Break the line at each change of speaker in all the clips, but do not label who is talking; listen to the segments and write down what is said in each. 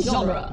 genre.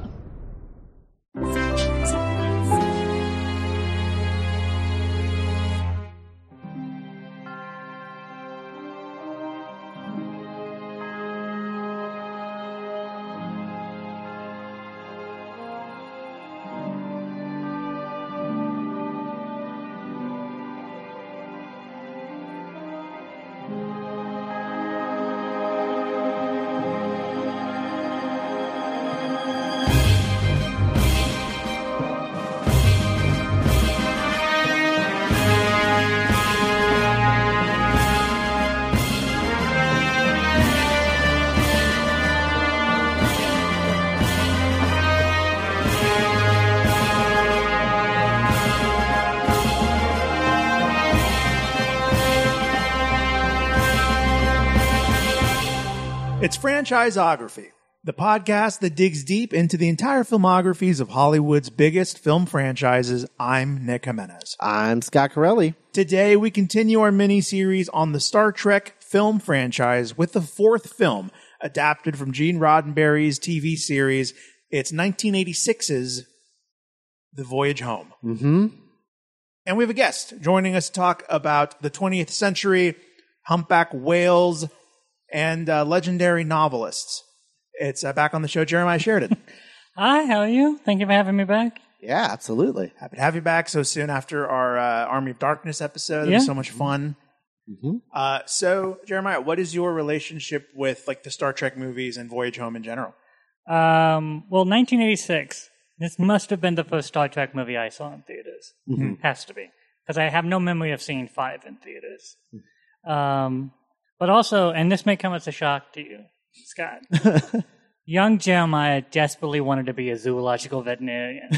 It's Franchisography, the podcast that digs deep into the entire filmographies of Hollywood's biggest film franchises. I'm Nick Jimenez.
I'm Scott Corelli.
Today, we continue our mini series on the Star Trek film franchise with the fourth film, adapted from Gene Roddenberry's TV series. It's 1986's The Voyage Home. Mm-hmm. And we have a guest joining us to talk about the 20th century, humpback whales, and uh, legendary novelists. It's uh, back on the show, Jeremiah Sheridan.
Hi, how are you? Thank you for having me back.
Yeah, absolutely.
Happy to have you back so soon after our uh, Army of Darkness episode. It
Yeah.
was so much fun.
Mm-hmm.
Uh, so, Jeremiah, what is your relationship with like the Star Trek movies and Voyage Home in general?
Um, well, 1986. This must have been the first Star Trek movie I saw in theaters. Has to be. Because I have no memory of seeing five in theaters. Um, but also, and this may come as a shock to you, Scott. Young Jeremiah desperately wanted to be a zoological veterinarian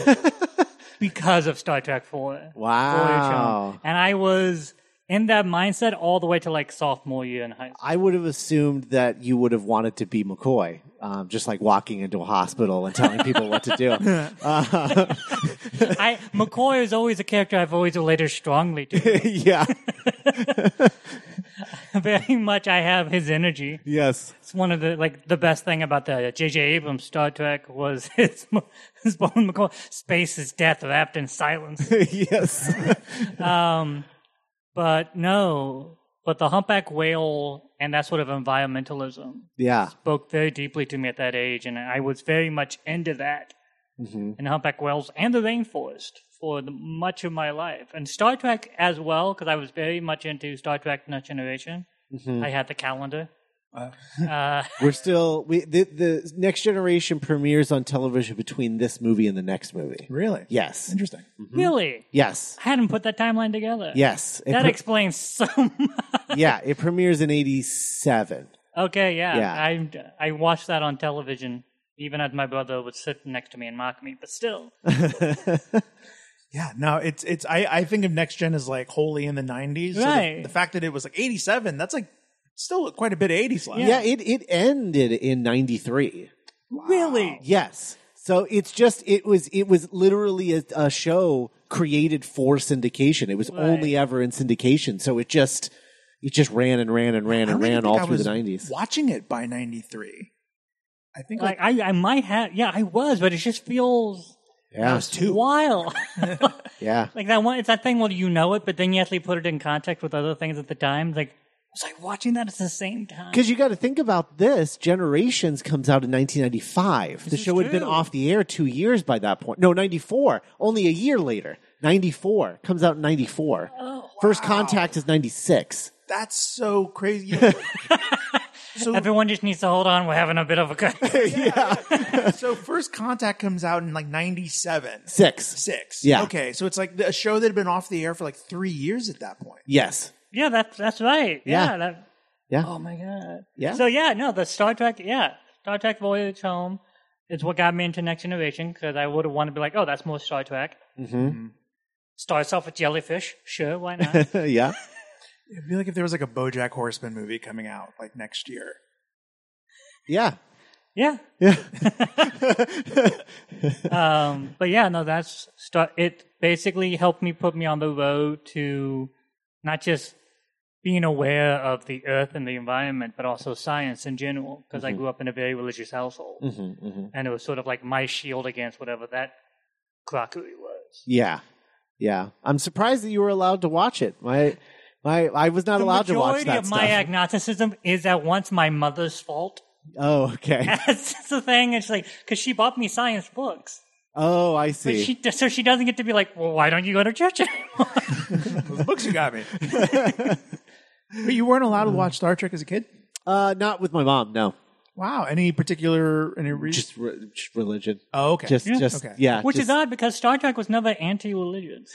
because of Star Trek 4.
Wow.
And I was in that mindset all the way to like sophomore year in high school.
I would have assumed that you would have wanted to be McCoy, um, just like walking into a hospital and telling people what to do. Uh,
I McCoy is always a character I've always related strongly to.
yeah.
Very much, I have his energy.
Yes.
It's one of the like the best thing about the J.J. Abrams Star Trek was his his Bone McCoy. Space is death wrapped in silence.
yes.
But no, but the humpback whale and that sort of environmentalism
Yeah.
spoke very deeply to me at that age, and I was very much into that.
Mm-hmm.
And humpback whales and the rainforest for the, much of my life, and Star Trek as well, because I was very much into Star Trek Next Generation.
Mm-hmm.
I had the calendar.
We're still we the, the next generation premieres on television between this movie and the next movie.
Really?
Yes. Mm-hmm.
Interesting.
Really,
Yes.
I hadn't put that timeline together.
Yes. It
that
pre-
explains so much.
yeah, it premieres in 87.
Okay, yeah.
Yeah.
I I watched that on television, even as my brother would sit next to me and mock me. But still,
Yeah. No, it's it's. I, I think of Next Gen as like wholly in the '90s. So the- the,
Right.
fact that it was like '87, that's like still quite a bit of '80s left.
Yeah, it, it ended in 93.
really,
Yes. So it's just it was it was literally a, a show created for syndication. It was only ever in syndication. So it just it just ran and ran and ran
I
and
don't even
ran
think I
all through the
was
nineties.
Watching it by '93, I think like,
like I, I might have. Yeah, I was, but it just feels
Yeah,
wild.
yeah,
like that one. It's that thing where you know it, but then you actually put it in context with other things at the time. Like was I watching that at the same time?
because you got to think about this. Generations comes out in 1995. the show had been
true.
off the air two years by that point. No, 94. Only a year later. 94 comes out in 94. First Contact is 96.
that's so crazy. You know,
Everyone just needs to hold on. We're having a bit of a. cut.
so first contact comes out in like 97
Six.
six
Yeah.
okay so it's like a show that had been off the air for like three years at that point
Yes.
yeah, that's that's right.
Yeah.
yeah that,
Yeah.
Oh my god.
Yeah.
So yeah, no, the Star Trek, yeah, Star Trek Voyage Home is what got me into Next Generation because I would have wanted to be like, oh, that's more Star Trek. Mm-hmm. Starts off with jellyfish, sure, why not?
yeah.
it'd be like if there was like a bojack horseman movie coming out like next year
Yeah.
yeah.
Yeah.
Um, but yeah, no, that's Star. It basically helped me put me on the road to not just being aware of the earth and the environment, but also science in general, because
Mm-hmm.
I grew up in a very religious household, and it was sort of like my shield against whatever that crockery was.
Yeah, yeah. I'm surprised that you were allowed to watch it. My, my, I was not
The
allowed to watch
majority
that
of
stuff.
my agnosticism is at once my mother's fault.
oh, okay.
That's the thing. It's like because she bought me science books,
Oh, I see.
but she so she doesn't get to be like, well, why don't you go to church? anymore?"
Those books you got me. but you weren't allowed to watch Star Trek as a kid.
uh, not with my mom. No,
Wow. Any particular any reason?
just, re- just religion.
oh, okay.
Just, just,
Okay.
yeah.
Which
just-
is odd because Star Trek was never anti-religious.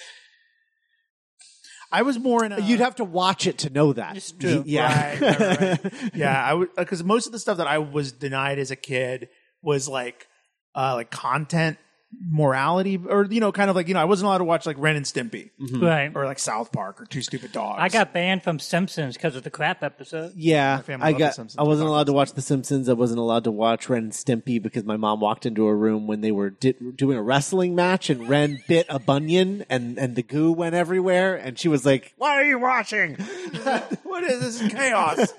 I was more in. A,
You'd have to watch it to know that.
It's true.
Yeah.
Right, right, right. yeah, I would because most of the stuff that I was denied as a kid was like uh like content morality or you know kind of like you know I wasn't allowed to watch like Ren and Stimpy
Mm-hmm.
Right.
or like South Park or Two Stupid Dogs.
I got banned from Simpsons because of the crap episode.
Yeah,
family
I
loved The
got.
Simpsons.
I wasn't allowed to watch The Simpsons. I wasn't allowed to watch Ren and Stimpy because my mom walked into a room when they were di- doing a wrestling match, and Ren bit a bunion, and and the goo went everywhere, and she was like, "What are you watching?"
what is this is chaos?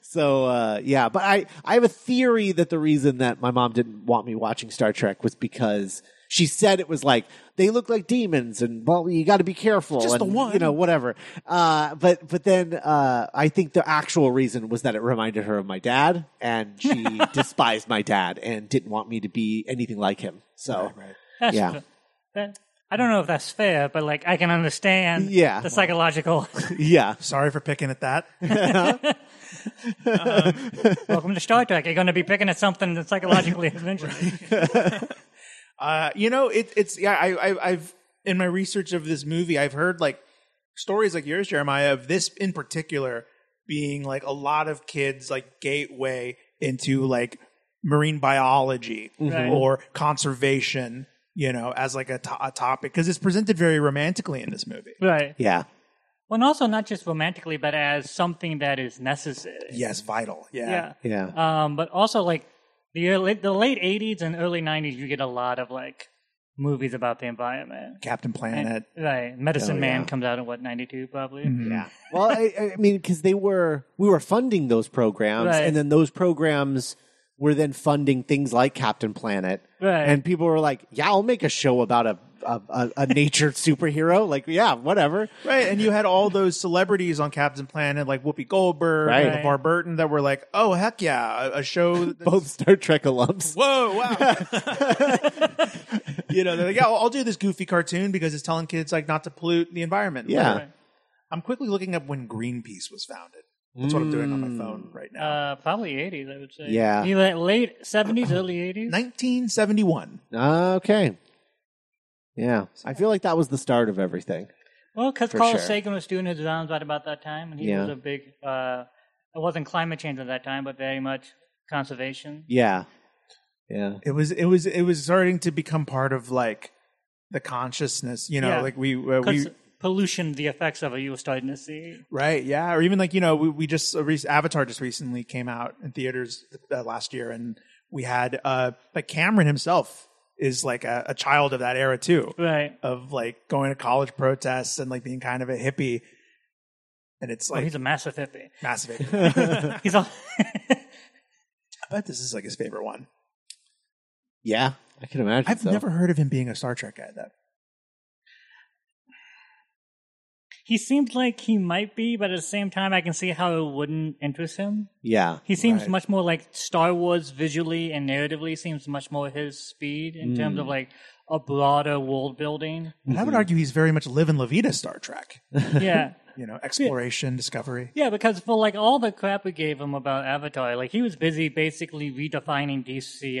so uh, yeah, but I I have a theory that the reason that my mom didn't want me watching Star Trek was because she said it was like they look like demons and well you got to be careful
Just
and,
the one.
you know whatever uh, but but then uh, I think the actual reason was that it reminded her of my dad and she despised my dad and didn't want me to be anything like him so
That's
Yeah.
fa- that, I don't know if that's fair, but like I can understand
Yeah.
the psychological.
yeah
Sorry for picking at that.
Welcome to Star Trek. You're going to be picking at something that's psychologically adventurous.
Uh, you know, it, it's yeah. I, I, I've in my research of this movie, I've heard like stories like yours, Jeremiah, of this in particular being like a lot of kids like gateway into like marine biology
Right.
or conservation. You know, as like a, to- a topic because it's presented very romantically in this movie.
Right.
yeah
Well, and also not just romantically, but as something that is necessary.
Yes, vital. Yeah.
Yeah.
yeah
Um, but also like the early, the late '80s and early '90s, you get a lot of like movies about the environment.
Captain Planet.
Right. Medicine
Oh,
Man
yeah. Mm-hmm.
comes out in what '92 probably.
Yeah. Well, I, I mean, because they were we were funding those programs,
Right.
and then those programs were then funding things like Captain Planet,
Right.
and people were like, "Yeah, I'll make a show about a a, a, a nature superhero." Like, yeah, whatever.
Right, and you had all those celebrities on Captain Planet, like Whoopi Goldberg,
Right.
and LeVar Burton, that were like, "Oh heck yeah, a, a show." that's-
Both Star Trek alums.
whoa, wow. you know, they're like, yeah, I'll, I'll do this goofy cartoon because it's telling kids like not to pollute the environment.
Yeah.
Right.
I'm quickly looking up when Greenpeace was founded. That's what I'm doing on
Mm.
my phone right now.
Uh, probably 80s, I would say.
Yeah.
Either late 70s, early 80s.
1971.
Okay. Yeah, I feel like that was the start of everything.
Well, because
For
Carl
sure.
Sagan was doing his rounds right about that time, and he
Yeah.
was a big. Uh, it wasn't climate change at that time, but very much conservation.
Yeah. Yeah.
It was it was it was starting to become part of like the consciousness, you know,
Yeah.
like we uh,
Because
we
pollution, the effects of it, you were starting to see.
right, yeah, or even like you know, we we just uh, rec- Avatar just recently came out in theaters uh, last year and we had uh like Cameron himself is like a, a child of that era too.
Right.
of like going to college protests and like being kind of a hippie. And it's
Well,
like
Oh, he's a massive hippie.
massive. hippie.
He's all.
I bet this is like his favorite one.
Yeah. I can imagine.
I've
so.
never heard of him being a Star Trek guy. That
he seemed like he might be, but at the same time, I can see how it wouldn't interest him.
Yeah.
He seems
Right.
much more like Star Wars visually and narratively. Seems much more his speed in terms
Mm.
of like a broader world building.
and I would argue he's very much live in La Vida Star Trek.
yeah.
You know, exploration, discovery.
Yeah, because for like all the crap we gave him about Avatar, like he was busy basically redefining DC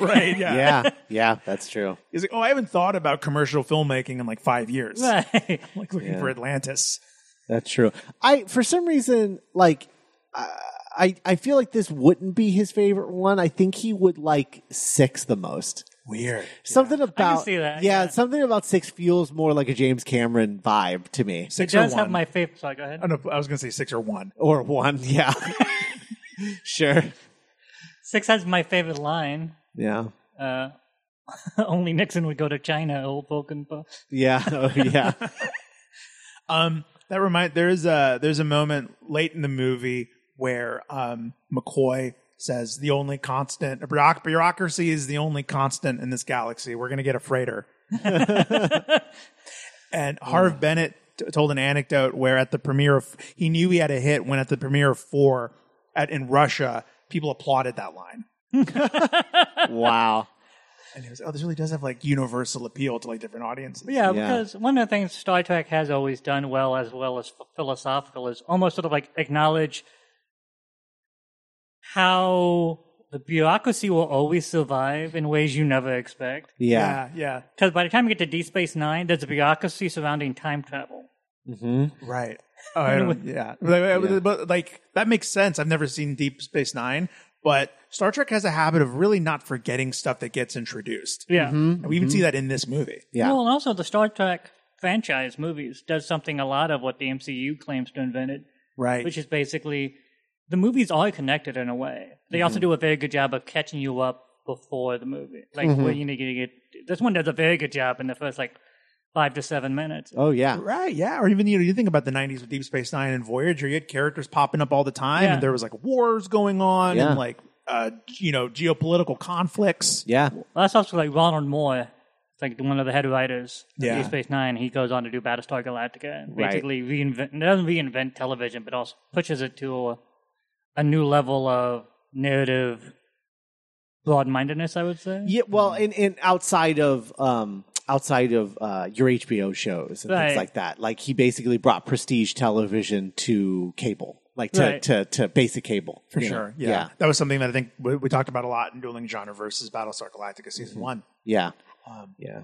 Right.
Yeah. yeah. That's true.
He's like, oh, I haven't thought about commercial filmmaking in like five years.
Right.
Like looking for Atlantis.
That's true. I for some reason like I I feel like this wouldn't be his favorite one. I think he would like six the most.
Weird.
Something about
see that,
Yeah,
yeah.
something about six feels more like a James Cameron vibe to me.
It
Six or
does
one.
have my favorite. Sorry, go ahead.
oh, no, I was going to say six or one.
Or one, yeah. sure.
Six has my favorite line.
Yeah.
Uh, only Nixon would go to China, old Vulcan. po-
Yeah. Oh, yeah.
Um, That remind there is a there's a moment late in the movie where um, McCoy says the only constant bureauc- bureaucracy is the only constant in this galaxy. We're gonna get a freighter. and Harv Bennett t- told an anecdote where at the premiere of he knew he had a hit when at the premiere of four at in Russia people applauded that line.
wow.
And he was oh this really does have like universal appeal to like different audiences.
Yeah, because one of the things Star Trek has always done well, as well as philosophical, is almost sort of like acknowledge how the bureaucracy will always survive in ways you never expect.
Yeah.
yeah, yeah.
Because by the time you get to D Space Nine, there's a bureaucracy surrounding time travel.
Right. Oh, I don't, yeah. But, but- but, like that makes sense. I've never seen Deep Space Nine, but Star Trek has a habit of really not forgetting stuff that gets introduced.
Yeah.
And we even see that in this movie.
Yeah.
Well, and also the Star Trek franchise movies does something a lot of what the MCU claims to invented,
Right.
which is basically the movies are connected in a way. They
Mm-hmm.
also do a very good job of catching you up before the movie. Like
Mm-hmm.
where you need to get this one does a very good job in the first like five to seven minutes.
Oh yeah.
right. Yeah. Or even you know you think about the '90s with Deep Space Nine and Voyager. You had characters popping up all the time,
Yeah.
and there was like wars going on,
Yeah.
and like uh, you know geopolitical conflicts.
Yeah.
Well, that's also like Ronald Moore, it's like one of the head writers of
Yeah.
Deep Space Nine. He goes on to do Battlestar Galactica and
Right.
basically reinvent doesn't reinvent television, but also pushes it to a, a new level of narrative broad-mindedness. I would say.
Yeah. Well,
Mm.
and, and outside of um, outside of uh, your HBO shows and
Right.
things like that, like he basically brought prestige television to cable, like to
Right.
to, to basic cable
For
you know?
sure. Yeah. That was something that I think we, we talked about a lot in Dueling Genre versus Battlestar Galactica season one.
Yeah.
Um,
yeah.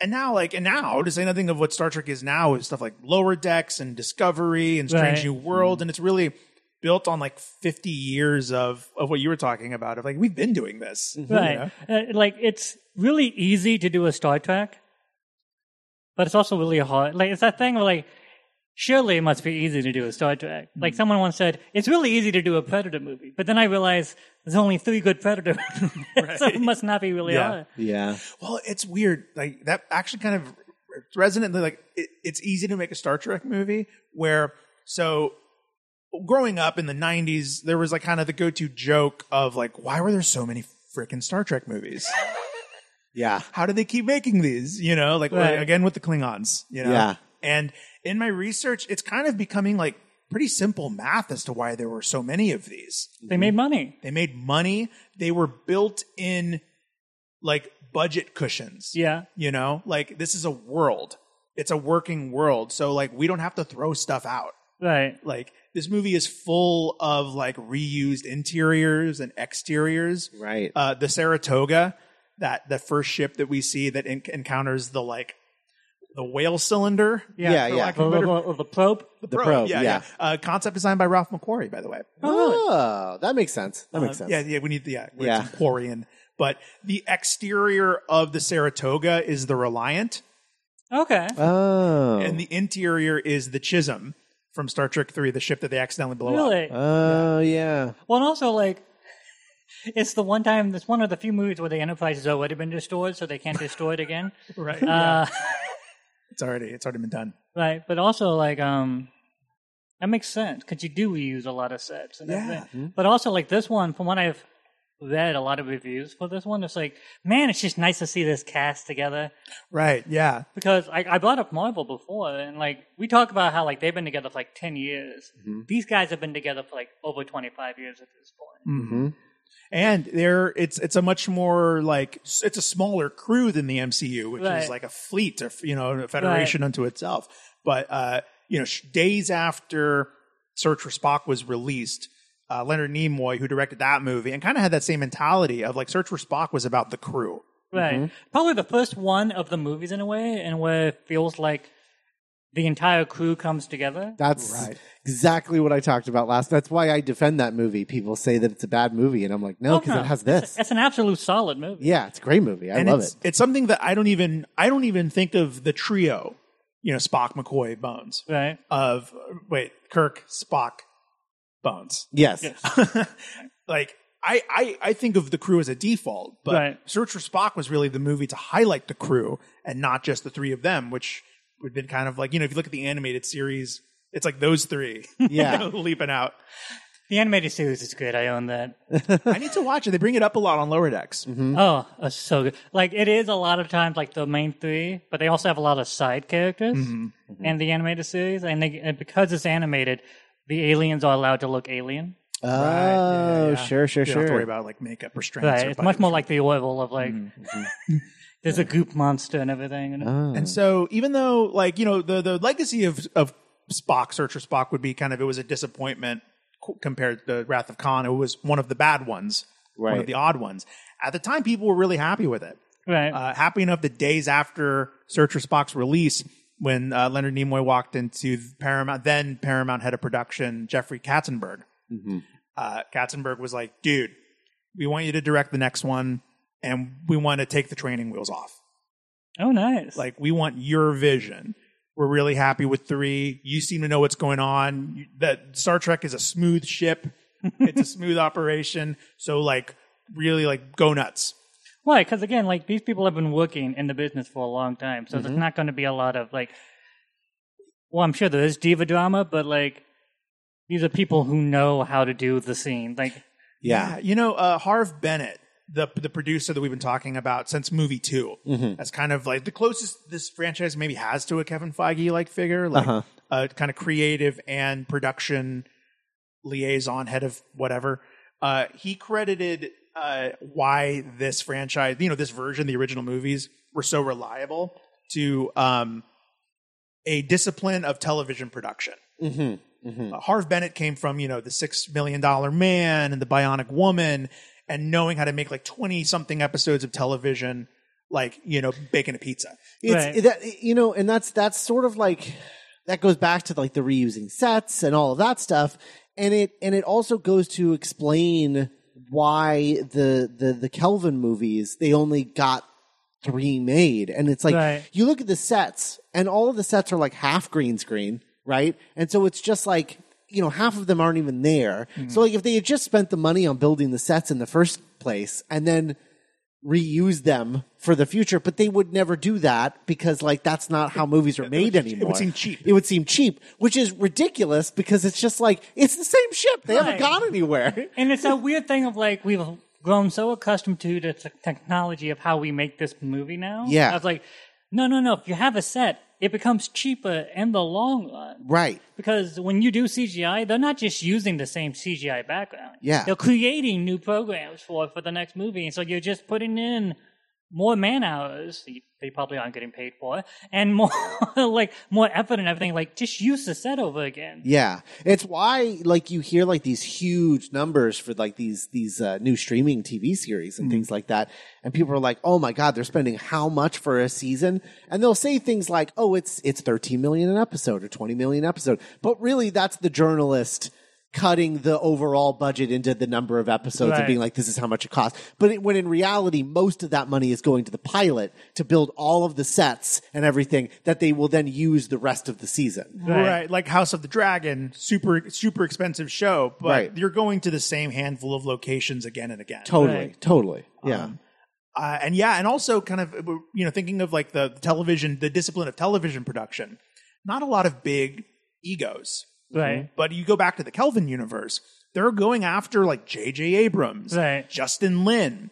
and now like and now to say nothing of what star trek is now is stuff like lower decks and discovery and strange
Right.
new world and it's really built on like 50 years of of what you were talking about of like we've been doing this you know?
Right. Uh, like it's really easy to do a Star Trek, but it's also really hard. Like it's that thing where like surely it must be easy to do a Star Trek.
Hmm.
Like someone once said, it's really easy to do a Predator movie, but then I realized there's only three good Predator, movies, so it must not be really
Yeah.
hard.
Yeah.
well it's weird like that actually kind of it's resonant like it, it's easy to make a star trek movie where so growing up in the 90s there was like kind of the go-to joke of like why were there so many freaking star trek movies
Yeah.
how do they keep making these? You know, like
Right.
again with the Klingons, you know?
Yeah.
And in my research, it's kind of becoming like pretty simple math as to why there were so many of these.
They made money.
They made money, they were built in like budget cushions.
Yeah.
You know, like this is a world, it's a working world. So, like, we don't have to throw stuff out
Right.
like this movie is full of like reused interiors and exteriors
Right.
uh the saratoga that the first ship that we see that en- encounters the like the whale cylinder
Yeah,
for
yeah.
lack
The,
of a better-
the, the probe.
the probe, yeah.
Uh, concept designed by Ralph McQuarrie, by the way.
Oh, that makes sense. That makes sense.
Uh, Yeah, yeah, we need the yeah, we need
Yeah.
some Quarian. But the exterior of the Saratoga is the Reliant,
Okay.
Oh.
and the interior is the Chisholm from Star Trek Three, the ship that they accidentally blow up.
really.
oh yeah.
Well, and also like. It's the one time, it's one of the few movies where the Enterprise has already been destroyed, so they can't destroy it again.
Right.
Uh,
It's already it's already been done.
Right, but also like um, that makes sense because you do reuse a lot of sets and
Yeah.
everything.
mm-hmm.
But also like this one, from what I've read, a lot of reviews for this one, it's like, man, it's just nice to see this cast together
Right, yeah.
because I, I brought up Marvel before, and like we talk about how like they've been together for like ten years.
Mm-hmm.
These guys have been together for like over twenty five years at this point.
Mm-hmm.
and there it's it's a much more like s- it's a smaller crew than the MCU, which
Right.
is like a fleet or you know a federation unto itself. But uh, you know, sh- days after Search for Spock was released, uh, Leonard Nimoy, who directed that movie, and kind of had that same mentality of like Search for Spock was about the crew.
Right, probably the first one of the movies in a way, and where it feels like the entire crew comes together.
That's
Right.
exactly what I talked about last. That's why I defend that movie. People say that it's a bad movie, and I'm like, no,
Oh,
because
no.
it has this.
It's an absolute solid movie.
Yeah, it's a great movie. I
and
love
it's,
it.
It's something that I don't even I don't even think of the trio, you know, Spock, McCoy, Bones.
Right.
Of wait, Kirk, Spock, Bones.
Yes.
like I, I I think of the crew as a default, but
Right.
Search for Spock was really the movie to highlight the crew and not just the three of them, which we've been kind of like you know if you look at the animated series, it's like those three
Yeah.
leaping out.
The animated series is good. I own that.
I need to watch it. They bring it up a lot on Lower Decks.
Mm-hmm.
Oh, that's so good. Like it is a lot of times like the main three, but they also have a lot of side characters in the animated series, and they and because it's animated, the aliens are allowed to look alien.
Oh,
yeah, yeah.
sure, sure,
You don't
sure.
have to worry about like makeup restraints.
Right,
or
it's
buttons.
much more like the Orville of like there's a goop monster and everything. And
Oh.
And so, even though, like, you know, the the legacy of of Spock, Search for Spock, would be kind of it was a disappointment co- compared to Wrath of Khan. It was one of the bad ones, one
Right.
of the odd ones. At the time, people were really happy with it.
Right,
Uh, happy enough that days after Search for Spock's release, when uh, Leonard Nimoy walked into Paramount, then Paramount head of production Jeffrey Katzenberg. Uh, Katzenberg was like, "Dude, we want you to direct the next one, and we want to take the training wheels off."
oh nice.
Like, we want your vision. We're really happy with three. You seem to know what's going on. You- That Star Trek is a smooth ship. it's a smooth operation. So, like, really, like, go nuts.
Why? Because again, like these people have been working in the business for a long time, so there's not going to be a lot of like. Well, I'm sure there is diva drama, but like these are people who know how to do the scene. Like,
yeah.
You know, uh, Harv Bennett, the the producer that we've been talking about since movie 2 that's kind of like the closest this franchise maybe has to a Kevin Feige like figure, like
Uh-huh.
uh, kind of creative and production liaison, head of whatever. Uh, he credited uh, why this franchise, you know, this version, the original movies were so reliable to um, a discipline of television production. Uh, Harv Bennett came from, you know, the Six Million Dollar Man and the Bionic Woman and knowing how to make like 20 something episodes of television, like, you know, baking a pizza.
It's
Right.
that you know, and that's that's sort of like that goes back to like the reusing sets and all of that stuff, and it and it also goes to explain why the the the Kelvin movies they only got three made, and it's like
Right.
you look at the sets, and all of the sets are like half green screen, right? And so it's just like you know half of them aren't even there.
Mm-hmm.
So like if they had just spent the money on building the sets in the first place, and then reuse them for the future, but they would never do that because like that's not how movies are made anymore.
seem cheap.
It would seem cheap, which is ridiculous because it's just like it's the same ship. They haven't
Right.
gone anywhere.
and it's that weird thing of like we've grown so accustomed to the t- technology of how we make this movie now.
Yeah.
I was like, no, no, no. If you have a set, it becomes cheaper in the long run.
Right.
Because when you do CGI, they're not just using the same CGI background.
Yeah.
They're creating new programs for for the next movie. And so you're just putting in more man hours that you- they probably aren't getting paid for and more like more effort and everything. Like just use the set over again.
Yeah. It's why like you hear like these huge numbers for like these these uh, new streaming TV series and things like that and people are like, "Oh my god, they're spending how much for a season?" And they'll say things like, "Oh, it's it's 13 million an episode or 20 million an episode." But really that's the journalist cutting the overall budget into the number of episodes and
Right.
being like this is how much it costs but it, when in reality most of that money is going to the pilot to build all of the sets and everything that they will then use the rest of the season
Right. Like House of the Dragon, super, super expensive show, but
Right.
you're going to the same handful of locations again and again.
Totally,
Right.
totally. Yeah.
uh, and yeah, and also kind of uh, you know thinking of like the television, the discipline of television production. Not a lot of big egos,
Mm-hmm.
Right.
but you go back to the Kelvin universe. They're going after like J.J. Abrams,
Right.
Justin Lin,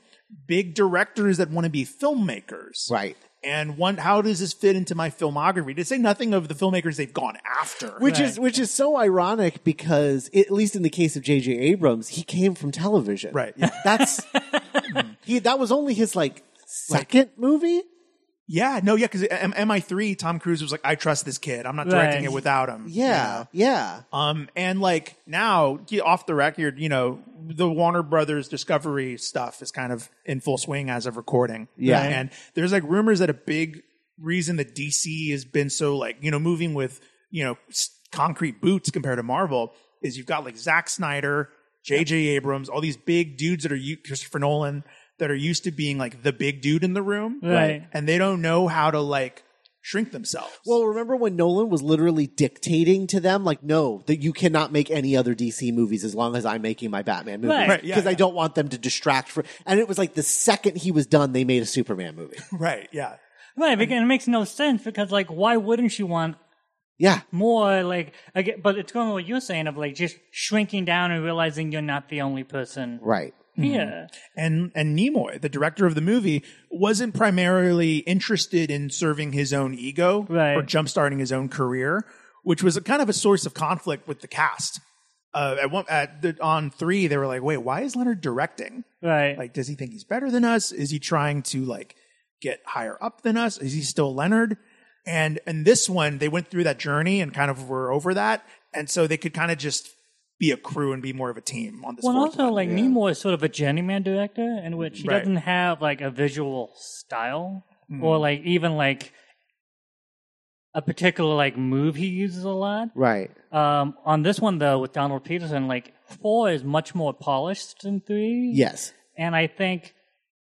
big directors that want to be filmmakers,
Right.
And one, how does this fit into my filmography? To say nothing of the filmmakers they've gone after,
Which is which is so ironic because at least in the case of J.J. Abrams, he came from television.
Right, yeah.
That's he. That was only his like second movie.
yeah, no, yeah, because MI three, Tom Cruise was like, I trust this kid. I'm not directing
Right.
it without him.
Yeah. Yeah.
Um, and like now, get off the record, you know, the Warner Brothers Discovery stuff is kind of in full swing as of recording.
Yeah.
And there's like rumors that a big reason that DC has been so like, you know, moving with, you know, s- concrete boots compared to Marvel is you've got like Zack Snyder, JJ Abrams, all these big dudes that are u- Christopher Nolan that are used to being like the big dude in the room.
Right.
And they don't know how to like shrink themselves.
Well, remember when Nolan was literally dictating to them, like, no, that you cannot make any other DC movies as long as I'm making my Batman movies
Right.
because
Right,
yeah,
I
yeah.
don't want them to distract. For, and it was like the second he was done, they made a Superman movie.
right. Yeah.
Right, because it makes no sense because, like, why wouldn't she want
Yeah.
more? Like, I get, but it's going to what you're saying of like just shrinking down and realizing you're not the only person
Right.
here.
and and Nimoy, the director of the movie, wasn't primarily interested in serving his own ego
Right.
or jumpstarting his own career, which was a kind of a source of conflict with the cast. Uh, at one, at the, on three, they were like, "Wait, why is Leonard directing?
Right.
Like, does he think he's better than us? Is he trying to like get higher up than us? Is he still Leonard?" And and this one, they went through that journey and kind of were over that, and so they could kind of just be a crew and be more of a team on this.
well, and
fourth
also,
one.
like, Nimoy is sort of a journeyman director in which he
Right.
doesn't have like a visual style or like even like a particular like move he uses a lot.
Right.
Um, on this one though, with Donald Peterson, like four is much more polished than three.
Yes.
and I think,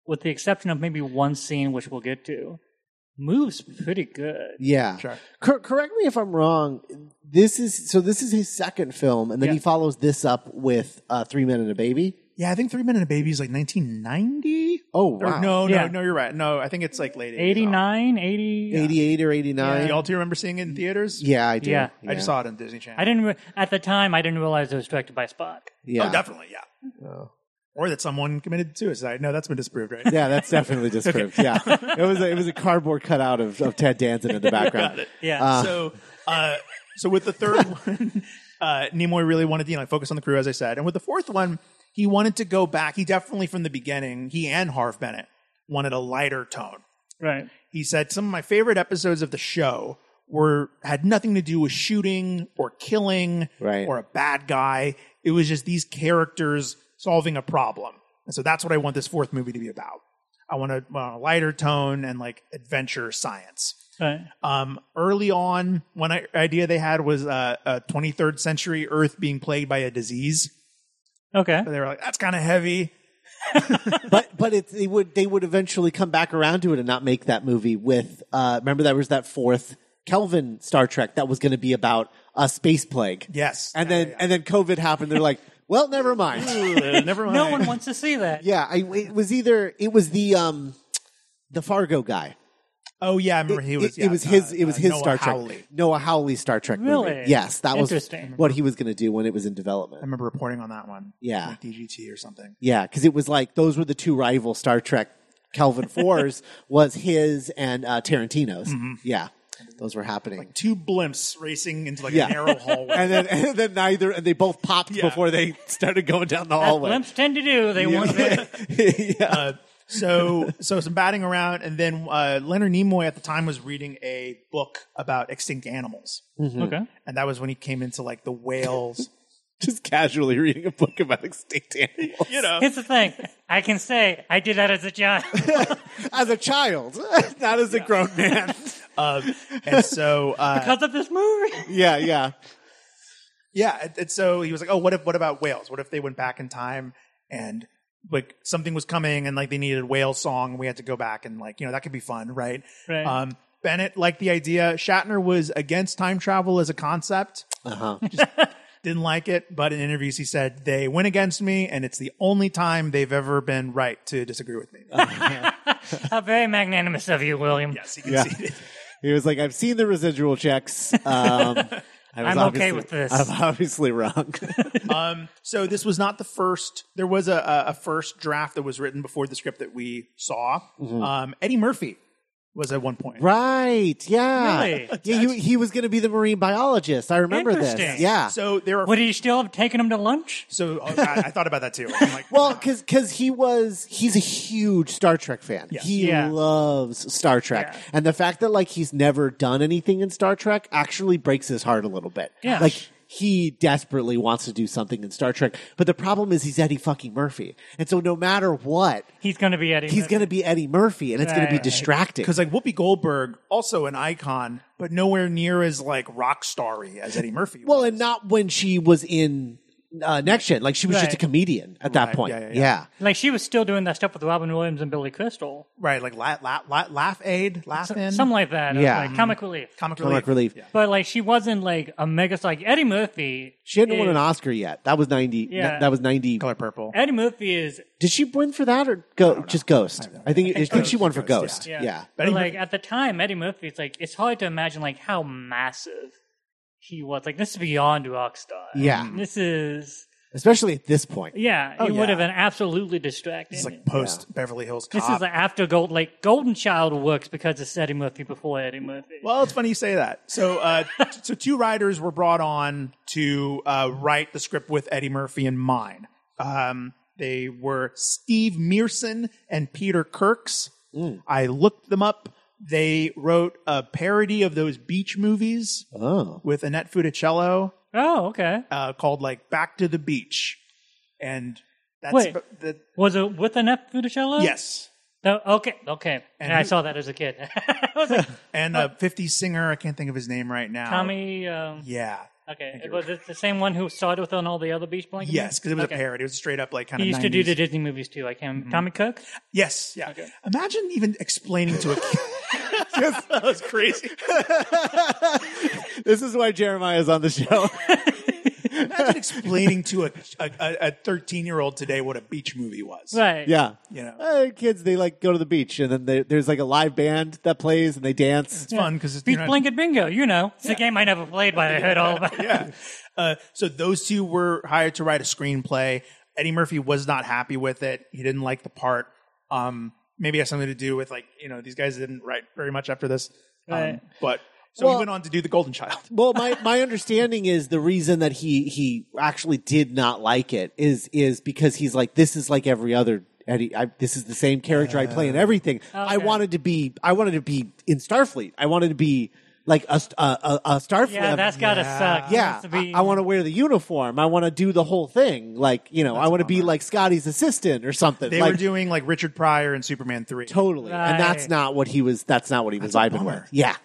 with the exception of maybe one scene, which we'll get to, moves pretty good.
Yeah.
Sure.
Cor- correct me if I'm wrong. This is so. This is his second film, and then
Yeah.
he follows this up with uh, Three Men and a Baby.
Yeah, I think Three Men and a Baby is like 1990.
Oh
Or
wow.
no, no,
Yeah.
no, you're right. No, I think it's like late 80s.
89, 80.
88 or 89.
Do Y'all two remember seeing it in theaters?
Yeah, I do.
Yeah.
I just saw it on Disney Channel.
I didn't re- at the time. I didn't realize it was directed by Spock.
Oh,
Yeah.
definitely, yeah.
Oh.
Or that someone committed suicide. No, that's been disproved, right?
yeah, that's definitely disproved. Yeah. It was a, it was a cardboard cutout of, of Ted Danson in the background.
Yeah.
so, uh, so with the third one, uh, Nimoy really wanted to you know, focus on the crew, as I said, and with the fourth one, he wanted to go back. He definitely, from the beginning, he and Harv Bennett wanted a lighter tone.
right.
He said some of my favorite episodes of the show were had nothing to do with shooting or killing
Right.
or a bad guy. It was just these characters solving a problem. And so that's what I want this fourth movie to be about. I want a, want a lighter tone and like adventure science.
Right.
Um, early on, one i- idea they had was uh, a 23rd century Earth being plagued by a disease.
Okay.
But they were like, that's kind of heavy.
But but it, they would they would eventually come back around to it and not make that movie with uh remember that was that fourth Kelvin Star Trek that was going to be about a space plague.
Yes.
And then and then COVID happened. They're like, "Well, never mind."
never mind.
No one wants to see that.
Yeah, I, it was either it was the um the Fargo guy.
Oh yeah, I remember he
It-
was.
it,
yeah,
was
uh,
his. It was
uh,
his
Noah
Star Trek.
Hawley.
Noah Howley Star Trek.
Really?
Movie. Yes, that was
Interesting.
what he was going to do when it was in
I
development.
remember reporting on that one.
Yeah.
Like DGT or something.
Yeah, because it was like those were the two rival Star Trek. Calvin Fours was his and uh, Tarantino's.
Mm-hmm.
Yeah, those were happening.
Two blimps racing into like
Yeah.
a narrow hallway.
and then and then neither and they both popped
Yeah.
before they started going down the
As
hallway.
blimps tend to do. They want to
yeah.
Uh, so so some batting around, and then uh, Leonard Nimoy at the time was reading a book about extinct animals,
Mm-hmm.
Okay.
and that was when he came into like the whales.
Just casually reading a book about extinct animals.
you know,
Here's the thing. I can say I did that as a job.
As a child, not as a grown man.
um, and so uh,
because of this movie.
yeah, yeah.
yeah, and, and so he was like, oh, what if what about whales? What if they went back in time and like something was coming and like they needed a whale song and we had to go back and like you know that could be fun, right?
Right.
Um, Bennett liked the idea. Shatner was against time travel as a concept.
Uh-huh.
didn't like it, but in interviews he said they went against me, and it's the only time they've ever been right to disagree with me.
How very magnanimous of you, William.
yes, he conceded.
He was like, I've seen the residual checks. Um, I was
I'm okay
obviously-
with this.
I'm obviously wrong.
Um, so this was not the first. There was a, a, a first draft that was written before the script that we saw. Um, Eddie Murphy was at one point.
right. Yeah.
Really?
Yeah, he, he was going to be the marine biologist. I remember this.
Interesting.
Yeah.
So there are.
Would he still have taken him to lunch?
so oh, God, I thought about that too. I'm like,
well, because he was he's a huge Star Trek fan. He
Yeah.
loves Star Trek,
Yeah.
and the fact that like he's never done anything in Star Trek actually breaks his heart a little bit.
Yeah.
like he desperately wants to do something in Star Trek, but the problem is he's Eddie fucking Murphy, and so no matter what,
He's going to be Eddie.
he's going to be Eddie Murphy, and it's going to
Right,
be
right.
distracting.
because like Whoopi Goldberg, also an icon, but nowhere near as like rock starry as Eddie Murphy.
well,
was.
and not when she was in uh, Next Gen. Like she was just a
Right.
comedian at that
Right,
point.
yeah, yeah, yeah.
Like she was still doing that stuff with Robin Williams and Billy Crystal,
Right, like la- la- la- laugh aid, laugh in,
something like that. It was
Yeah.
like comic relief.
comic
Comic
relief.
relief.
But like she wasn't like a mega like Eddie Murphy.
She hadn't won
is-
an Oscar yet. That was ninety.
Yeah.
That was ninety.
Color purple.
Eddie Murphy is
Did she win for that or go, just Ghost? I, think I think she won for Ghost.
yeah.
Yeah.
But like at the time, Eddie Murphy, it's like it's hard to imagine like how massive he was. Like this is beyond Rockstar.
Yeah.
This is
Especially at this point.
yeah, it
Oh, yeah.
would have been absolutely distracting.
It's like post Beverly Hills Cop.
This is like after Gold, like Golden Child works because it's Eddie Murphy before Eddie Murphy.
Well, it's funny you say that. So, uh, t- so two writers were brought on to uh, write the script with Eddie Murphy in mind. Um, they were Steve Mearson and Peter Kirks. I looked them up. They wrote a parody of those beach movies
Oh.
with Annette Funicello
Oh, okay.
uh, called like Back to the Beach, and that's
Wait.
b- the,
Was it with Annette Funicello?
yes.
No, okay, okay. And I
who-
saw that as a kid. I was like,
And a 50s singer, I can't think of his name right now.
Tommy. Um,
Yeah.
okay, was it the same one who started with on all the other Beach Blanket?
Yes, because it was
Okay.
a parody. It was straight up like kind of
He used to do the Disney movies too. I can
Mm-hmm.
Tommy Cook.
Yes, yeah. Imagine even explaining to a kid. Yes, that was crazy.
This is why Jeremiah is on the show.
Imagine explaining to a a thirteen year old today what a beach movie was.
Right.
yeah.
You know.
Uh, kids, they like go to the beach and then they, there's like a live band that plays and they dance.
It's fun because
Beach Blanket Bingo, you know. It's a game I never played, but I heard all about it.
yeah. Uh, so those two were hired to write a screenplay. Eddie Murphy was not happy with it. He didn't like the part. Um, maybe it has something to do with like you know these guys didn't write very much after this. Um,
Right.
But so he
Well-
went on to do The Golden Child.
Well, my, my understanding is the reason that he, he actually did not like it is is because he's like this is like every other Eddie. I, this is the same character I play in everything. I
Okay.
wanted to be I wanted to be in Starfleet. I wanted to be like a st- a, a, a Starfleet.
Yeah, that's gotta suck. It
yeah.
has to be-
I, want to wear the uniform. I want to do the whole thing. Like you know, I want to be like Scotty's assistant or something.
They
like,
were doing like Richard Pryor and Superman three.
totally,
Right.
and that's not what he was. That's not what he was vibing with.
bummer.
Yeah,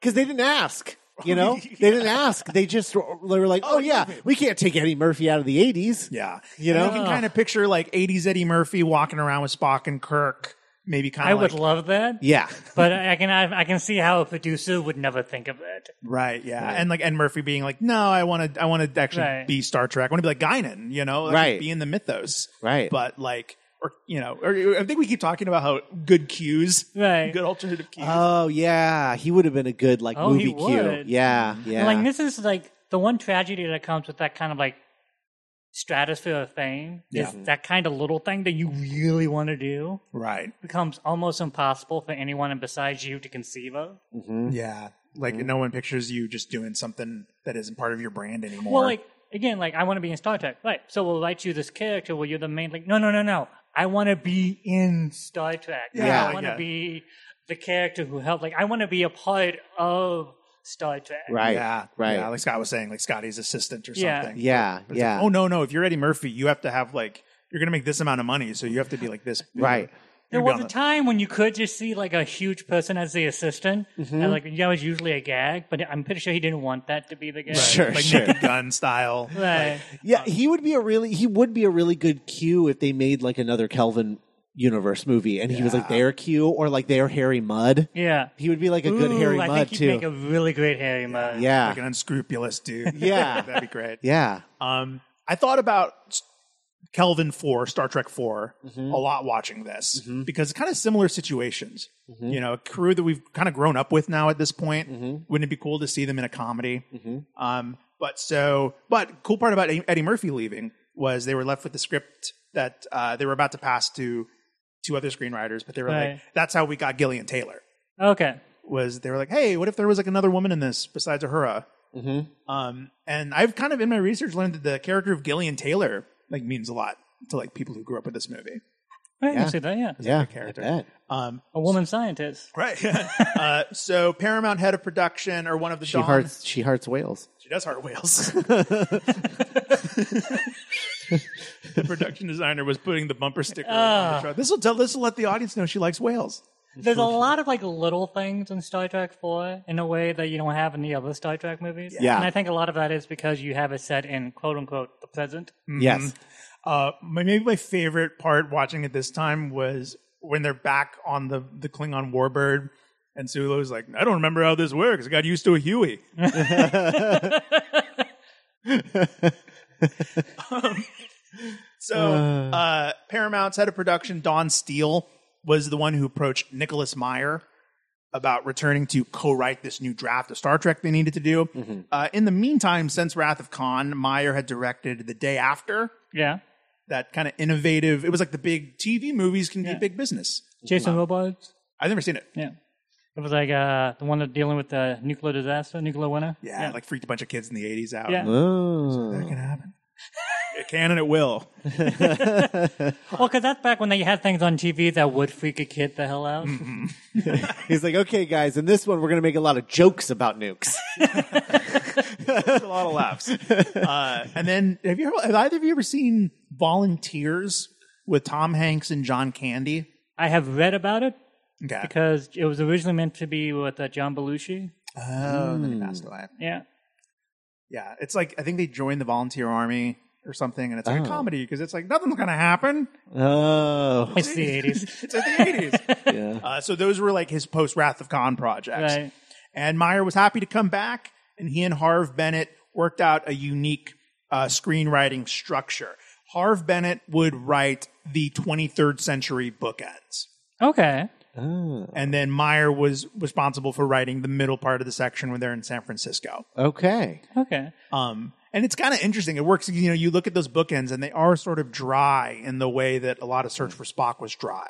because they didn't ask. You know, they didn't ask. They just they were like, "Oh yeah, we can't take Eddie Murphy out of the '80s."
Yeah.
You know?
you can kind of picture like 80s Eddie Murphy walking around with Spock and Kirk, maybe kind
I
of
would love that.
yeah,
But I can I, I can see how a producer would never think of that.
right, yeah. And like and Murphy being like, "No, I want to I want to actually
Right.
be Star Trek. I want to be like Guinan, you know, like,
Right.
be in the mythos."
Right.
But like or you know, or I think we keep talking about how good cues,
Right.
good alternative cues.
Oh yeah, he would have been a good like
Oh, he
movie cue.
would.
Yeah, yeah.
Like this is like the one tragedy that comes with that kind of like stratosphere of fame is that kind of little thing that you really want to do
right.
becomes almost impossible for anyone besides you to conceive of.
Yeah. Like no one pictures you just doing something that isn't part of your brand anymore.
Well, like again, like I want to be in Star Trek, right? So we'll write you this character where you're the main. Like, no, no, no, no. I want to be in Star Trek.
Yeah,
I want to
yeah.
be the character who helped. Like, I want to be a part of Star Trek.
right,
yeah,
right.
Yeah, like Scott was saying, like Scotty's assistant or
Yeah.
something.
yeah,
It's like,
yeah.
oh no, no. If you're Eddie Murphy, you have to have like you're gonna make this amount of money, so you have to be like this. big.
Right.
There
You're
was
gonna-
a time when you could just see like a huge person as the assistant,
Mm-hmm.
and like that was usually a gag. But I'm pretty sure he didn't want that to be the gag.
Sure,
like
sure.
Naked Gun style.
Right.
Yeah, he would be a really he would be a really good Q if they made like another Kelvin universe movie, and he was like their Q or like their Harry Mudd.
yeah.
He would be like a good
Ooh,
Harry
I
Mudd
think he'd
too.
make a really great Harry Mudd.
yeah,
like an unscrupulous dude.
Yeah.
that'd be great.
yeah.
Um, I thought about S- Kelvin Four, Star Trek 4 a lot watching this because it's kind of similar situations. You know, a crew that we've kind of grown up with now at this point. Wouldn't it be cool to see them in a comedy? Um, but so, but cool part about Eddie Murphy leaving was they were left with the script that uh, they were about to pass to two other screenwriters, but they were like,
Right.
"That's how we got Gillian Taylor."
Okay.
was they were like, "Hey, what if there was like another woman in this besides Uhura?" Mm-hmm. Um, and I've kind of in my research learned that the character of Gillian Taylor like means a lot to like people who grew up with this movie.
I can see that. Yeah.
Yeah,
character.
I bet.
Um,
A woman scientist.
right. uh, so Paramount head of production or one of the
She hearts she hearts whales.
she does heart whales. Ah. the production designer was putting the bumper sticker on the truck. This will tell. This will let the audience know she likes whales.
There's a lot of like little things in Star Trek 4 in a way that you don't have in the other Star Trek movies.
Yeah.
And I think a lot of that is because you have it set in quote unquote the present.
Yes.
Uh, my, maybe my favorite part watching it this time was when they're back on the, the Klingon warbird, and Sulu's like, I don't remember how this works. I got used to a Huey. Um, so, uh, Paramount's head of production, Don Steele, was the one who approached Nicholas Meyer about returning to co-write this new draft of Star Trek they needed to do. Uh, in the meantime, since Wrath of Khan, Meyer had directed The Day After,
Yeah.
that kind of innovative. It was like the big TV movies can
Yeah.
be big business.
Jason Robards.
I've never seen it.
Yeah. It was like uh, the one that dealing with the nuclear disaster, nuclear winter.
Yeah, like freaked a bunch of kids in the '80s out.
Yeah.
It
Oh.
can happen. It can and it will.
Well, because that's back when they had things on TV that would freak a kid the hell out.
He's like, okay, guys, in this one, we're going to make a lot of jokes about nukes.
a lot of laughs. Uh, and then, have you ever, have either of you ever seen Volunteers with Tom Hanks and John Candy?
I have read about it
Okay,
because it was originally meant to be with uh, John Belushi.
oh,
Hmm.
and then he passed away.
Yeah.
Yeah, it's like I think they joined the volunteer army or something, and it's like
Oh.
a comedy because it's like nothing's gonna happen.
Oh.
It's the 80s.
It's like the '80s.
Yeah.
Uh, so those were like his post Wrath of Khan projects.
Right.
And Meyer was happy to come back, and he and Harv Bennett worked out a unique uh, screenwriting structure. Harv Bennett would write the 23rd century bookends,
Okay.
Oh.
and then Meyer was responsible for writing the middle part of the section when they're in San Francisco.
Okay.
Okay.
Um, and it's kind of interesting. It works. You know, you look at those bookends, and they are sort of dry in the way that a lot of Search for Spock was dry.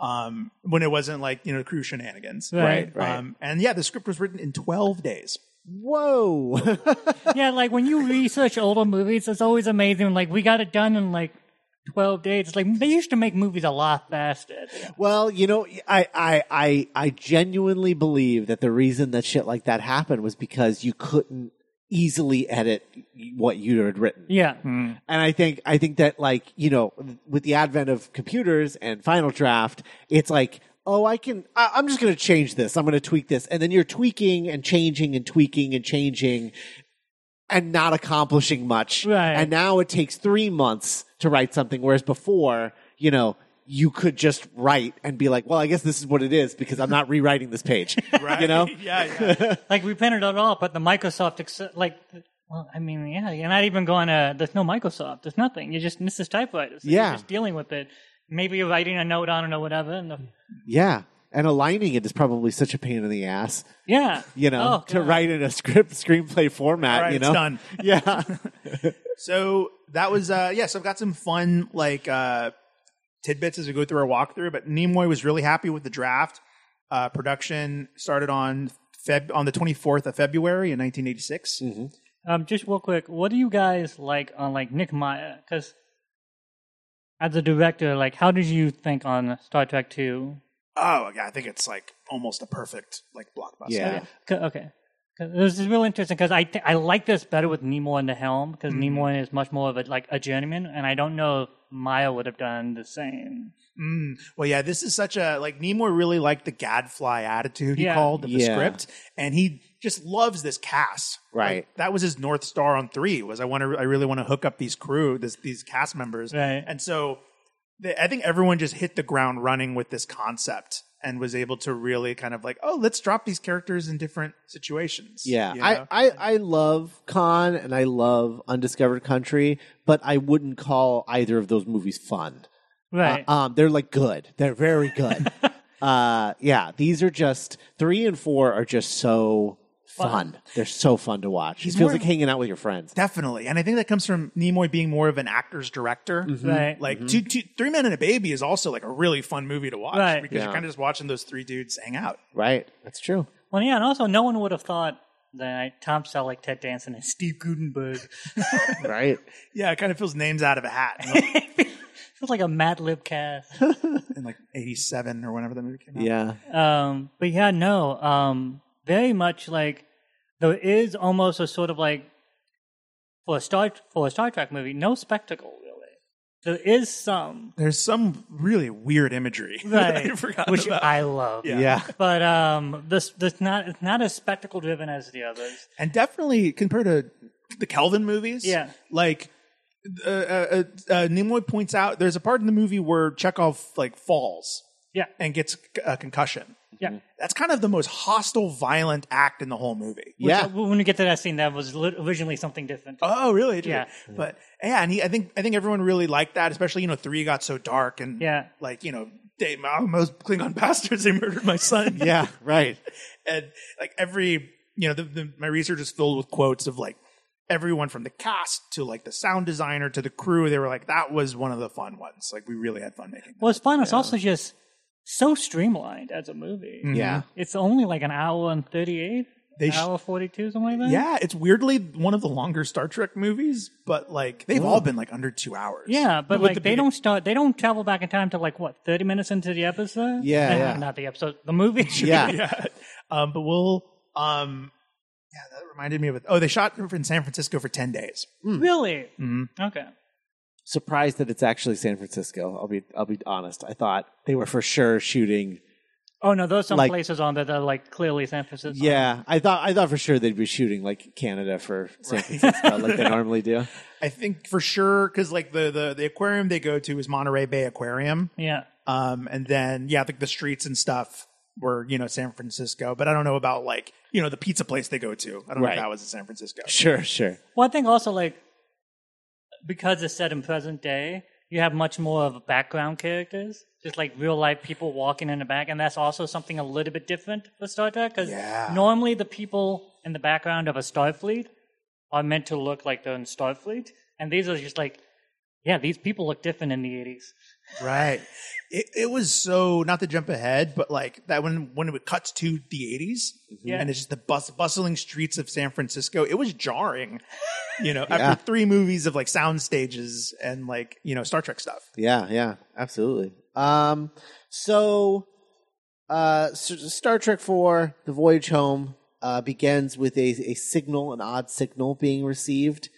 Um, when it wasn't like you know crew shenanigans,
Right,
right.
Um, and yeah, the script was written in 12 days.
Whoa.
yeah, like when you research older movies, it's always amazing. Like we got it done in like twelve days. It's like they used to make movies a lot faster.
Well, you know, I, I, I, I genuinely believe that the reason that shit like that happened was because you couldn't easily edit what you had written.
Yeah,
And I think, I think that like, you know, with the advent of computers and Final Draft, it's like, oh, I can, I, I'm just going to change this. I'm going to tweak this. And then you're tweaking and changing and tweaking and changing and not accomplishing much.
Right.
And now it takes three months to write something, whereas before, you know, you could just write and be like, well, I guess this is what it is because I'm not rewriting this page. You know?
yeah, yeah.
like we printed it all, but the Microsoft, ex- like, well, I mean, yeah, you're not even going to. There's no Microsoft. There's nothing. You're just this is typewriters.
Yeah.
you're just dealing with it. Maybe you're writing a note on it or whatever. And the,
Yeah. And aligning it is probably such a pain in the ass,
yeah,
you know,
Oh,
to
God.
write in a script screenplay format,
All right,
you
it's
know?
done.
Yeah.
So that was uh yeah, so I've got some fun like uh tidbits as we go through our walkthrough, but Nimoy was really happy with the draft. Uh production started on Feb on the 24th of February in 1986.
Mm.
Um, just real quick, what do you guys like on like Nick Meyer? Because as a director, like, how did you think on Star Trek Two?
Oh, yeah, I think it's like almost a perfect like blockbuster.
Yeah.
Uh, C- Okay. 'Cause This is real interesting because I thi- I like this better with Nimoy in the helm because
Mm-hmm.
Nimoy is much more of a like a journeyman, and I don't know if Maya would have done the same.
Mm. Well, yeah, this is such a like Nimoy really liked the gadfly attitude he
Yeah.
called in the
Yeah.
script, and he just loves this cast.
Right.
Like, that was his north star on three. Was I want to? I really want to hook up these crew, this, these cast members,
Right.
and so the, I think everyone just hit the ground running with this concept and was able to really kind of like, oh, let's drop these characters in different situations.
Yeah,
you know?
I, I, I love Con and I love Undiscovered Country, but I wouldn't call either of those movies fun.
Right.
Uh, um, they're like good. They're very good. uh, yeah, these are just three and four are just so fun. They're so fun to watch. it feels
more-
like hanging out with your friends.
definitely, and I think that comes from Nimoy being more of an actor's director.
right.
Like two, two, three men and a baby is also like a really fun movie to watch
Right.
because
Yeah.
you're kind of just watching those three dudes hang out.
Right? That's true.
well, yeah, and also no one would have thought that like, Tom Selleck, Ted Danson, and Steve Gutenberg
Right?
Yeah, it kind of feels names out of a hat. In like-
feels like a Mad Lib cast.
in like '87 or whenever the movie came out.
yeah.
Um, but yeah, no, um, very much like there is almost a sort of like for a Star for a Star Trek movie, no spectacle really. There is some,
There's some really weird imagery that
right,
I forgot
which
about.
I love.
Yeah.
But um, this this not it's not as spectacle driven as the others.
and definitely compared to the Kelvin movies,
Yeah.
like uh, uh, uh, uh, Nimoy points out, there's a part in the movie where Chekhov like falls
Yeah,
and gets a concussion.
yeah.
That's kind of the most hostile, violent act in the whole movie.
Which,
Yeah.
uh, when we get to that scene, that was li- originally something different.
Oh, really?
Yeah.
But yeah, and he, I think I think everyone really liked that, especially you know three got so dark and
Yeah.
like you know they almost Klingon bastards they murdered my son.
Yeah, right.
and like every you know the, the, my research is filled with quotes of like everyone from the cast to like the sound designer to the crew they were like that was one of the fun ones like we really had fun making that.
Well, it's fun. It's also just so streamlined as a movie.
Yeah.
It's only like an hour and thirty-eight,
Mm-hmm. They sh-
hour forty-two, something like that.
yeah it's weirdly one of the longer star trek movies but like they've all been like under two hours
Yeah, but
With
like
the
they
big-
don't start. They don't travel back in time to like what thirty minutes into the episode.
Yeah,
Uh,
yeah.
not the episode, the movie.
Yeah.
yeah um but we'll um yeah that reminded me of it oh they shot in san francisco for 10 days
really.
Mm-hmm.
Okay.
Surprised that it's actually San Francisco. I'll be I'll be honest. I thought they were for sure shooting.
Oh no, those some
Like-
places on there that are like clearly San Francisco.
Yeah, I thought I thought for sure they'd be shooting like Canada for San Francisco like they normally do.
i think for sure because like the, the the aquarium they go to is monterey bay aquarium
yeah.
Um, and then yeah, like the streets and stuff were you know San Francisco, but I don't know about like you know the pizza place they go to. I don't know
Right.
if that was in San Francisco.
Sure, sure.
Well, I think also like because it's set in present day, you have much more of background characters, just like real life people walking in the back, and that's also something a little bit different for Star Trek because
Yeah.
normally the people in the background of a Starfleet are meant to look like they're in Starfleet, and these are just like, yeah, these people look different in the eighties.
Right. It, it was so not to jump ahead, but like that when when it cuts to the 80s
Yeah.
and it's just the bus, bustling streets of San Francisco, it was jarring. You know,
Yeah.
after three movies of like sound stages and like you know Star Trek stuff.
Yeah, yeah, absolutely. Um, so, uh, S- Star Trek Four: The Voyage Home uh, begins with a, a signal, an odd signal being received,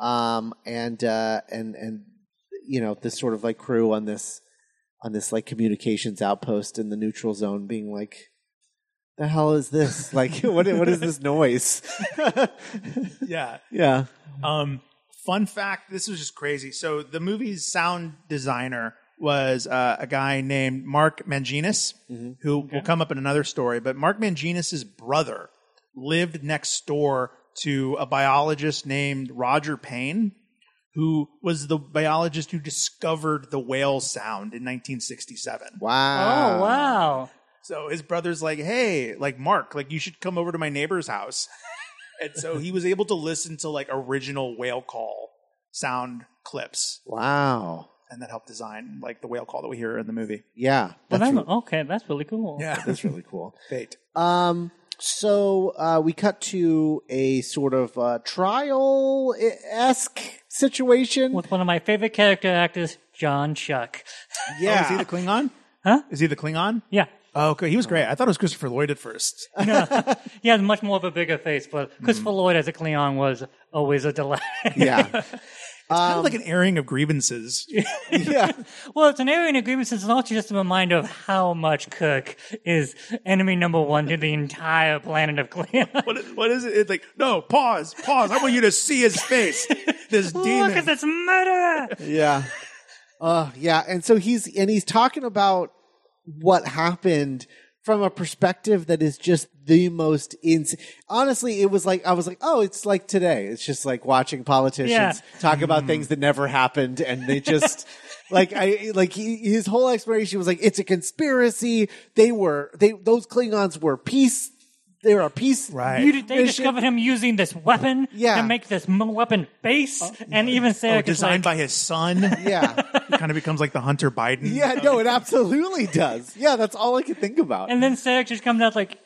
um, and uh, and and you know this sort of like crew on this on this like communications outpost in the neutral zone being like. The hell is this? Like, what? i- What is this noise?
Yeah.
yeah,
Um, fun fact: This was just crazy. So the movie's sound designer was uh, a guy named Mark Manginis, who will come up in another story. But Mark Manginis's brother lived next door to a biologist named Roger Payne, who was the biologist who discovered the whale sound in 1967.
wow.
Oh wow!
So his brother's like, hey, like Mark, like you should come over to my neighbor's house. and so he was able to listen to like original whale call sound clips.
wow,
And that helped design like the whale call that we hear in the movie.
yeah,
Well,
that's,
that-
re-
okay, that's really cool.
Yeah. Oh,
that's really cool.
Fate.
Um, so uh, we cut to a sort of uh, trial esque situation.
With one of my favorite character actors, John Shuck.
Oh, is he the Klingon?
Huh?
Is he the Klingon?
Yeah.
Oh, okay. He was great. I thought it was Christopher Lloyd at first.
He has much more of a bigger face, but
Hmm.
Christopher Lloyd as a Cleon was always a delight.
yeah,
kind of like an airing of grievances.
yeah,
well, it's an area in agreement since it's also just a reminder of how much Kirk is enemy number one to the entire planet of Cleon.
what, is, what is it? It's like, no, pause, pause. I want you to see his face. This demon.
Look at this murderer!
yeah, uh, yeah. And so he's and he's talking about what happened from a perspective that is just the most ins. Honestly, it was like I was like, oh, it's like today. It's just like watching politicians
Yeah.
talk about things that never happened, and they just like I like he, his whole explanation was like it's a conspiracy. They were they those Klingons were peace. They were a peace
Right.
You, they
mission.
discovered him using this weapon
Yeah.
to make this m- weapon base, and even
Oh,
Sarah is
designed by
like,
his son.
Yeah,
He kind of becomes like the Hunter Biden.
yeah. No, it absolutely does. Yeah, that's all I could think about.
and then Sarah just comes out like,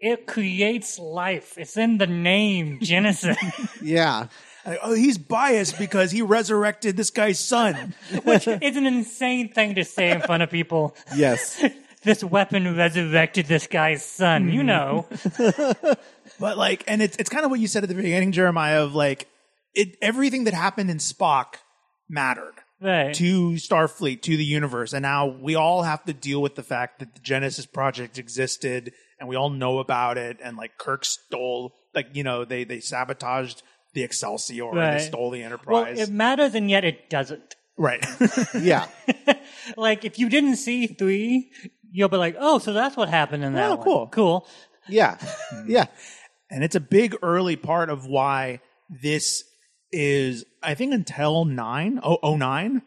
it creates life. It's in the name Genesis.
yeah,
Like, oh, he's biased because he resurrected this guy's son.
Which is an insane thing to say in front of people.
yes.
This weapon resurrected this guy's son,
Hmm.
you know.
But like, and it's it's kind of what you said at the beginning, Jeremiah, of like, it everything that happened in Spock mattered.
Right.
to Starfleet, to the universe. And now we all have to deal with the fact that the Genesis Project existed and we all know about it. And like Kirk stole, like, you know, they, they sabotaged the Excelsior and
Right.
they stole the
well,
Enterprise.
it matters, and yet it doesn't.
right.
Yeah.
Like, if you didn't see three, you'll be like, "Oh, so that's what happened in that
Oh,
one."
cool.
cool.
Yeah.
Hmm.
Yeah.
and it's a big early part of why this is, I think, until nine, oh, oh 09,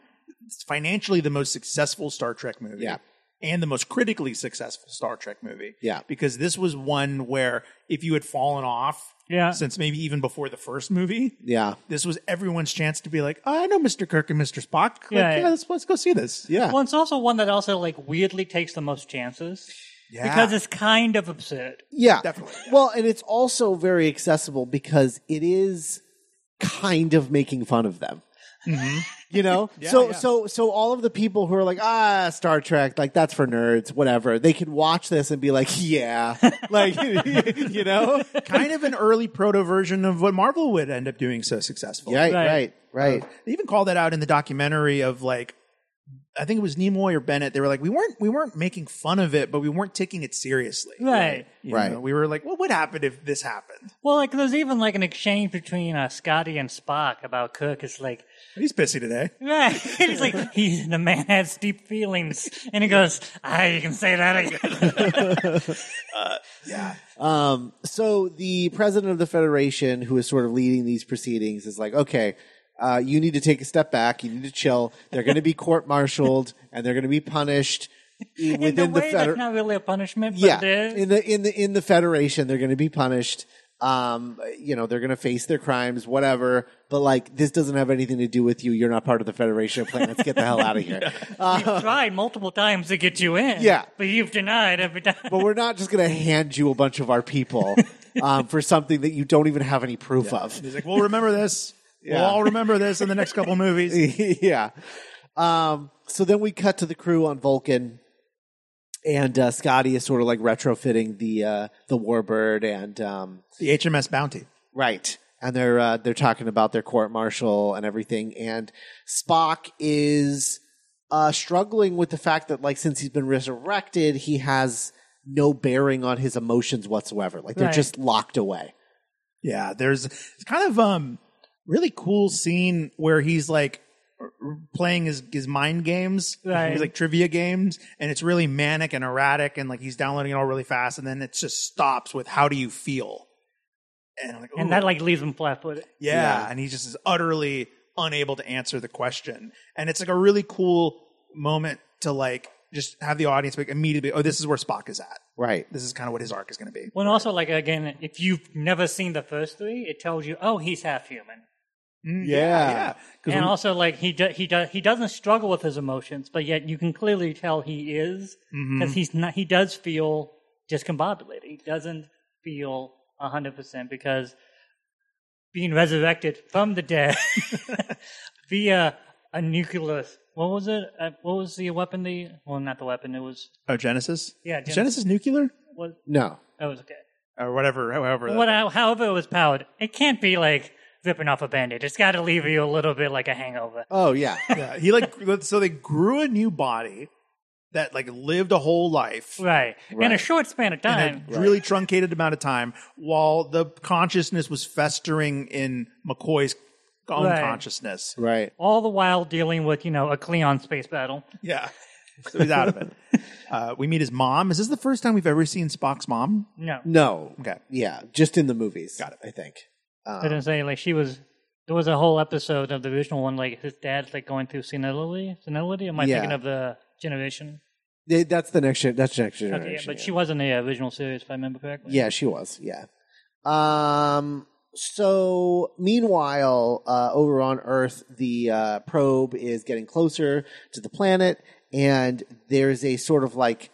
it's financially the most successful Star Trek movie.
Yeah.
And the most critically successful Star Trek movie.
Yeah.
Because this was one where if you had fallen off
Yeah.
since maybe even before the first movie,
Yeah.
this was everyone's chance to be like, oh, I know Mr. Kirk and Mr. Spock. Like,
Yeah.
yeah, let's, let's go see this.
Yeah.
Well, it's also one that also like weirdly takes the most chances
Yeah.
because it's kind of absurd.
Yeah.
Definitely.
Well, and it's also very accessible because it is kind of making fun of them.
Mm-hmm.
You know? so
yeah.
so so all of the people who are like, ah, Star Trek, like that's for nerds, whatever, they can watch this and be like, yeah. like you know?
kind of an early proto version of what Marvel would end up doing so successful.
Right, right,
Right.
right.
They even called that out in the documentary of like, I think it was Nimoy or Bennett. They were like, we weren't we weren't making fun of it, but we weren't taking it seriously.
Right.
You
Right.
know, we were like, what would happen if this happened?
Well, like there's even like an exchange between uh, Scotty and Spock about Cook. It's like,
He's pissy today.
right? He's like, he the man has deep feelings, and he goes, "Ah, you can say that again."
Yeah.
Um, so the president of the federation, who is sort of leading these proceedings, is like, okay, uh, you need to take a step back. You need to chill. They're going to be court-martialed and they're going to be punished i-
in the
within the,
way, that's
federation.
not really a punishment, but
Yeah,
it is.
in the in the in the federation, they're going to be punished. Um, you know, they're going to face their crimes, whatever. But like, this doesn't have anything to do with you. You're not part of the federation of planets. Get the hell out of here.
We've tried multiple times to get you in.
Yeah.
But you've denied every time.
but we're not just going to hand you a bunch of our people um, for something that you don't even have any proof of.
He's like, we'll remember this.
Yeah.
We'll all remember this in the next couple movies.
yeah. Um, so then we cut to the crew on Vulcan, and uh, Scotty is sort of like retrofitting the uh, the Warbird, and um,
The HMS Bounty.
right, and they're uh, they're talking about their court martial and everything, and Spock is uh, struggling with the fact that like since he's been resurrected, he has no bearing on his emotions whatsoever. Like they're
Right.
just locked away.
Yeah, there's it's kind of um really cool scene where he's like r- r- playing his his mind games,
Right.
he's like trivia games, and it's really manic and erratic, and like he's downloading it all really fast, and then it just stops with "How do you feel?" And I'm like,
and
"Ooh."
that like leaves him flat footed.
Yeah,
Yeah.
and he just is utterly unable to answer the question. And it's like a really cool moment to like just have the audience like immediately, oh, this is where Spock is at.
Right.
This is kind of what his arc is going to be.
Well, and also, like, again, if you've never seen the first three, it tells you, oh, he's half human.
Mm,
Yeah.
yeah. 'Cause
And
we-
also, like, he, do, he, do, he doesn't struggle with his emotions, but yet you can clearly tell he is
Mm-hmm.
because he's not, he does feel discombobulated. He doesn't feel 100% because being resurrected from the dead via a nuclear, what was it? Uh, what was the weapon? The Well, not the weapon. It was,
oh, Genesis.
Yeah,
Is Genesis nuclear.
what,
No.
that was okay.
or whatever, however. that-
What, however it was powered, it can't be like ripping off a band-aid. It's got to leave you a little bit like a hangover.
Oh yeah.
yeah, he like so they grew a new body that like lived a whole life
Right. In a
Right.
short span of time.
in a really truncated amount of time, while the consciousness was festering in McCoy's own
Right.
consciousness.
right.
all the while dealing with, you know, a Cleon space battle.
Yeah, so he's out of it. Uh, we meet his mom. Is this the first time we've ever seen Spock's mom?
No.
No.
Okay.
Yeah, just in the movies.
Got it.
I think.
I didn't say like she was there was a whole episode of the original one, like his dad's like going through senility senility. Am I
Yeah.
thinking of the generation?
They- That's the next. gen- That's next
Okay, yeah,
generation.
but
yeah.
she was in the original series if I remember correctly.
Yeah, she was. Yeah. Um. So meanwhile, uh, over on Earth, the uh, probe is getting closer to the planet, and there's a sort of like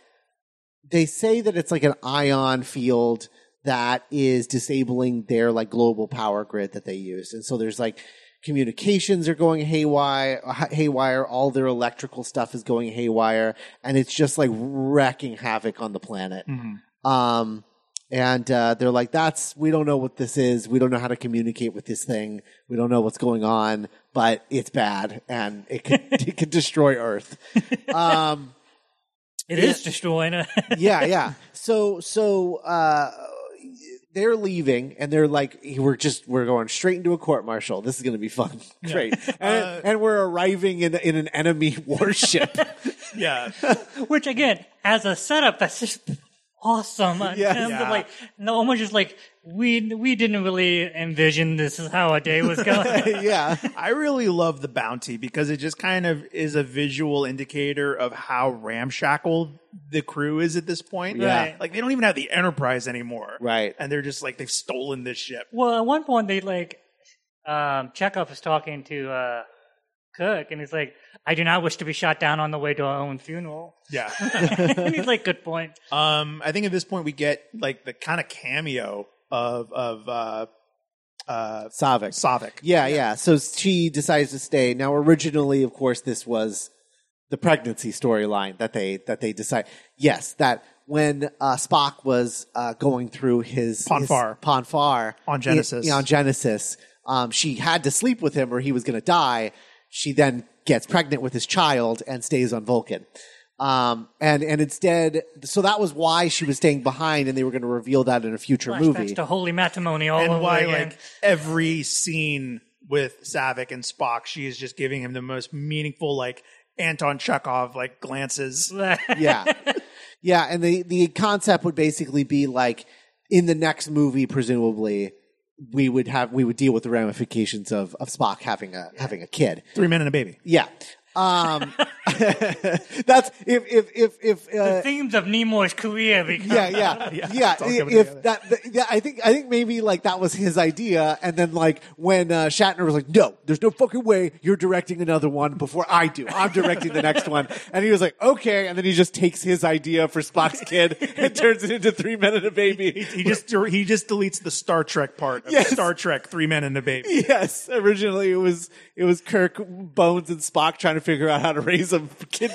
they say that it's like an ion field that is disabling their like global power grid that they use, and so there's like communications are going haywire haywire all their electrical stuff is going haywire and it's just like wrecking havoc on the planet um, and uh, they're like, "That's we don't know what this is. We don't know how to communicate with this thing. We don't know what's going on, but it's bad and it could, it could destroy Earth." Um,
It is destroying. it.
yeah, yeah. So so uh they're leaving and they're like we're just we're going straight into a court martial. This is going to be fun. Great. And, and we're arriving in in an enemy warship.
Yeah.
Which again, as a setup, that's just awesome. In
Yeah.
terms
Yeah.
of like, no, almost just like we we didn't really envision this is how our day was going.
yeah.
I really love the bounty because it just kind of is a visual indicator of how ramshackle the crew is at this point.
Yeah.
Right.
Like they don't even have the Enterprise anymore.
Right.
And they're just like they've stolen this ship.
well, at one point they like um, Chekhov is talking to uh, Cook, and he's like, "I do not wish to be shot down on the way to our own funeral."
Yeah.
and he's like, "Good point."
um I think at this point we get like the kind of cameo of of uh uh
Savik.
Savick.
Yeah, yeah. So she decides to stay. Now, originally, of course, this was the pregnancy storyline that they that they decide. Yes, that when uh, Spock was uh, going through his
Ponfar.
his, Ponfar
On Genesis.
yeah, on Genesis, um, she had to sleep with him or he was going to die. She then gets pregnant with his child and stays on Vulcan. Um, and and instead, so that was why she was staying behind, and they were going to reveal that in a future movie.
Flashbacks to holy matrimony all
and
over
why
again.
like every scene with Savick and Spock, she is just giving him the most meaningful like Anton Chekhov like glances.
yeah yeah and the the concept would basically be like in the next movie presumably we would have we would deal with the ramifications of of spock having a having a kid
Three men and a baby.
yeah um that's if if if if uh,
Themes of Nemo's career become
yeah, yeah, yeah.
it's all coming
If
together.
that, th- yeah, I think, I think maybe like that was his idea, and then like when uh, Shatner was like, "No, there's no fucking way you're directing another one before I do. I'm directing the next one," and he was like, "Okay," and then he just takes his idea for Spock's kid and turns it into Three Men and a Baby.
He just he just deletes the Star Trek part of
Yes.
Star Trek Three Men and a Baby.
Yes, originally it was it was Kirk, Bones, and Spock trying to figure out how to raise a kid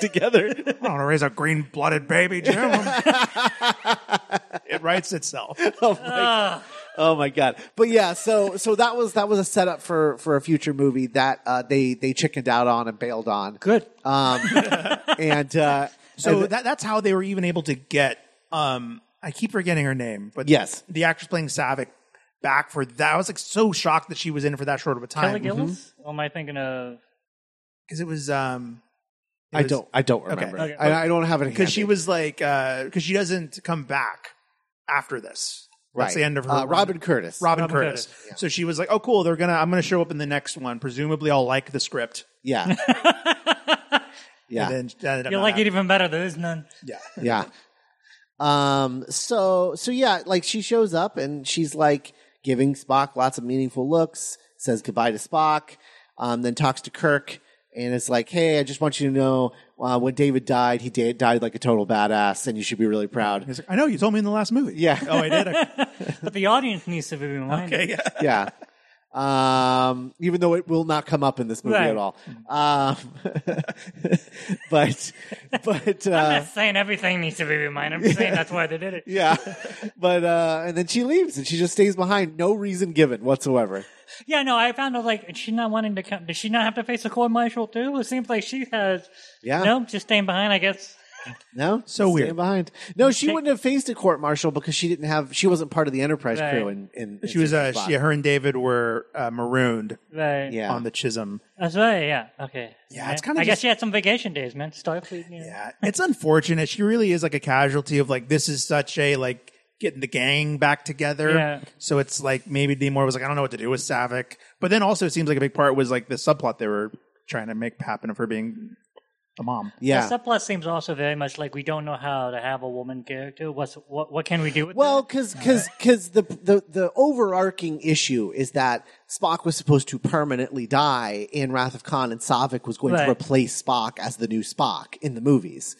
together.
I want to raise a green blooded baby, Jim. it writes itself.
oh my, oh my god but yeah so so that was that was a setup for for a future movie that uh they they chickened out on and bailed on
good.
um and uh
So
and-
that that's how they were even able to get. Um, I keep forgetting her name, but
Yes.
the actress playing Savick back for that. I was like so shocked that she was in for that short of a
Kelly
time
Gillis? Or am I thinking of?
because it was um, it
i
was-
don't i don't remember
okay.
I, I don't have it
because she
handy.
was like because she doesn't come back after this. That's
Right.
the end of her.
Uh,
run.
robin curtis
Robin,
Robin
Curtis.
Curtis,
So she was like, "Oh, cool! They're gonna. I'm gonna show up in the next one. Presumably, I'll like the script."
yeah yeah
And then that ended up
You'll
not
like it even better. There is none.
happening. Yeah.
yeah um so so yeah like she shows up and she's like giving spock lots of meaningful looks says goodbye to spock um then talks to kirk and it's like hey i just want you to know uh, when david died he da- died like a total badass and you should be really proud
He's like, I know you told me in the last movie.
Yeah.
Oh, I did. I-
But the audience needs to be reminded.
Okay. Yeah.
yeah um even though it will not come up in this movie
Right.
at all um but but uh
I'm not saying everything needs to be reminded. I'm just saying that's why they did it.
yeah but uh and then she leaves and she just stays behind no reason given whatsoever
Yeah, no, I found out like is she not wanting to come. Does she not have to face a court martial too? It seems like she has.
Yeah.
Nope, just staying behind. I guess.
No,
So
staying
weird.
Behind. No, she wouldn't have faced a court martial because she didn't have. She wasn't part of the Enterprise
Right.
crew. And in, in
She was. Uh,
Search of Spock.
she, her and David were uh, marooned
Right.
Yeah.
on the Chisholm.
That's right. Yeah. Okay.
Yeah, it's kinda
I guess
just-
she had some vacation days, man. Starfleet. You know.
Yeah. It's unfortunate. She really is like a casualty of like this is such a like getting the gang back together.
Yeah.
So it's like maybe Dean Moore was like, I don't know what to do with Savick. But then also it seems like a big part was like the subplot they were trying to make happen of her being a mom.
yeah.
The subplot seems also very much like we don't know how to have a woman character. What's what? What can we do with
Well, because the, the the overarching issue is that Spock was supposed to permanently die in Wrath of Khan, and Savik was going
Right.
to replace Spock as the new Spock in the movies.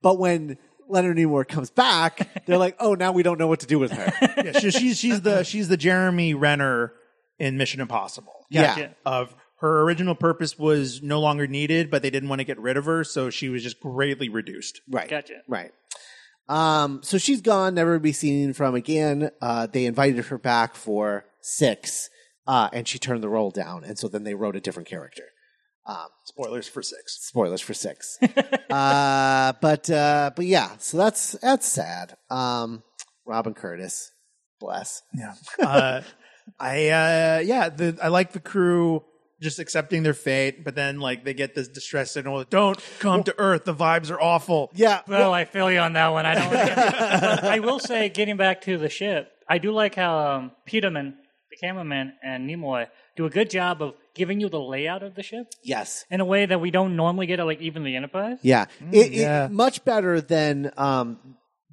But when Leonard Nimoy comes back, they're like, "Oh, now we don't know what to do with her."
Yeah. She, she's she's the she's the Jeremy Renner in Mission Impossible.
Yeah.
Gotcha.
Of her original purpose was no longer needed, but they didn't want to get rid of her, so she was just greatly reduced.
Right.
Gotcha.
Right. Um, so she's gone, never to be seen from again. Uh, they invited her back for six, uh, and she turned the role down. And so then they wrote a different character. Um,
Spoilers for six.
spoilers for six. uh, but uh, but yeah, so that's that's sad. Um, Robin Curtis, bless.
Yeah. Uh, I uh, yeah, the, I like the crew just accepting their fate, but then like they get this distress signal: "Don't come to Earth. The vibes are awful."
Yeah,
Well, I feel you on that one. I don't. but I will say, getting back to the ship, I do like how um, Peterman, the cameraman, and Nimoy do a good job of giving you the layout of the ship
yes,
in a way that we don't normally get at like even the Enterprise.
yeah. it, it-
yeah.
much better than um,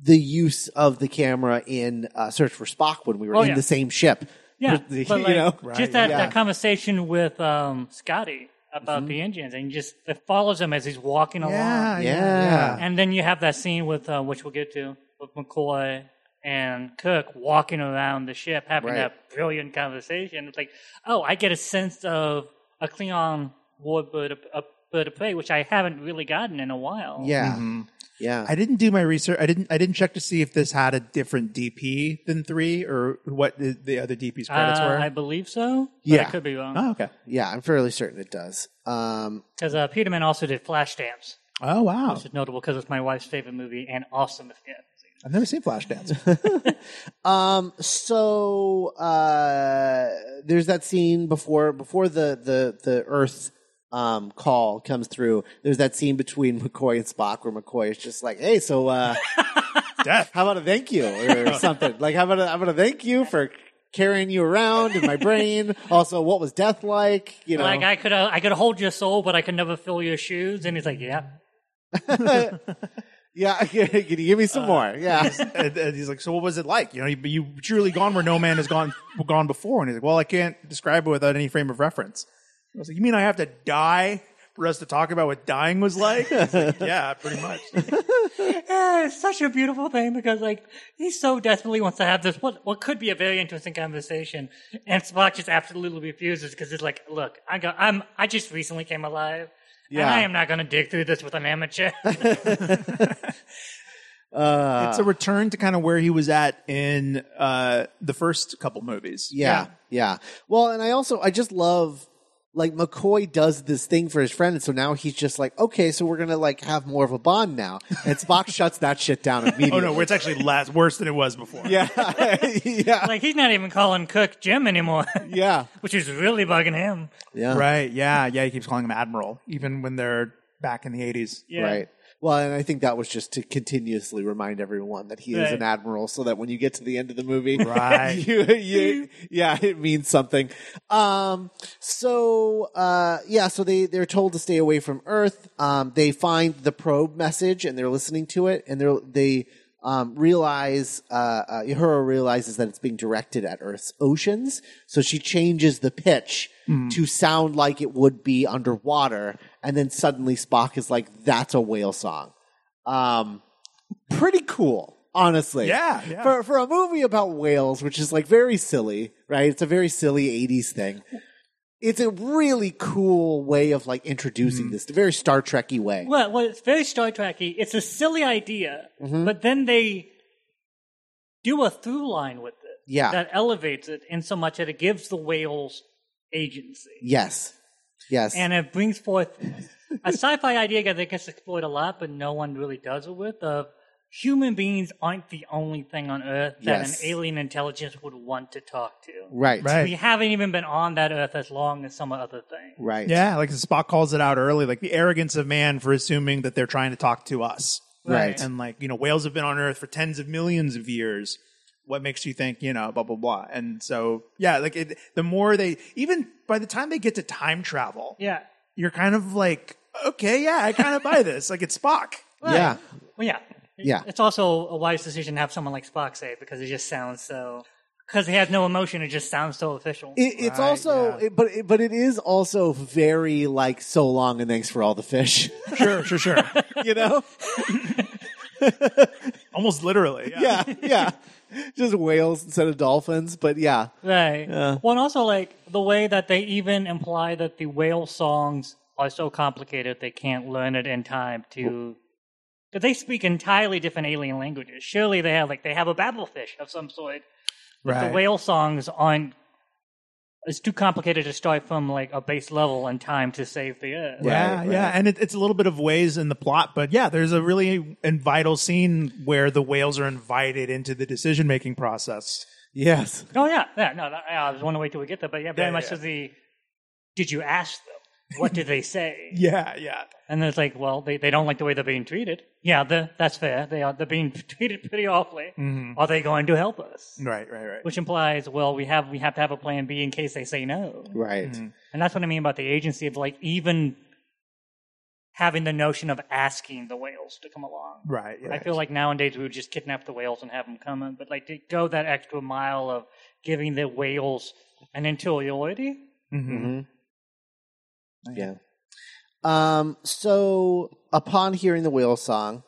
the use of the camera in uh, Search for Spock when we were
Oh,
in
yeah.
the same ship.
Yeah,
you
but like,
know?
just that,
yeah. Mm-hmm.
that conversation with um, Scotty about the engines, and just it follows him as he's walking along.
Yeah.
And then you have that scene with uh, which we'll get to with McCoy and Cook walking around the ship, having
Right.
that brilliant conversation. It's like, oh, I get a sense of a Klingon war bird of, a bird of prey, which I haven't really gotten in a while.
yeah,
Mm-hmm.
yeah.
I didn't do my research. I didn't. I didn't check to see if this had a different DP than three, or what the, the other DP's credits
Uh,
were.
I believe so. but
Yeah.
I could be wrong
oh, okay.
Yeah, I'm fairly certain it does. Um,
because uh, Peterman also did Flashdance.
Oh wow!
It's notable because it's my wife's favorite movie and awesome. if you haven't seen it.
I've never seen Flashdance.
um, so uh, there's that scene before before the the the Earth um, call comes through. There's that scene between McCoy and Spock where McCoy is just like, "Hey, so uh,
Death.
how about a thank you or something? Like, how about a, how about a thank you for." Carrying you around in my brain. Also, what was death like? You know,
Like I could, uh, I could hold your soul, but I could never fill your shoes. And he's like, "Yeah,
yeah. Can you give me some
Uh,
more? Yeah,
and, and he's like, "So what was it like? You know, you, you truly gone where no man has gone gone before." And he's like, "Well, I can't describe it without any frame of reference." I was like, "You mean I have to die for us to talk about what dying was like?" He's like, yeah, pretty much.
Yeah, it's such a beautiful thing because like he so desperately wants to have this what what could be a very interesting conversation, and Spock just absolutely refuses because it's like, look, I go, I'm I just recently came alive, and
Yeah.
I am not going to dig through this with an amateur.
it's a return to kind of where he was at in uh, the first couple movies.
Yeah, yeah. Well, and I also I just love like McCoy does this thing for his friend, and so now he's just like, okay, so we're gonna like have more of a bond now. And Spock shuts that shit down
Oh
immediately.
no, it's actually last worse than it was before.
yeah, yeah,
like he's not even calling Cook Jim anymore,
yeah,
which is really bugging him.
yeah.
Right. Yeah. Yeah. He keeps calling him Admiral, even when they're back in the eighties.
Yeah.
Right. Well, and I think that was just to continuously remind everyone that he is
Right.
an admiral, so that when you get to the end of the movie,
Right.
you, you, yeah, it means something. Um, so uh, yeah, so they they're told to stay away from Earth. Um, they find the probe message and they're listening to it, and they're they. Um, realize uh, uh, Uhura realizes that it's being directed at Earth's oceans, so she changes the pitch to sound like it would be underwater, and then suddenly Spock is like, "That's a whale song." Um, pretty cool, honestly.
Yeah, yeah.
For for a movie about whales, which is like very silly, right? It's a very silly '80s thing. It's a really cool way of like
Mm-hmm.
introducing this, a very Star Trekky way.
Well, well, it's very Star Trekky. It's a silly idea,
Mm-hmm.
but then they do a through line with it
Yeah.
that elevates it in so much that it gives the whales agency.
Yes, yes,
and it brings forth a sci-fi idea that gets explored a lot, but no one really does it with. Of human beings aren't the only thing on Earth that
Yes.
an alien intelligence would want to talk to.
right,
Right.
We haven't even been on that Earth as long as some other thing.
right.
Yeah, like Spock calls it out early, like the arrogance of man for assuming that they're trying to talk to us.
Right.
And like, you know, whales have been on Earth for tens of millions of years. What makes you think, you know, blah, blah, blah. And so, yeah, like it, the more they, even by the time they get to time travel,
Yeah.
you're kind of like, okay, yeah, I kind of buy this. Like it's Spock.
Yeah.
Well, yeah.
Yeah.
It's also a wise decision to have someone like Spock say it because it just sounds so. Because he has no emotion, it just sounds so official.
It, it's also,
yeah.
it, but it, but it is also very like so long and thanks for all the fish,
Sure, sure, sure.
you know.
Almost literally. Yeah.
yeah, yeah. Just whales instead of dolphins, but yeah.
Right. Well, and also like the way that they even imply that the whale songs are so complicated they can't learn it in time to But they speak entirely different alien languages. Surely they have like they have a babblefish of some sort. But
Right.
the whale songs aren't. It's too complicated to start from like a base level and time to save the earth.
yeah,
Right,
yeah,
right.
and it, it's a little bit of ways in the plot, but yeah, there's a really and vital scene where the whales are invited into the decision making process.
Yes.
Oh yeah, yeah. No, that, yeah, I was wondering wait till we get there, but yeah, very
Yeah,
much
yeah.
to the. Did you ask them? What did they say?
Yeah, yeah,
And then it's like, well, they, they don't like the way they're being treated. Yeah, the, that's fair. They are they're being treated pretty awfully.
Mm-hmm.
Are they going to help us?
right, right, right.
Which implies, well, we have we have to have a plan B in case they say no.
Right.
Mm-hmm.
And that's what I mean about the agency of like even having the notion of asking the whales to come along.
Right.
I
right.
feel like nowadays we would just kidnap the whales and have them come in, but like to go that extra mile of giving the whales an interiority.
Yeah. Um, so upon hearing the whale song,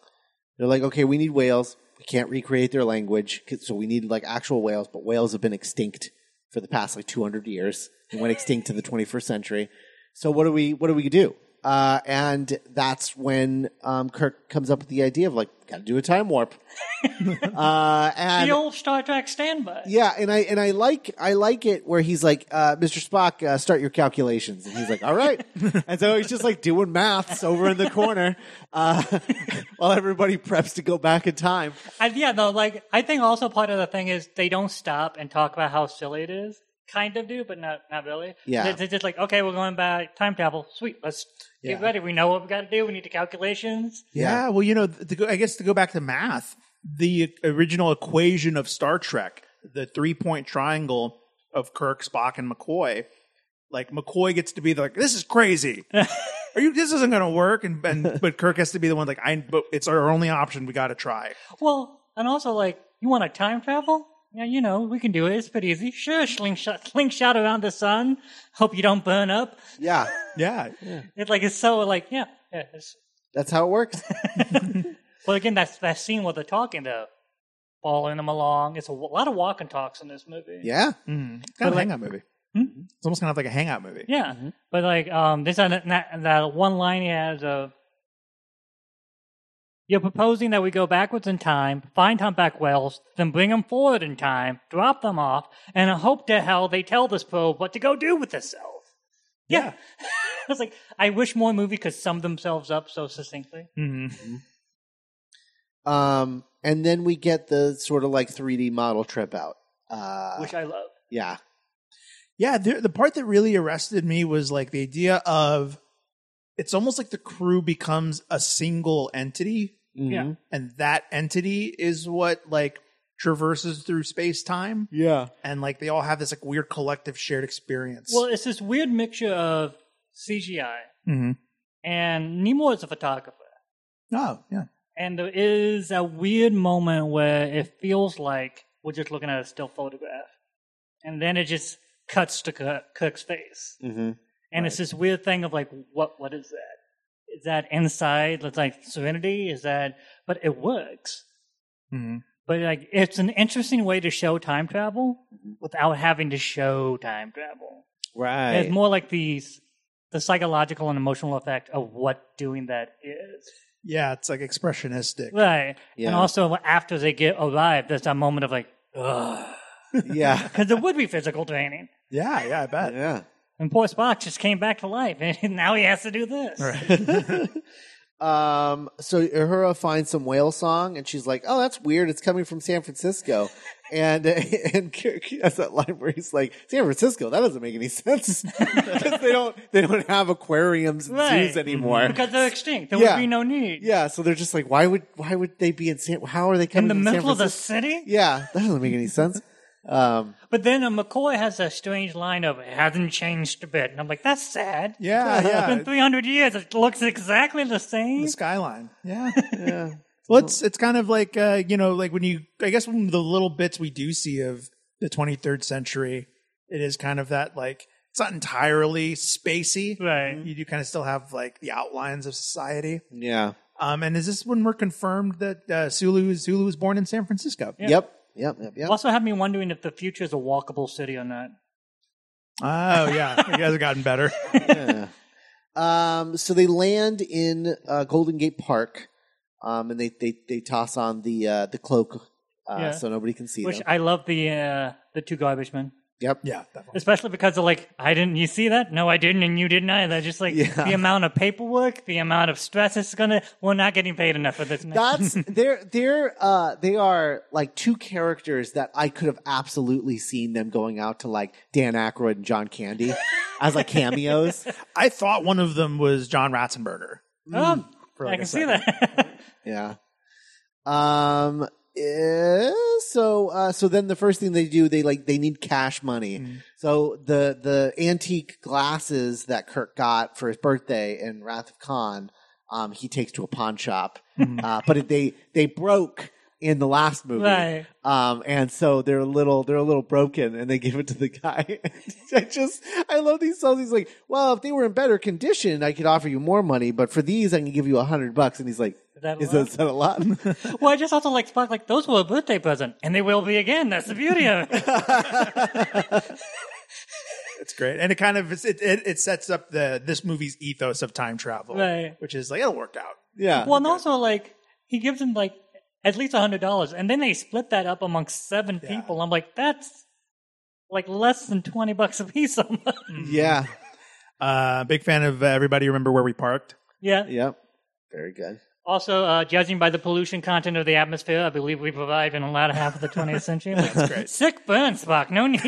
they're like, okay, we need whales. We can't recreate their language, 'cause- so we need like actual whales. But whales have been extinct for the past like 200 years. They went extinct to the 21st century. So what do we what do we do? Uh, and that's when um, Kirk comes up with the idea of like, gotta do a time warp. uh, and
The old Star Trek standby.
yeah, and I and I like I like it where he's like, uh, Mr. Spock, uh, start your calculations, and he's like, all right, and so he's just like doing maths over in the corner uh, while everybody preps to go back in time.
I, yeah, no, like I think also part of the thing is they don't stop and talk about how silly it is. Kind of do, but not not really.
Yeah.
They- they're just like, okay, we're going by time travel. Sweet, let's get
Yeah.
ready. We know what we got to do. We need the calculations.
Yeah, well, you know, th- to go, I guess to go back to math, the original equation of Star Trek, the three point triangle of Kirk, Spock, and McCoy, like McCoy gets to be the, like, this is crazy. Are you? This isn't going to work. And, and but Kirk has to be the one like, I. But it's our only option. We got to try.
Well, and also like, you want to time travel? Yeah, you know, we can do it. It's pretty easy. Sure, slingshot, slingshot around the sun. Hope you don't burn up.
Yeah,
Yeah,
It's like it's so like yeah. yeah it's,
that's how it works.
well, again, that's that scene where they're talking though, following them along. It's a w- lot of walk and talks in this movie.
Yeah,
kind of
like- Hmm?
hangout movie. It's almost kind of like a hangout movie.
Yeah, but like um, there's that, that that one line he has of you're proposing that we go backwards in time, find humpback whales, then bring them forward in time, drop them off, and hope to hell they tell this probe what to go do with itself. Yeah, I was like, I wish more movie could sum themselves up so succinctly.
um, and then we get the sort of like 3D model trip out. Uh,
which I love.
yeah,
Yeah, the, the part that really arrested me was like the idea of it's almost like the crew becomes a single entity,
Yeah.
and that entity is what like traverses through space time,
yeah,
and like they all have this like weird collective shared experience.
Well, it's this weird mixture of CGI
Mhm.
and Nimoy is a photographer.
oh yeah,
And there is a weird moment where it feels like we're just looking at a still photograph. And then it just cuts to Kirk- Kirk's face.
hmm
And it's this weird thing of like, what what is that? Is that inside? That's like serenity? Is that. But it works.
Mhm.
But like, it's an interesting way to show time travel without having to show time travel.
right.
It's more like these. The psychological and emotional effect of what doing that is.
yeah, it's like expressionistic.
Right.
Yeah.
And also after they get arrived, there's that moment of like, because
yeah,
there would be physical training.
Yeah, yeah, I bet.
yeah.
And poor Spock just came back to life, and now he has to do this.
Um, so Uhura finds some whale song, and she's like, "Oh, that's weird. It's coming from San Francisco." and and Kirk has that line where he's like, "San Francisco? That doesn't make any sense. 'Cause they don't they don't have aquariums and
Right. Mm-hmm.
zoos anymore.
Because they're extinct. There
Yeah.
would be no need.
Yeah, so they're just like, why would why would they be in San? How are they
In
coming
the
from San
middle of the
Francisco?
city?
Yeah, that doesn't make any sense. Um,
But then uh, McCoy has a strange line of, it hasn't changed a bit. And I'm like, that's sad.
Yeah,
It's
yeah.
been 300 years. It looks exactly the same.
the skyline. Yeah.
yeah,
Well, it's it's kind of like uh, you know, like when you, I guess, when the little bits we do see of the 23rd century, it is kind of that like it's not entirely spacey.
Right.
You do kind of still have like the outlines of society.
yeah,
Um, and is this when we're confirmed that uh, Sulu is Sulu was born in San Francisco?
yep, yep, yep, yep.
Also had me wondering if the future is a walkable city or not.
Oh yeah, you guys have gotten better.
Um, so they land in uh, Golden Gate Park, um, and they, they they toss on the uh, the cloak uh,
Yeah.
so nobody can see
Which
them.
I love the uh, the two garbage men,
yep.
Yeah, definitely.
especially because of like I didn't. You see that? No, I didn't, and you didn't either. Just like
Yeah.
the amount of paperwork, the amount of stress it's gonna. We're not getting paid enough for this. man.
That's they're they're uh they are like two characters that I could have absolutely seen them going out to like Dan Aykroyd and John Candy as like cameos.
I thought one of them was John Ratzenberger.
Oh,
for like
I can
a
see
second.
that.
Yeah. Um. eh, so uh, so then the first thing they do they like they need cash money. So the the antique glasses that Kirk got for his birthday in Wrath of Khan, um, he takes to a pawn shop. uh, but it, they they broke in the last movie.
Right.
Um, and so they're a little, they're a little broken and they give it to the guy. I just, I love these songs. He's like, well, if they were in better condition, I could offer you more money, but for these, I can give you a hundred bucks. And he's like,
Is that a
is
lot?
that, is that a lot?
well, I just also like Spock. Like those were a birthday present, and they will be again. That's the beauty of it.
It's great, and it kind of it, it, it sets up the this movie's ethos of time travel,
Right.
which is like it'll work out.
yeah.
well, and also like he gives him like at least a hundred dollars, and then they split that up amongst seven people. I'm like, that's like less than twenty bucks a piece. almost.
Mm.
yeah.
Uh, big fan of uh, everybody. Remember where we parked?
yeah.
Yep. Very good.
Also, uh, judging by the pollution content of the atmosphere, I believe we survived in a lot of half of the 20th century. That's
great.
Sick burn, Spock. No need to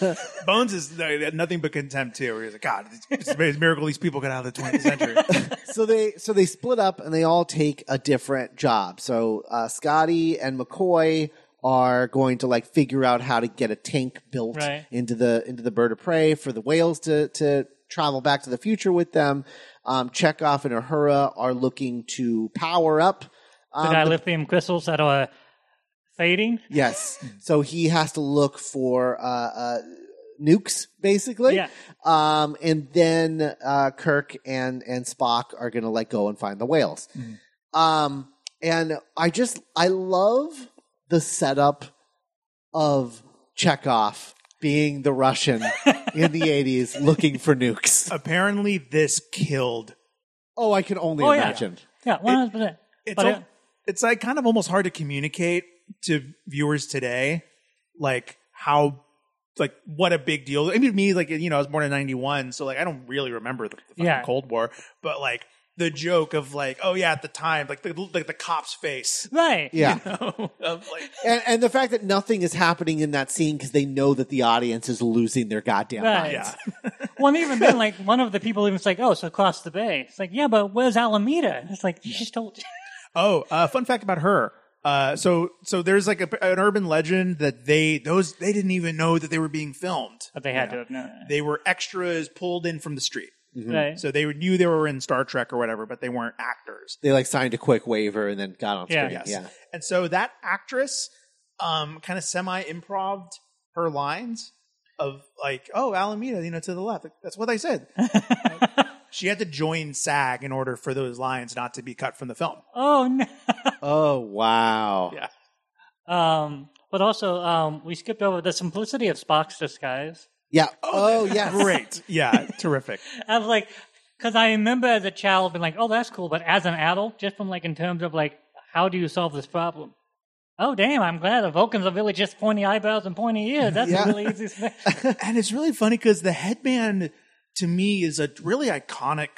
so.
Bones is uh, nothing but contempt too. Where he's like, God, it's, it's a miracle these people got out of the 20th century.
So they, so they split up and they all take a different job. So, uh, Scotty and McCoy are going to like figure out how to get a tank built
Right.
into the, into the bird of prey for the whales to, to travel back to the future with them. Um, Chekhov and Uhura are looking to power up.
Um,
the dilithium crystals that are fading.
Yes. So he has to look for uh, uh, nukes, basically.
Yeah.
Um, and then uh, Kirk and and Spock are going to let go and find the whales. Um, and I just I love the setup of Chekhov being the Russian in the eighties looking for nukes.
Apparently, this killed.
Oh, I can only
Oh, yeah.
imagine.
Yeah, 100%.
It's
but
al-
it-
it's like kind of almost hard to communicate to viewers today, like how. Like what a big deal! I mean, me like you know I was born in '91, so like I don't really remember the, the fucking
Yeah.
Cold War, but like the joke of like oh yeah at the time like the like the cop's face
right.
Yeah.
of like
And, and the fact that nothing is happening in that scene because they know that the audience is losing their goddamn mind.
Right.
yeah
Well, and even then, like, one of the people even was like, oh, so across the bay. It's like, yeah, but where's Alameda? It's like, she just told you.
Oh, uh, fun fact about her. Uh, so so there's like a, an urban legend that they those they didn't even know that they were being filmed.
But they had to have known.
They were extras pulled in from the street.
Right.
So they knew they were in Star Trek or whatever, but they weren't actors.
they like signed a quick waiver and then got on
Yeah.
screen.
Yes.
Yeah.
And so that actress um kind of semi improved her lines of like, "Oh, Alameda, you know, to the left." Like, That's what they said. she had to join SAG in order for those lines not to be cut from the film.
oh, no.
Oh wow.
Yeah.
Um, but also, um, we skipped over the simplicity of Spock's disguise.
Yeah. Oh, yes.
Great. Yeah, terrific.
I was like, because I remember as a child being like, oh, that's cool. But as an adult, just from like in terms of like, how do you solve this problem? Oh, damn, I'm glad the Vulcans are really just pointy eyebrows and pointy ears. That's
Yeah.
a really easy thing.
and it's really funny because the headband to me is a really iconic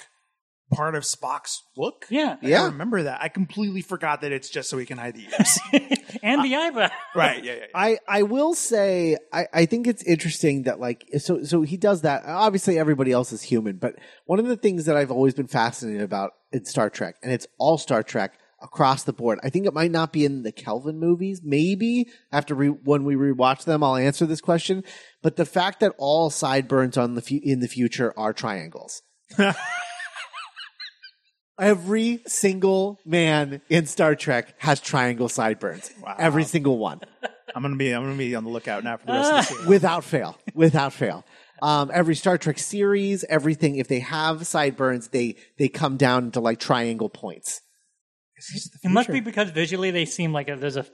part of Spock's look.
Yeah.
Like,
Yeah.
I remember that. I completely forgot that it's just so he can hide the ears.
And the eyebrow.
right. Yeah. Yeah. yeah.
I, I will say I, I think it's interesting that like so so he does that. Obviously everybody else is human, but one of the things that I've always been fascinated about in Star Trek, and it's all Star Trek across the board. I think it might not be in the Kelvin movies, maybe after re- when we rewatch them, I'll answer this question. But the fact that all sideburns on the fu- in the future are triangles. Every single man in Star Trek has triangle sideburns.
Wow.
Every single one,
I'm gonna be. I'm gonna be on the lookout now for the rest of
Uh,
the series.
without fail, without fail. Um, every Star Trek series, everything. If they have sideburns, they they come down to like triangle points.
It must be because visually they seem like a, there's a,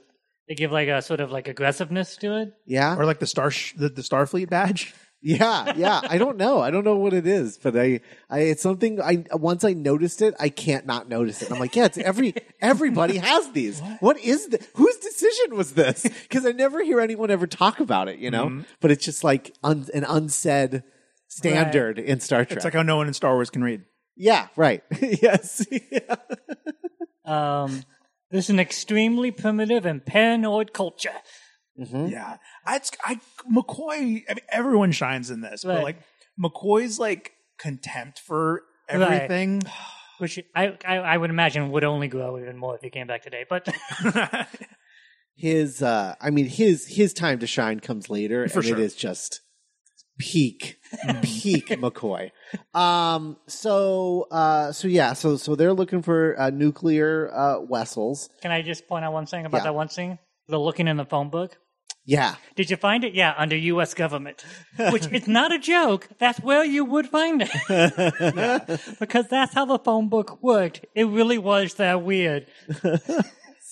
they give like a sort of like aggressiveness to it.
Yeah,
Or like the star, sh- the, the Starfleet badge.
Yeah, yeah. I don't know. I don't know what it is, but I, I it's something I once I noticed it, I can't not notice it. I'm like, yeah, it's every everybody has these. what is the whose decision was this? Because I never hear anyone ever talk about it, you know.
Mm-hmm.
But it's just like un, an unsaid standard in Star Trek.
It's like how no one in Star Wars can read.
yeah, right. yes. Yeah.
Um, this is an extremely primitive and paranoid culture.
Yeah, I, it's- I McCoy. I mean, everyone shines in this, but
Right.
like McCoy's like contempt for everything.
which I, I I would imagine would only grow even more if he came back today. But
His uh I mean his his time to shine comes later and
sure. Mm.
it is just peak peak McCoy. Um so uh so yeah, so so they're looking for uh nuclear uh vessels.
can I just point out one thing about
Yeah.
that one scene? The looking in the phone book.
Yeah.
Did you find it? Yeah, under U.S. government, which it's not a joke. That's where you would find it, because that's how the phone book worked. It really was that weird.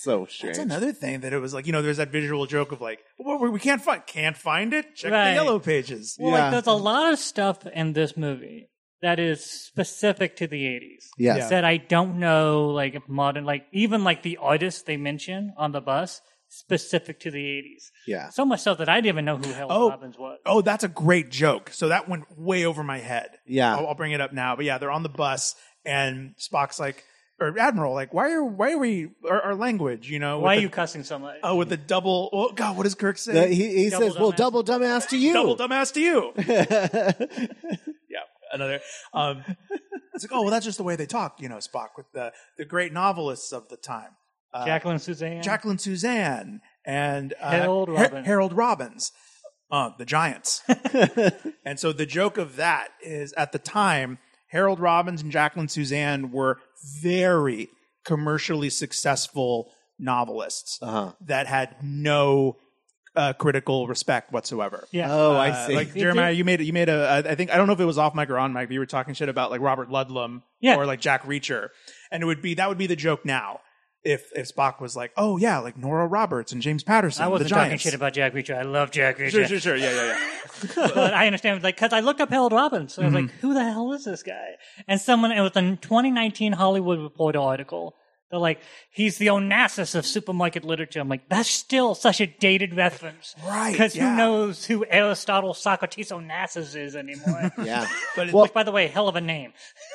So strange.
That's another thing that it was like you know there's that visual joke of like well, we we can't find can't find it check the
Right.
yellow pages
Well,
Yeah.
like, there's a lot of stuff in this movie that is specific to the 80s.
Yes.
Yeah.
That I don't know, like, if modern, like, even like the artists they mention on the bus, specific to the 80s.
Yeah.
So much stuff that I didn't even know who Hell
Oh.
Robbins was.
Oh, that's a great joke. So that went way over my head.
Yeah.
I'll, I'll bring it up now. But yeah, they're on the bus, and Spock's like, or Admiral, like, why are why are we our, our language? You know,
Why are
with
you
the-
cussing so much?
Oh, with the double. Oh God, what does Kirk say?
Uh, he he
Double
says, "Well,
dumbass.
double dumbass to you."
double dumbass to you. yeah, another. Um, it's like, oh well, that's just the way they talk. You know, Spock with the the great novelists of the time. Uh,
Jacqueline Suzanne?
Jacqueline Suzanne and uh,
Harold
Har-
Robbins.
Harold Robbins, uh, the Giants. and so the joke of that is at the time, Harold Robbins and Jacqueline Suzanne were very commercially successful novelists
Uh-huh.
that had no uh, critical respect whatsoever.
yeah.
Oh,
Uh,
I see.
like Jeremiah, you made you made a I think I don't know if it was off mic or on mic, but you were talking shit about like Robert Ludlum
Yeah.
or like Jack Reacher, and it would be that would be the joke now if if Spock was like, oh yeah, like Nora Roberts and James Patterson,
I wasn't
the
talking
Giants.
shit about Jack Reacher. I love Jack Reacher.
sure, sure, sure, yeah, yeah, yeah.
but I understand, like, because I looked up Harold Robbins. So I was like,
Mm-hmm.
who the hell is this guy? And someone, it was a 2019 Hollywood Reporter article. They're like, he's the Onassis of supermarket literature. I'm like, that's still such a dated reference.
Right,
Because
yeah.
who knows who Aristotle Socrates Onassis is anymore?
yeah.
But it,
Which, by the way, hell of a name.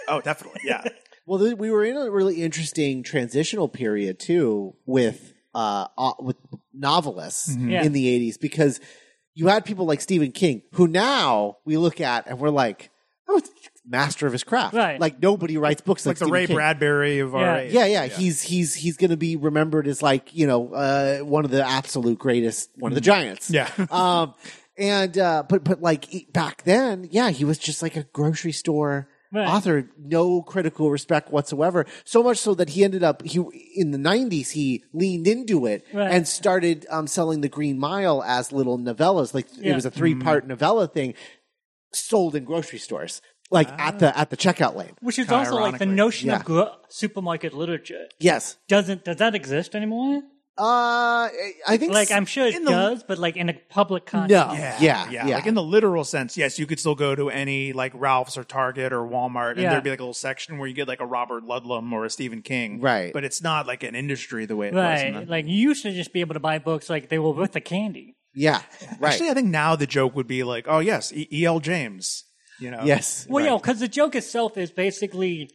oh, definitely, yeah.
Well, th- we were in a really interesting transitional period too with uh, au- with novelists
Mm-hmm.
Yeah.
in the '80s because you had people like Stephen King, who now we look at and we're like, oh, it's master of his craft.
Right.
Like nobody writes books like,
Like the
Stephen
Ray
King.
Bradbury of our
Yeah.
age.
Yeah, yeah, he's he's he's going to be remembered as like you know uh, one of the absolute greatest, one of the giants.
Yeah.
um, and uh, but but like e- back then, yeah, he was just like a grocery store
Right.
author, no critical respect whatsoever. So much so that he ended up he in the nineties he leaned into it
Right.
and started um, selling the Green Mile as little novellas. Like it
Yeah. Mm-hmm.
was a three part novella thing, sold in grocery stores, like
Ah.
at the at the checkout lane.
Which is also like the
Ironically,
notion
yeah.
of gro- supermarket literature.
Yes.
Doesn't, does that exist anymore?
Uh, I think
Like, I'm sure it
the-
does, but like in a public context.
No. Yeah. Yeah.
yeah, Like in the literal sense, yes, you could still go to any like Ralph's or Target or Walmart, and
Yeah.
there'd be like a little section where you get like a Robert Ludlum or a Stephen King,
Right.
But it's not like an industry the way it was. in the-
Right. Like you used to just be able to buy books like they were with the candy.
yeah. Right.
Actually, I think now the joke would be like, oh yes, E- E.L. James. You know,
yes.
Well,
right.
yeah, because the joke itself is basically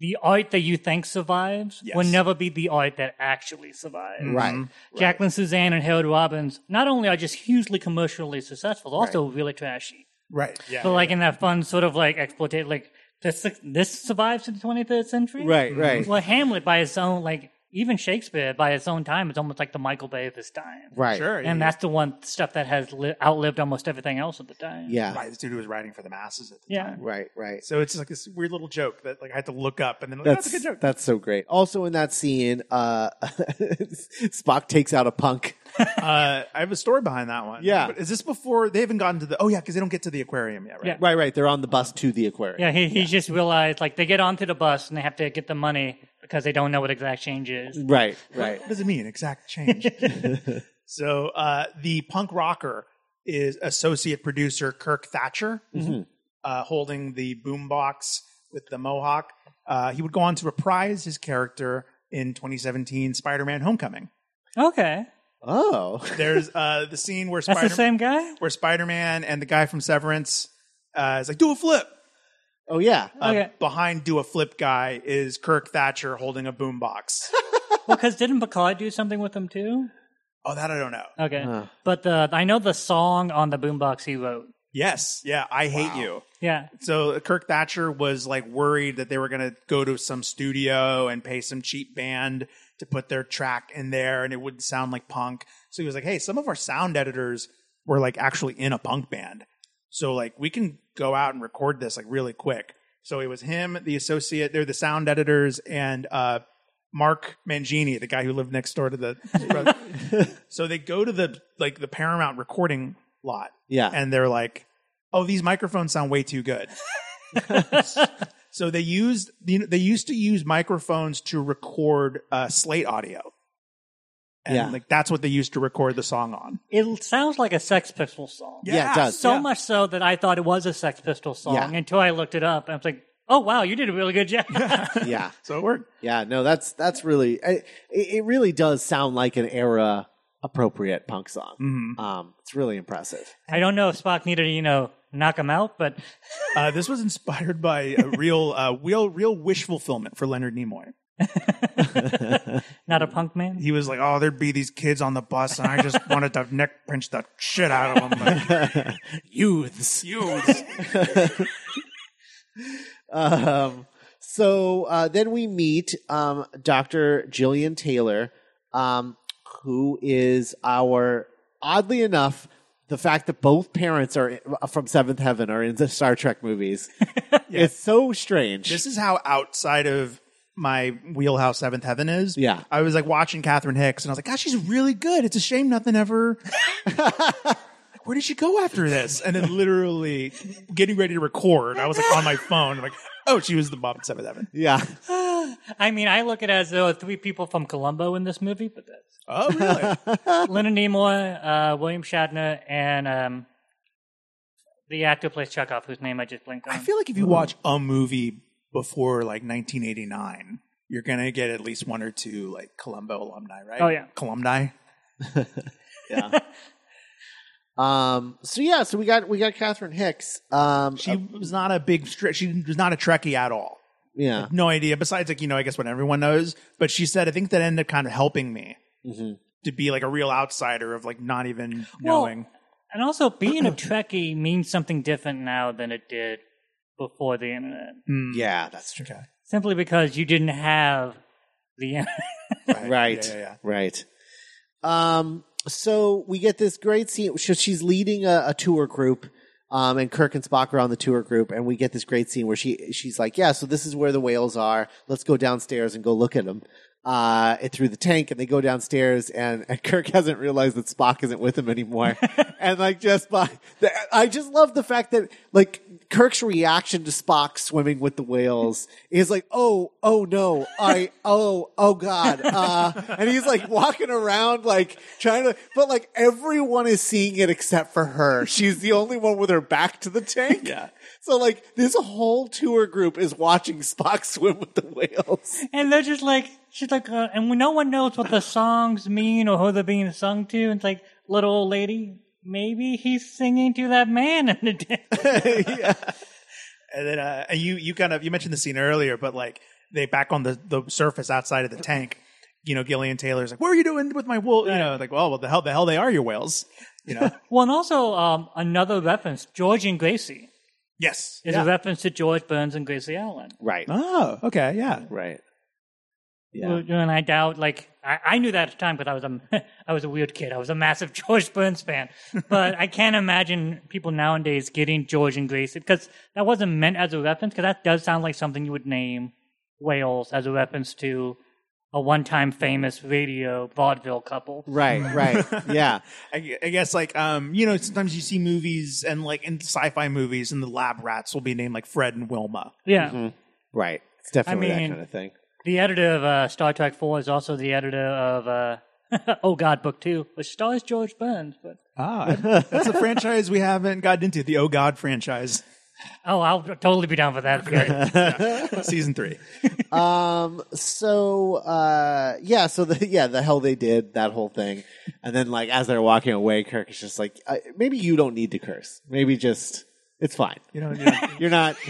the art that you think survives will
Yes.
never be the art that actually survives.
Right.
Jacqueline Suzanne and Harold Robbins not only are just hugely commercially successful, also really trashy.
right. Yeah,
But like in that fun sort of like exploitation, like this this survives in the 23rd century.
Right. Right.
Well, Hamlet by its own, like even Shakespeare by its own time, it's almost like the Michael Bay of his time.
Right.
sure.
And that's the one stuff that has li- outlived almost everything else at the time.
Yeah.
right. This dude was writing for the masses at the
Yeah.
time.
Right. Right.
So it's just like this weird little joke that like I had to look up, and then like, oh,
That's
that's, a good joke.
that's so great. Also in that scene, uh, Spock takes out a punk.
uh, I have a story behind that one.
Yeah.
But is this before they haven't gotten to the? Oh yeah, because they don't get to the aquarium yet, right?
Yeah.
Right. Right. They're on the bus to the aquarium.
Yeah, he, he just realized like they get onto the bus and they have to get the money because they don't know what exact change is.
Right. Right.
What does it mean? Exact change. so uh, the punk rocker is associate producer Kirk Thatcher, uh, holding the boombox with the mohawk. Uh, he would go on to reprise his character in 2017 Spider-Man: Homecoming.
Okay.
Oh,
There's uh, the scene where
That's
Spider-
the same guy?
where Spider-Man and the guy from Severance uh, is like, "Do a flip."
oh yeah.
Uh,
Okay.
Behind "Do a flip" guy is Kirk Thatcher holding a boombox.
Well, because didn't Bacall do something with him too?
oh, that I don't know.
Okay.
Huh.
But the I know the song on the boombox he wrote.
Yes, yeah, I hate you.
Yeah.
So Kirk Thatcher was like worried that they were going to go to some studio and pay some cheap band to put their track in there and it wouldn't sound like punk. So he was like, "Hey, some of our sound editors were like actually in a punk band. So like we can go out and record this like really quick." So it was him, the associate, they're the sound editors and uh Mark Mangini, the guy who lived next door to the So they go to the like the Paramount recording lot
Yeah.
and they're like, "Oh, these microphones sound way too good." so they used you know, they used to use microphones to record uh, slate audio, and
Yeah.
like that's what they used to record the song on.
It sounds like a Sex Pistols song.
Yeah, it does.
So
yeah.
much so that I thought it was a Sex Pistols song
Yeah.
until I looked it up and I was like, oh, wow, you did a really good job.
yeah.
So it worked.
Yeah, no, that's that's really I- it. It really does sound like an era appropriate punk song. Um, it's really impressive.
I don't know if Spock needed to, you know, knock him out, but
Uh, this was inspired by a real, uh, real, real wish fulfillment for Leonard Nimoy.
not a punk man.
He was like, "Oh, there'd be these kids on the bus, and I just wanted to neck pinch the shit out of them." Like,
Youths.
Dudes.
Um, so uh, then we meet um, Dr. Jillian Taylor, um, who is our oddly enough. The fact that both parents are uh, from Seventh Heaven are in the Star Trek movies, it's so strange.
this is how outside of my wheelhouse seventh heaven is.
Yeah.
I was like watching Catherine Hicks and I was like, God, she's really good. It's a shame nothing ever. Like, Where did she go after this? And then literally getting ready to record, I was like on my phone. I'm like, oh, she was the mom in Seventh Heaven.
yeah,
I mean, I look at it as though three people from Colombo in this movie, but that's
Oh, really?
Leonard Nimoy, uh, William Shatner, and um, the actor who plays Chekhov, whose name I just blinked on.
I feel like if you watch a movie before like 1989, you're gonna get at least one or two like Columbo alumni, right?
Oh, yeah.
Columni.
yeah. um. So yeah. So we got we got Catherine Hicks. Um.
She was not a big stri- she was not a Trekkie at all.
yeah.
no idea. Besides, like you know, I guess what everyone knows. But she said, I think that ended up kind of helping me to be like a real outsider of like not even
Well,
knowing.
And also, being a Trekkie means something different now than it did before the internet.
Mm-hmm.
Yeah. That's true.
Okay.
Simply because you didn't have the internet.
Right.
Yeah, yeah, yeah.
Right. Um. So we get this great scene. So she's leading a, a tour group. Um, and Kirk and Spock are on the tour group, and we get this great scene where she she's like, "Yeah, so this is where the whales are. Let's go downstairs and go look at them." Uh, it through the tank, and they go downstairs, and, and Kirk hasn't realized that Spock isn't with him anymore, and like just by, the- I just love the fact that like Kirk's reaction to Spock swimming with the whales is like, oh, oh no, I, oh, oh god, uh, and he's like walking around like trying to, but like everyone is seeing it except for her. She's the only one with her back to the tank.
Yeah.
So like this whole tour group is watching Spock swim with the whales.
and they're just like, she's like, uh, and no one knows what the songs mean or who they're being sung to. And it's like, little old lady, maybe he's singing to that man in the day.
And then uh, and you you kind of you mentioned the scene earlier, but like they back on the the surface outside of the tank. You know, Gillian Taylor's like, "What are you doing with my wool?" You know, like, "Well, well, the hell, the hell they are your whales." You know.
well, and also, um, another reference, George and Gracie,
yes.
is a reference to George Burns and Gracie Allen.
Right.
Oh, okay, yeah.
Right.
Well, And I doubt, like, I, I knew that at the time because I was a, I was a weird kid. I was a massive George Burns fan, but I can't imagine people nowadays getting George and Grace because that wasn't meant as a reference. Because that does sound like something you would name Wales as a reference to a one-time famous radio vaudeville couple.
Right. Right. yeah.
I, gu- I guess like um you know sometimes you see movies and like in sci-fi movies and the lab rats will be named like Fred and Wilma.
Yeah,
Right. It's definitely
mean-
that kind of thing.
the editor of uh, Star Trek Four is also the editor of uh, oh God, book two, which stars George Burns. But
Ah, that's a franchise we haven't gotten into. The Oh God franchise,
oh, I'll totally be down for that. Great.
season three.
Um. So, uh, yeah. So the yeah the hell they did that whole thing, and then like as they're walking away, Kirk is just like, I, maybe you don't need to curse. Maybe just it's fine.
You know, yeah.
You're not.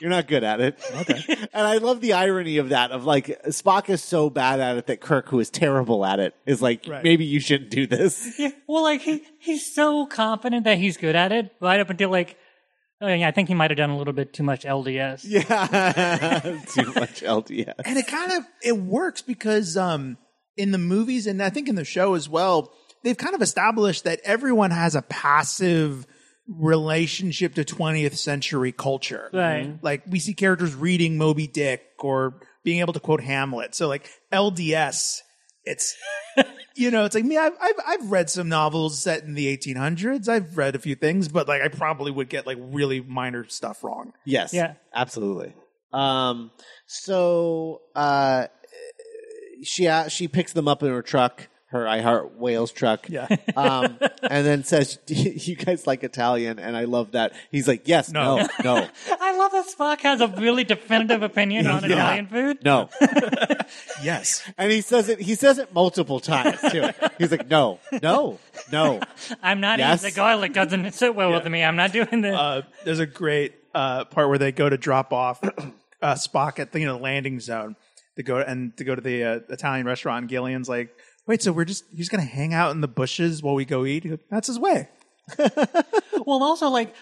You're not good at it. Okay. And I love the irony of that. Of like Spock is so bad at it that Kirk, who is terrible at it, is like,
Right.
maybe you shouldn't do this.
Yeah, well, like he he's so confident that he's good at it, right up until like, oh yeah, I think he might have done a little bit too much LDS.
Yeah. Too much LDS.
and it kind of it works because um in the movies and I think in the show as well, they've kind of established that everyone has a passive relationship to 20th century culture. Mm-hmm.
Right. Mhm.
Like we see characters reading Moby Dick or being able to quote Hamlet. So like LDS, it's you know, it's like me. I've, I've I've read some novels set in the 1800s. I've read a few things, but like I probably would get like really minor stuff wrong.
Yes.
Yeah.
Absolutely. Um, so uh, she uh, she picks them up in her truck, her I Heart Whales truck.
Yeah.
Um, and then says, "You guys like Italian?" And I love that. He's like, "Yes,
No.
no, no,
I love that Spock has a really definitive opinion on Italian food.
no."
Yes.
And he says it. He says it multiple times too. He's like, "No, no, no."
I'm not
Yes.
eating the garlic. Doesn't sit well with me. I'm not doing this.
uh, there's a great uh, part where they go to drop off uh, Spock at the you know landing zone to go and to go to the uh, Italian restaurant. And Gillian's like, "Wait, so we're just he's gonna hang out in the bushes while we go eat? He goes, That's his way."
Well, also like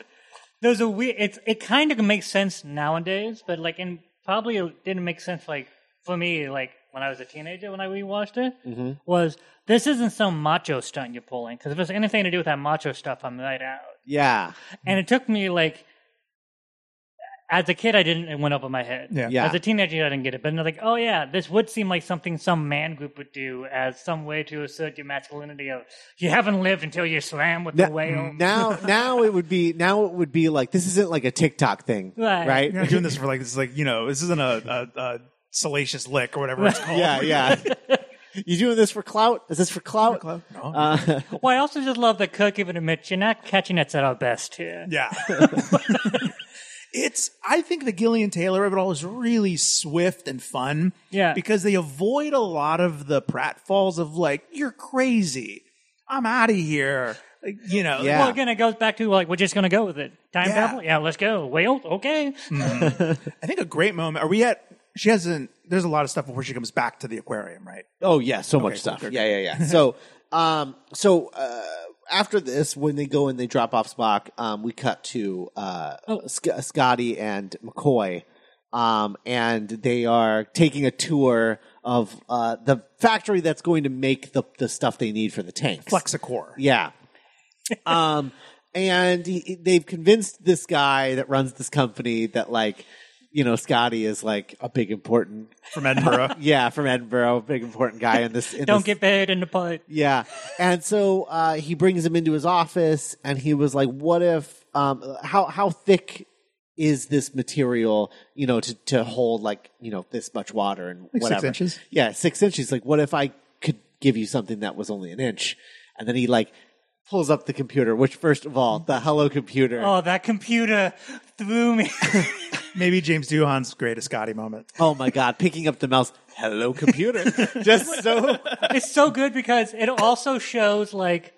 there's a weird. It's it kind of makes sense nowadays, but like in probably it didn't make sense like for me like when I was a teenager when I rewatched it was this isn't some macho stunt you're pulling because if it's anything to do with that macho stuff, I'm right out.
Yeah,
And it took me like as a kid, I didn't. It went over my head.
Yeah.
Yeah.
As a teenager, I didn't get it, but I'm like, oh yeah, this would seem like something some man group would do as some way to assert your masculinity. Of you haven't lived until you're slammed with the whale.
now, now it would be now it would be like this isn't like a TikTok thing,
Right.
right?
You're not doing this for like this is like you know this isn't a, a, a salacious lick or whatever it's called.
Yeah, yeah. you doing this for clout? Is this for clout?
Club? No.
Well, I also just love that Kirk even admits you're not catching us at our best here.
Yeah. it's I think the Gillian Taylor of it all is really swift and fun.
Yeah.
Because they avoid a lot of the pratfalls of like, you're crazy. I'm out of here. Like, you know.
Yeah.
Well, again, it goes back to like we're just going to go with it. Time
Yeah.
travel, yeah, let's go. Whale, okay.
I think a great moment. Are we at she hasn't there's a lot of stuff before she comes back to the aquarium, right?
Oh yeah, so much
cool,
stuff.
good.
Yeah, yeah, yeah. so, um, so uh, after this, when they go and they drop off Spock, um, we cut to uh, Sc- Scotty and McCoy, um, and they are taking a tour of uh, the factory that's going to make the the stuff they need for the tanks.
Plexicore.
Yeah. Um, and he, he- they've convinced this guy that runs this company that like, you know, Scotty is like a big important,
From Edinburgh.
yeah, from Edinburgh, a big important guy in this. In
Don't
this,
get buried in the pot.
yeah. And so uh, he brings him into his office, and he was like, "What if? Um, how how thick is this material? You know, to to hold like you know this much water and
Like six
whatever.
inches?
Yeah, six inches. Like, what if I could give you something that was only an inch? And then he like pulls up the computer, which first of all, the hello computer.
Oh, that computer threw me.
Maybe James Doohan's greatest Scotty moment.
oh my god, picking up the mouse. Hello computer. Just so
it's so good because it also shows like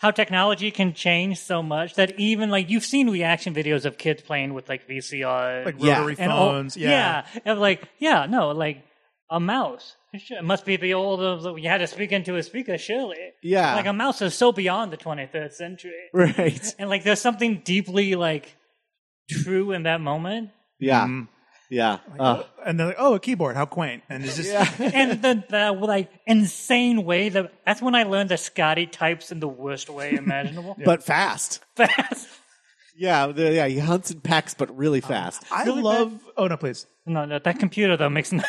how technology can change so much that even like you've seen reaction videos of kids playing with like VCR
Like
Yeah. oh,
rotary
and all-
phones.
yeah, and like yeah, no, like a mouse. Sure, It must be the old of you had to speak into a speaker, surely.
Yeah.
like a mouse is so beyond the 23rd century,
right.
and like there's something deeply like true in that moment.
Yeah. Yeah. Uh,
And they're Mm. like, oh, a keyboard, how quaint. And it's just
and the, the like insane way that that's when I learned that Scotty types in the worst way imaginable.
but fast.
Fast.
Yeah, the, yeah, he hunts and pecks, but really fast.
Oh, I
Really
love oh no, please.
No, no, that computer though makes no.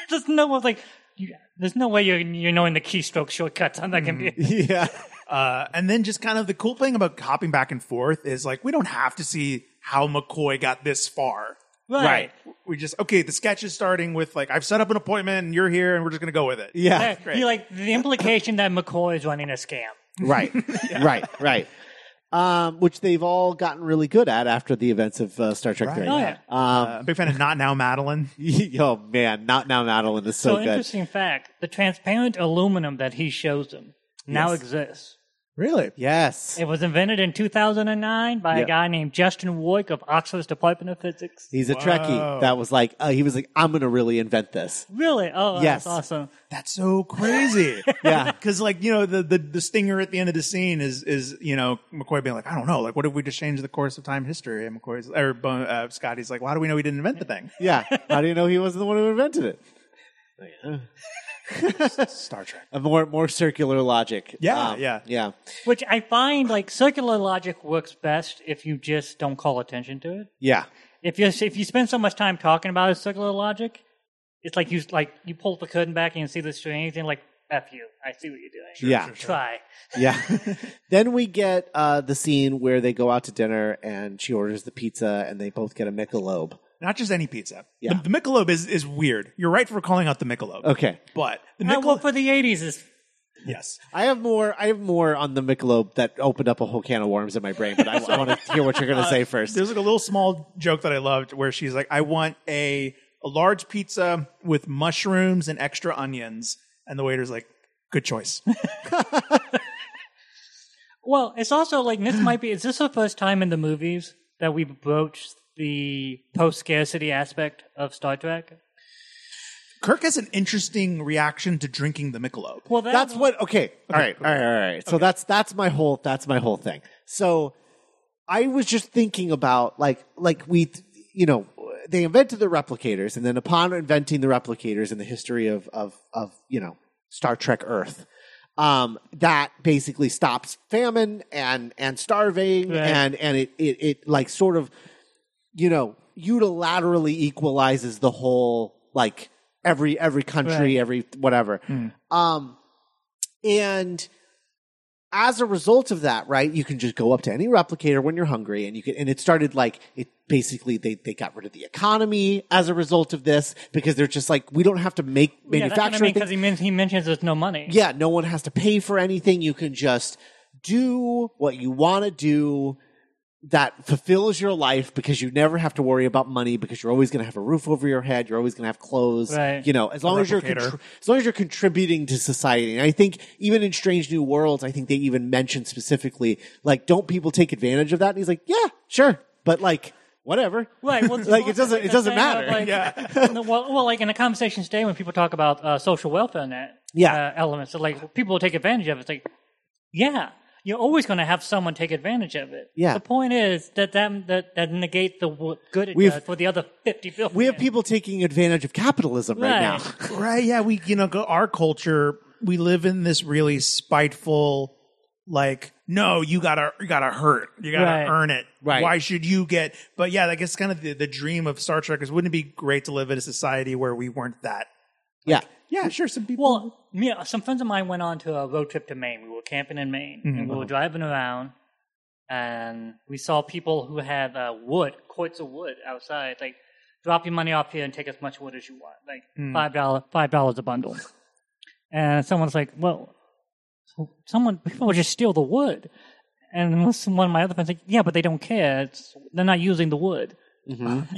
there's no one's like. You, there's no way you're you're knowing the keystroke shortcuts on that
Mm-hmm.
computer.
yeah,
Uh, and then just kind of the cool thing about hopping back and forth is like we don't have to see how McCoy got this far. Right. We just okay. The sketch is starting with like I've set up an appointment and you're here and we're just gonna go with it.
Yeah.
That- you like the implication that McCoy is running a scam.
right, right, right. Um, which they've all gotten really good at after the events of uh, Star Trek
Right.
Three.
Oh yeah.
Um,
Uh, big fan of Not Now Madeline.
oh man, not now, Madeline is so,
So,
good.
interesting fact: the transparent aluminum that he shows them now
Yes.
exists.
Really?
Yes,
It was invented in 2009 by
Yeah.
a guy named Justin Woik of Oxford's Department of Physics.
he's a Trekkie. That was like uh, he was like, I'm gonna really invent this.
Really? Oh,
Yes.
that's awesome.
That's so crazy.
Yeah.
Because like you know the, the the stinger at the end of the scene is is you know McCoy being like I don't know like what if we just change the course of time history and McCoy's or uh, Scotty's like well, how do we know he didn't invent the thing?
Yeah, how do you know he wasn't the one who invented it?
Star Trek.
A more more circular logic. Um,
Yeah, yeah.
yeah.
Which I find like circular logic works best if you just don't call attention to it.
Yeah.
If you if you spend so much time talking about circular logic, it's like you like you pull the curtain back and you see this doing anything like f you. I see what you're doing.
Yeah.
Try.
Yeah. then we get uh, the scene where they go out to dinner and she orders the pizza and they both get a Michelob.
Not just any pizza.
Yeah.
The, the Michelob is is weird. You're right for calling out the Michelob.
Okay.
But the
Uh, well,
Michelob.
for the 80s is
yes.
I have more. I have more on the Michelob that opened up a whole can of worms in my brain, but I, want to hear what you're going to say first.
There's like a little small joke that I loved where she's like, I want a a large pizza with mushrooms and extra onions. And the waiter's like, good choice.
Well, it's also like this might be. Is this the first time in the movies that we broach the post scarcity aspect of Star Trek?
Kirk has an interesting reaction to drinking the Michelob.
Well, that,
That's what. Okay. All right. All right. All right. So that's that's my whole that's my whole thing. So I was just thinking about like like we you know they invented the replicators and then upon inventing the replicators in the history of of of you know Star Trek Earth um that basically stops famine and and starving
Right.
and and it, it it like sort of you know unilaterally equalizes the whole like every every country
Right. Hmm.
every whatever um and as a result of that, right, you can just go up to any replicator when you're hungry and you can, and it started like, it basically, they, they got rid of the economy as a result of this because they're just like, we don't have to make
yeah, that's what I
manufacturing.
mean because he, men- he mentions there's no money.
yeah, no one has to pay for anything. You can just do what you want to do that fulfills your life because you never have to worry about money because you're always going to have a roof over your head. You're always going to have clothes.
Right.
You know, as long as you're
replicator.
contr- as long as you're contributing to society. And I think even in Strange New Worlds, I think they even mentioned specifically like, don't people take advantage of that? And he's like, yeah, sure, but like whatever.
Right, well,
like it doesn't it doesn't
the thing of,
matter.
Like, in the- well, well, like in the conversations today when people talk about uh, social welfare and that
Yeah.
uh, elements, so, like people will take advantage of it. It's like, yeah, you're always going to have someone take advantage of it.
Yeah.
The point is that that that, that negate the wo- good it
We've-
does for the other 50 billion.
we have people taking advantage of capitalism right,
Right.
now.
right yeah we you know go- our culture we live in this really spiteful like no you gotta you gotta hurt you gotta
Right.
earn it
Right.
why should you get but yeah i guess kind of the, the dream of star trek is wouldn't it be great to live in a society where we weren't that
yeah.
yeah sure some people
Well, me, some friends of mine went on to a road trip to Maine. We were camping in Maine, and
Mm-hmm.
we were driving around, and we saw people who had uh, wood, quarts of wood outside. Like, drop your money off here and take as much wood as you want. Like
Hmm.
five dollar, five dollars a bundle. and someone's like, "Well, someone people would just steal the wood." And then some- one of my other friends like, "Yeah, but they don't care. It's, they're not using the wood.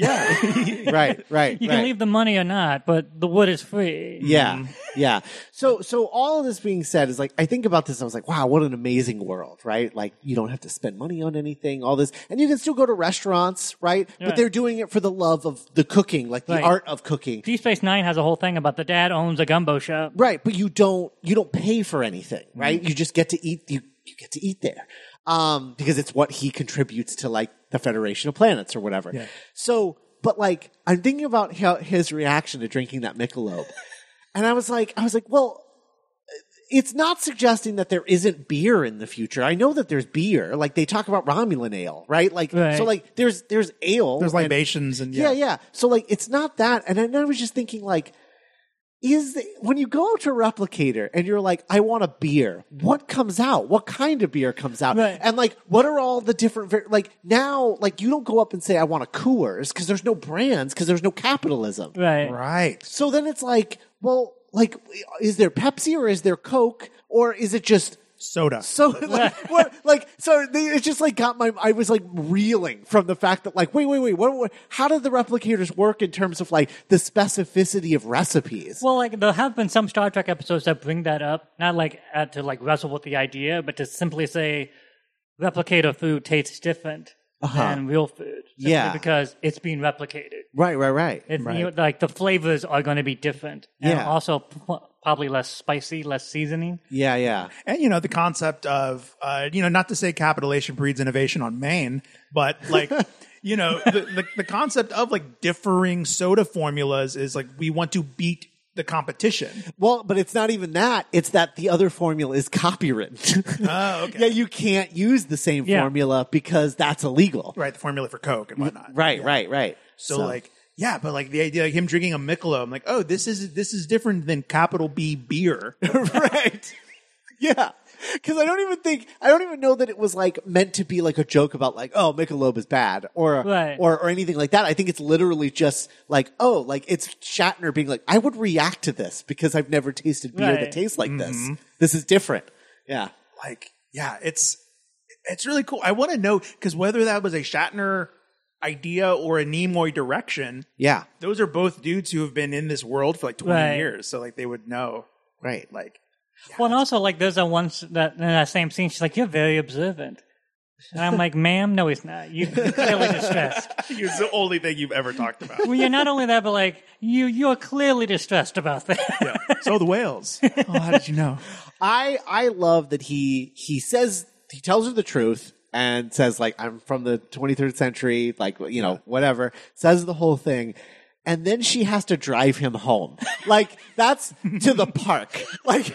Right, right.
You
right.
can leave the money or not, but the wood is free."
Yeah, yeah. So, so all of this being said is like I think about this. and I was like, wow, what an amazing world, right? Like you don't have to spend money on anything, all this, and you can still go to restaurants, right? But
Right.
they're doing it for the love of the cooking, like the
Right.
art of cooking,
Deep Space Nine has a whole thing about the dad owns a gumbo shop.
right? But you don't you don't pay for anything, right? You just get to eat. You you get to eat there um, because it's what he contributes to, like the Federation of Planets or whatever. So, but like I'm thinking about how his reaction to drinking that Michelob, and I was like, I was like, well. it's not suggesting that there isn't beer in the future. I know that there's beer. Like they talk about Romulan ale, right? Like
Right.
so like there's there's ale.
there's
and-
libations and yeah,
yeah, yeah. So like it's not that. And then I was just thinking like is the, when you go to a replicator and you're like, I want a beer. What comes out? What kind of beer comes out?
Right.
And like, what are all the different var- like now? Like, you don't go up and say I want a Coors because there's no brands because there's no capitalism.
Right.
Right.
So then it's like, well, like, is there Pepsi or is there Coke or is it just
Soda.
so like, what, like so they, it just like got my I was like reeling from the fact that like wait wait wait what, what how did the replicators work in terms of like the specificity of recipes?
Well, like there have been some Star Trek episodes that bring that up, not like uh, to like wrestle with the idea, but to simply say replicator food tastes different than real food. simply
Uh-huh. Yeah.
because it's being replicated.
right right right.
It, you- like the flavors are going to be different. And
Yeah.
also, p- probably less spicy, less seasoning.
yeah yeah.
And you know the concept of uh, you know not to say capitulation breeds innovation on Maine, but like you know the, the the concept of like differing soda formulas is like we want to beat the competition.
Well, but it's not even that. It's that the other formula is copywritten.
Oh, okay.
yeah, you can't use the same
Yeah.
formula because that's illegal.
Right, the formula for Coke and whatnot.
Right right right.
So, like, yeah, but like the idea, like him drinking a Michelob, I'm like, oh, this is this is different than capital B beer.
right. Yeah. Because I don't even think I don't even know that it was like meant to be like a joke about like oh Michelob is bad or
Right.
or or anything like that. I think it's literally just like oh like it's Shatner being like I would react to this because I've never tasted beer
Right.
that tastes like this. This is different. Yeah.
like, yeah, it's it's really cool. I want to know because whether that was a Shatner idea or a Nimoy direction,
Yeah.
those are both dudes who have been in this world for like 20
Right.
years, so like they would know.
Right.
Like,
Well, and also like there's a once that in that same scene, she's like, "You're very observant," and I'm like, "Ma'am, no, he's not. You you're clearly distressed.
it's the only thing you've ever talked about.
Well, you're not only that, but like you you're clearly distressed about that."
so the whales. Oh, how did you know?
I I love that he he says he tells her the truth and says like I'm from the 23rd century, like you know whatever. Says the whole thing. And then she has to drive him home. Like that's to the park. Like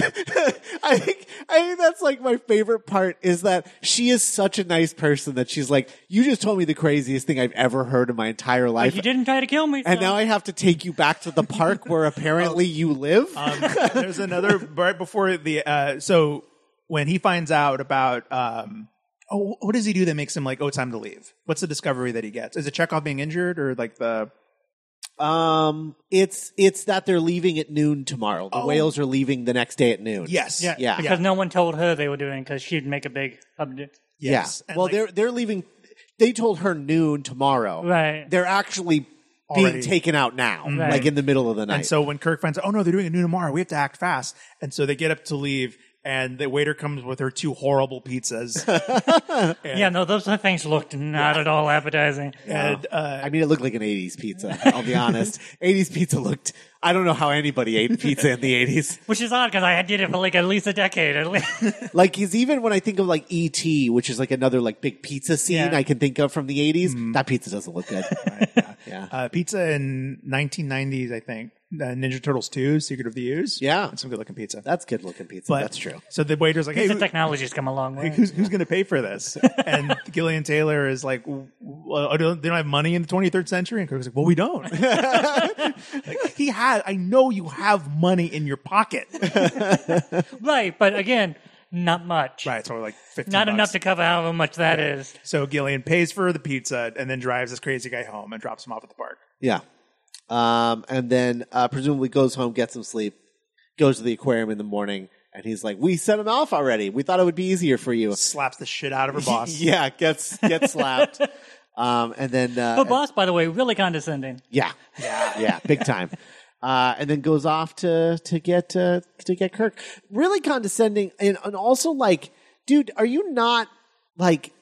I think I think that's like my favorite part is that she is such a nice person that she's like, You just told me the craziest thing I've ever heard in my entire life.
you didn't try to kill me, Oh.
and
so-
now I have to take you back to the park where apparently you live.
Oh,
Um, There's another right before the uh so when he finds out about um oh what does he do that makes him like oh time to leave? What's the discovery that he gets? Is it Chekhov being injured or like the
Um, it's it's that they're leaving at noon tomorrow. The whales are leaving the next day at noon.
Oh. yes
yeah,
Yeah.
because no one told her they were doing because she'd make a big updo-
yes
Yeah.
And,
Well,
like,
they're they're leaving. They told her noon tomorrow.
Right. Mm-hmm.
They're actually
Already.
being taken out now,
Right.
like in the middle of the night.
and so when Kirk finds out oh no they're doing a new tomorrow we have to act fast and so they get up to leave and the waiter comes with her two horrible pizzas
Yeah, no, those things looked not at all appetizing.
and uh
I mean, it looked like an '80s pizza. I'll be honest. '80s pizza looked. I don't know how anybody ate pizza in the '80s.
Which is odd because I did it for like at least a decade. At least.
Like, because even when I think of like ET, which is like another like big pizza scene
Yeah.
I can think of from the '80s,
Mm-hmm.
that pizza doesn't look good. yeah.
uh, pizza in 1990s, I think. Uh, Ninja Turtles 2, Secret of the Ooze.
Yeah.
It's some good looking pizza.
That's good looking pizza.
But-
That's true.
So the waiter's like, hey,
the
who-
technology's come a long way.
who's who's going to pay for this? And Gillian Taylor is like, w- well, I don't- they don't have money in the 23rd century. And Kirk's like, well, we don't. like, he had. I know you have money in your pocket.
Right, but again, not much.
Right. So we're like 15
Not
bucks.
enough to cover however much that is.
So Gillian pays for the pizza and then drives this crazy guy home and drops him off at the park.
Yeah. Um, and then uh, presumably goes home, gets some sleep, goes to the aquarium in the morning, and he's like, "We sent him off already. We thought it would be easier for you."
Slaps the shit out of her boss.
yeah, gets gets slapped. Um, and then uh,
But boss, by the way, really condescending.
yeah, yeah, yeah, big time. Uh, and then goes off to to get uh, to get Kirk. Really condescending, and, and also like, dude, are you not like?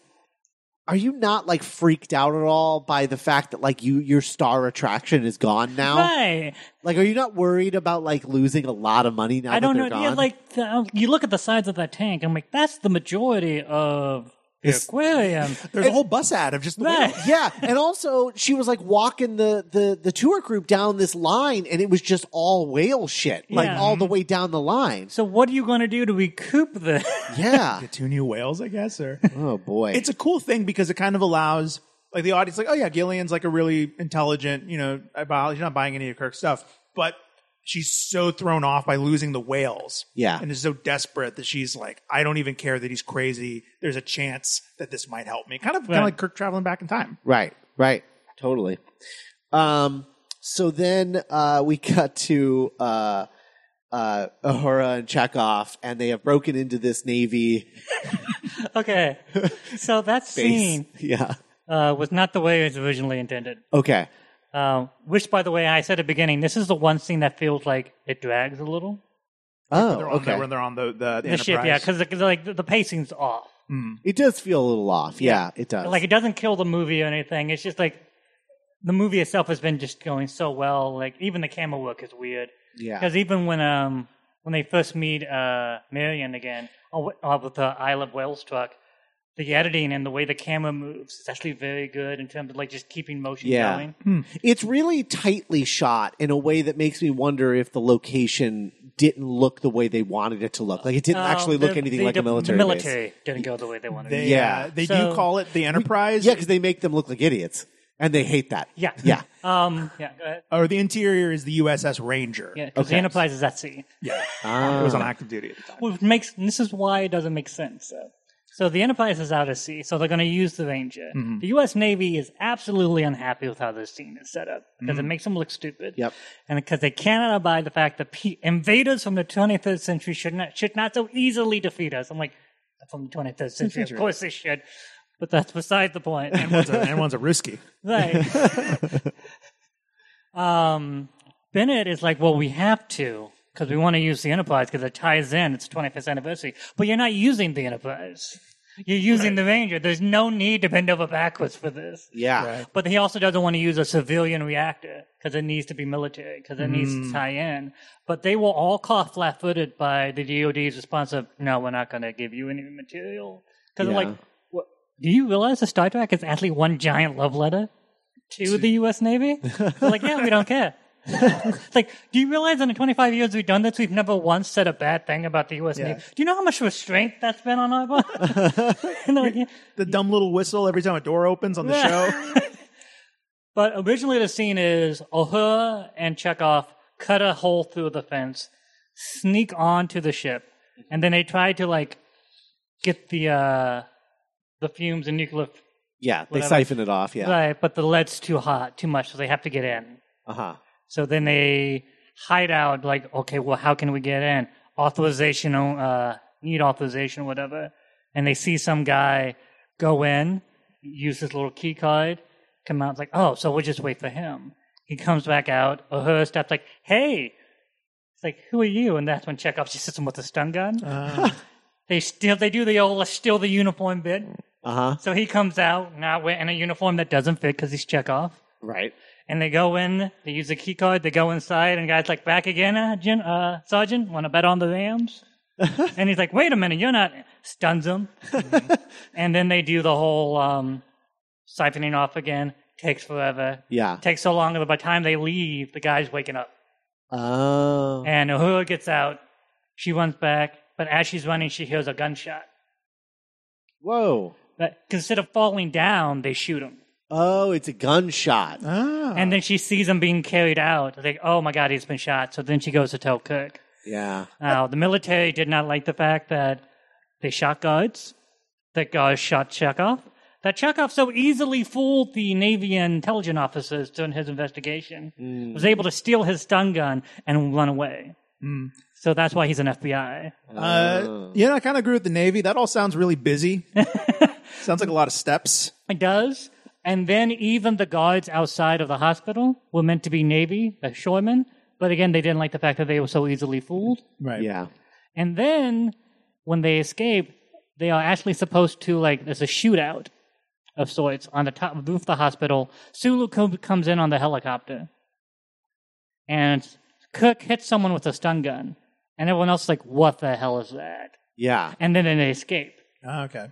Are you not like freaked out at all by the fact that like you your star attraction is gone Oh. now?
Right.
Like, are you not worried about like losing a lot of money now?
I don't
that
know.
they're Gone?
Yeah, like the, um, you look at the size of that tank. I'm like, that's the majority of the aquarium.
There's a whole bus ad of just the
Right.
whale.
yeah, and also she was like walking the the the tour group down this line, and it was just all whale shit, like
Yeah.
all the way down the line.
So what are you going to do to recoup this?
Yeah.
two new whales, I guess, or
oh boy.
it's a cool thing because it kind of allows like the audience like oh yeah gillian's like a really intelligent you know biologist not buying any of kirk's stuff but she's so thrown off by losing the whales.
Yeah.
And is so desperate that she's like, I don't even care that he's crazy. There's a chance that this might help me. Kind of kind
Right.
of like Kirk traveling back in time.
Right, right, totally. Um, so then uh, we cut to uh, uh, Ahura and Chekhov, and they have broken into this navy
Okay. So that
base.
scene
Yeah.
uh, was not the way it was originally intended.
Okay.
Uh, which, by the way, I said at the beginning, this is the one scene that feels like it drags a little.
Oh,
They're on the,
okay.
when they're on the the, the,
The ship, yeah,
Enterprise.
because like the, the pacing's off.
It does feel a little off. Yeah, it does.
Like it doesn't kill the movie or anything. It's just like the movie itself has been just going so well. Like even the camera work is weird.
yeah.
Because even when um when they first meet uh Marion again oh, uh, with the Isle of Wales truck, the editing and the way the camera moves is actually very good in terms of like just keeping motion
Yeah.
going.
Hmm. It's really tightly shot in a way that makes me wonder if the location didn't look the way they wanted it to look. Like it didn't actually
Um,
look
the-
anything
the-
like a
the-
military.
The
base.
military didn't go the way they wanted.
They,
it.
yeah,
Yeah.
they do
So-
call it the Enterprise.
Yeah, because they make them look like idiots, and they hate that.
Yeah.
Yeah.
Um. Yeah. Go ahead.
or the interior is the USS Ranger.
Yeah. Because
Okay.
the Enterprise is at sea,
yeah.
Ah.
It was on active duty at the time.
which makes this is why it doesn't make sense. So, so the Enterprise is out at sea, so they're going to use the Ranger. The U.S. Navy is absolutely unhappy with how this scene is set up because it makes them look stupid.
Yep.
And because they cannot abide the fact that pe- invaders from the 23rd century should not should not so easily defeat us. I'm like, "They're from the 23rd century, of course they should. But that's beside the point. And
It's a- and one's a risky.
Right. um, Bennett is like, well, we have to because we want to use the Enterprise because it ties in. It's 25th anniversary. But you're not using the Enterprise. You're using the Ranger. There's no need to bend over backwards for this.
Yeah.
But he also doesn't want to use a civilian reactor because it needs to be military because it needs to tie in. But they were all caught flat-footed by the DoD's response of, "No, we're not going to give you any material." Because
Yeah.
like, what, do you realize the Star Trek is actually one giant love letter to the U.S. Navy? They're like, yeah, we don't care. it's like, do you realize in the 25 years we've done this, we've never once said a bad thing about the U.S. Navy? Do you know how much restraint that's been on our part? And they're like, "Yeah."
The dumb little whistle every time a door opens on the show.
But originally, the scene is Uhura and Chekhov cut a hole through the fence, sneak onto the ship, and then they try to like get the uh, the fumes and nuclear. f-
Yeah. They
Whatever.
siphon it off. Yeah.
Right, but the lead's too hot, too much, so they have to get in.
Uh huh.
So then they hide out, like, okay, well, how can we get in? Authorization, uh, need authorization, whatever. And they see some guy go in, use his little key card, come out, it's like, oh, so we'll just wait for him. He comes back out, or her stuff's like, hey, it's like, who are you? And that's when Chekhov just hits him with a stun gun. they still, they do the old, "Let's steal the uniform bit.
Uh huh.
So he comes out, now we're in a uniform that doesn't fit because he's Chekhov
Right.
and they go in. They use a key card. They go inside, and guy's like, "Back again, uh, Gen- uh, Sergeant? Want to bet on the Rams?" and he's like, "Wait a minute, you're not." Stuns him, and then they do the whole um, siphoning off again. Takes forever.
Yeah.
Takes so long that by the time they leave, the guy's waking up,
Oh.
and Uhura gets out. She runs back, but as she's running, she hears a gunshot.
Whoa.
But 'cause instead of falling down, they shoot him.
Oh, it's a gunshot.
ah.
And then she sees him being carried out. Like, oh my God, he's been shot. So then she goes to tell Kirk.
Yeah.
Now, the military did not like the fact that they shot guards, that guards shot Chekhov, that Chekhov so easily fooled the Navy and intelligence officers during his investigation, was able to steal his stun gun and run away. So that's why he's an FBI.
Uh, you know, I kind of agree with the Navy. That all sounds really busy. sounds like a lot of steps.
It does. And then even the guards outside of the hospital were meant to be Navy, uh, shoremen. But again, they didn't like the fact that they were so easily fooled.
Right.
Yeah.
And then when they escape, they are actually supposed to like there's a shootout of sorts on the top roof of the hospital. Sulu co- comes in on the helicopter, and Cook hits someone with a stun gun, and everyone else is like, "What the hell is that?"
Yeah.
And then they escape.
Ah, okay.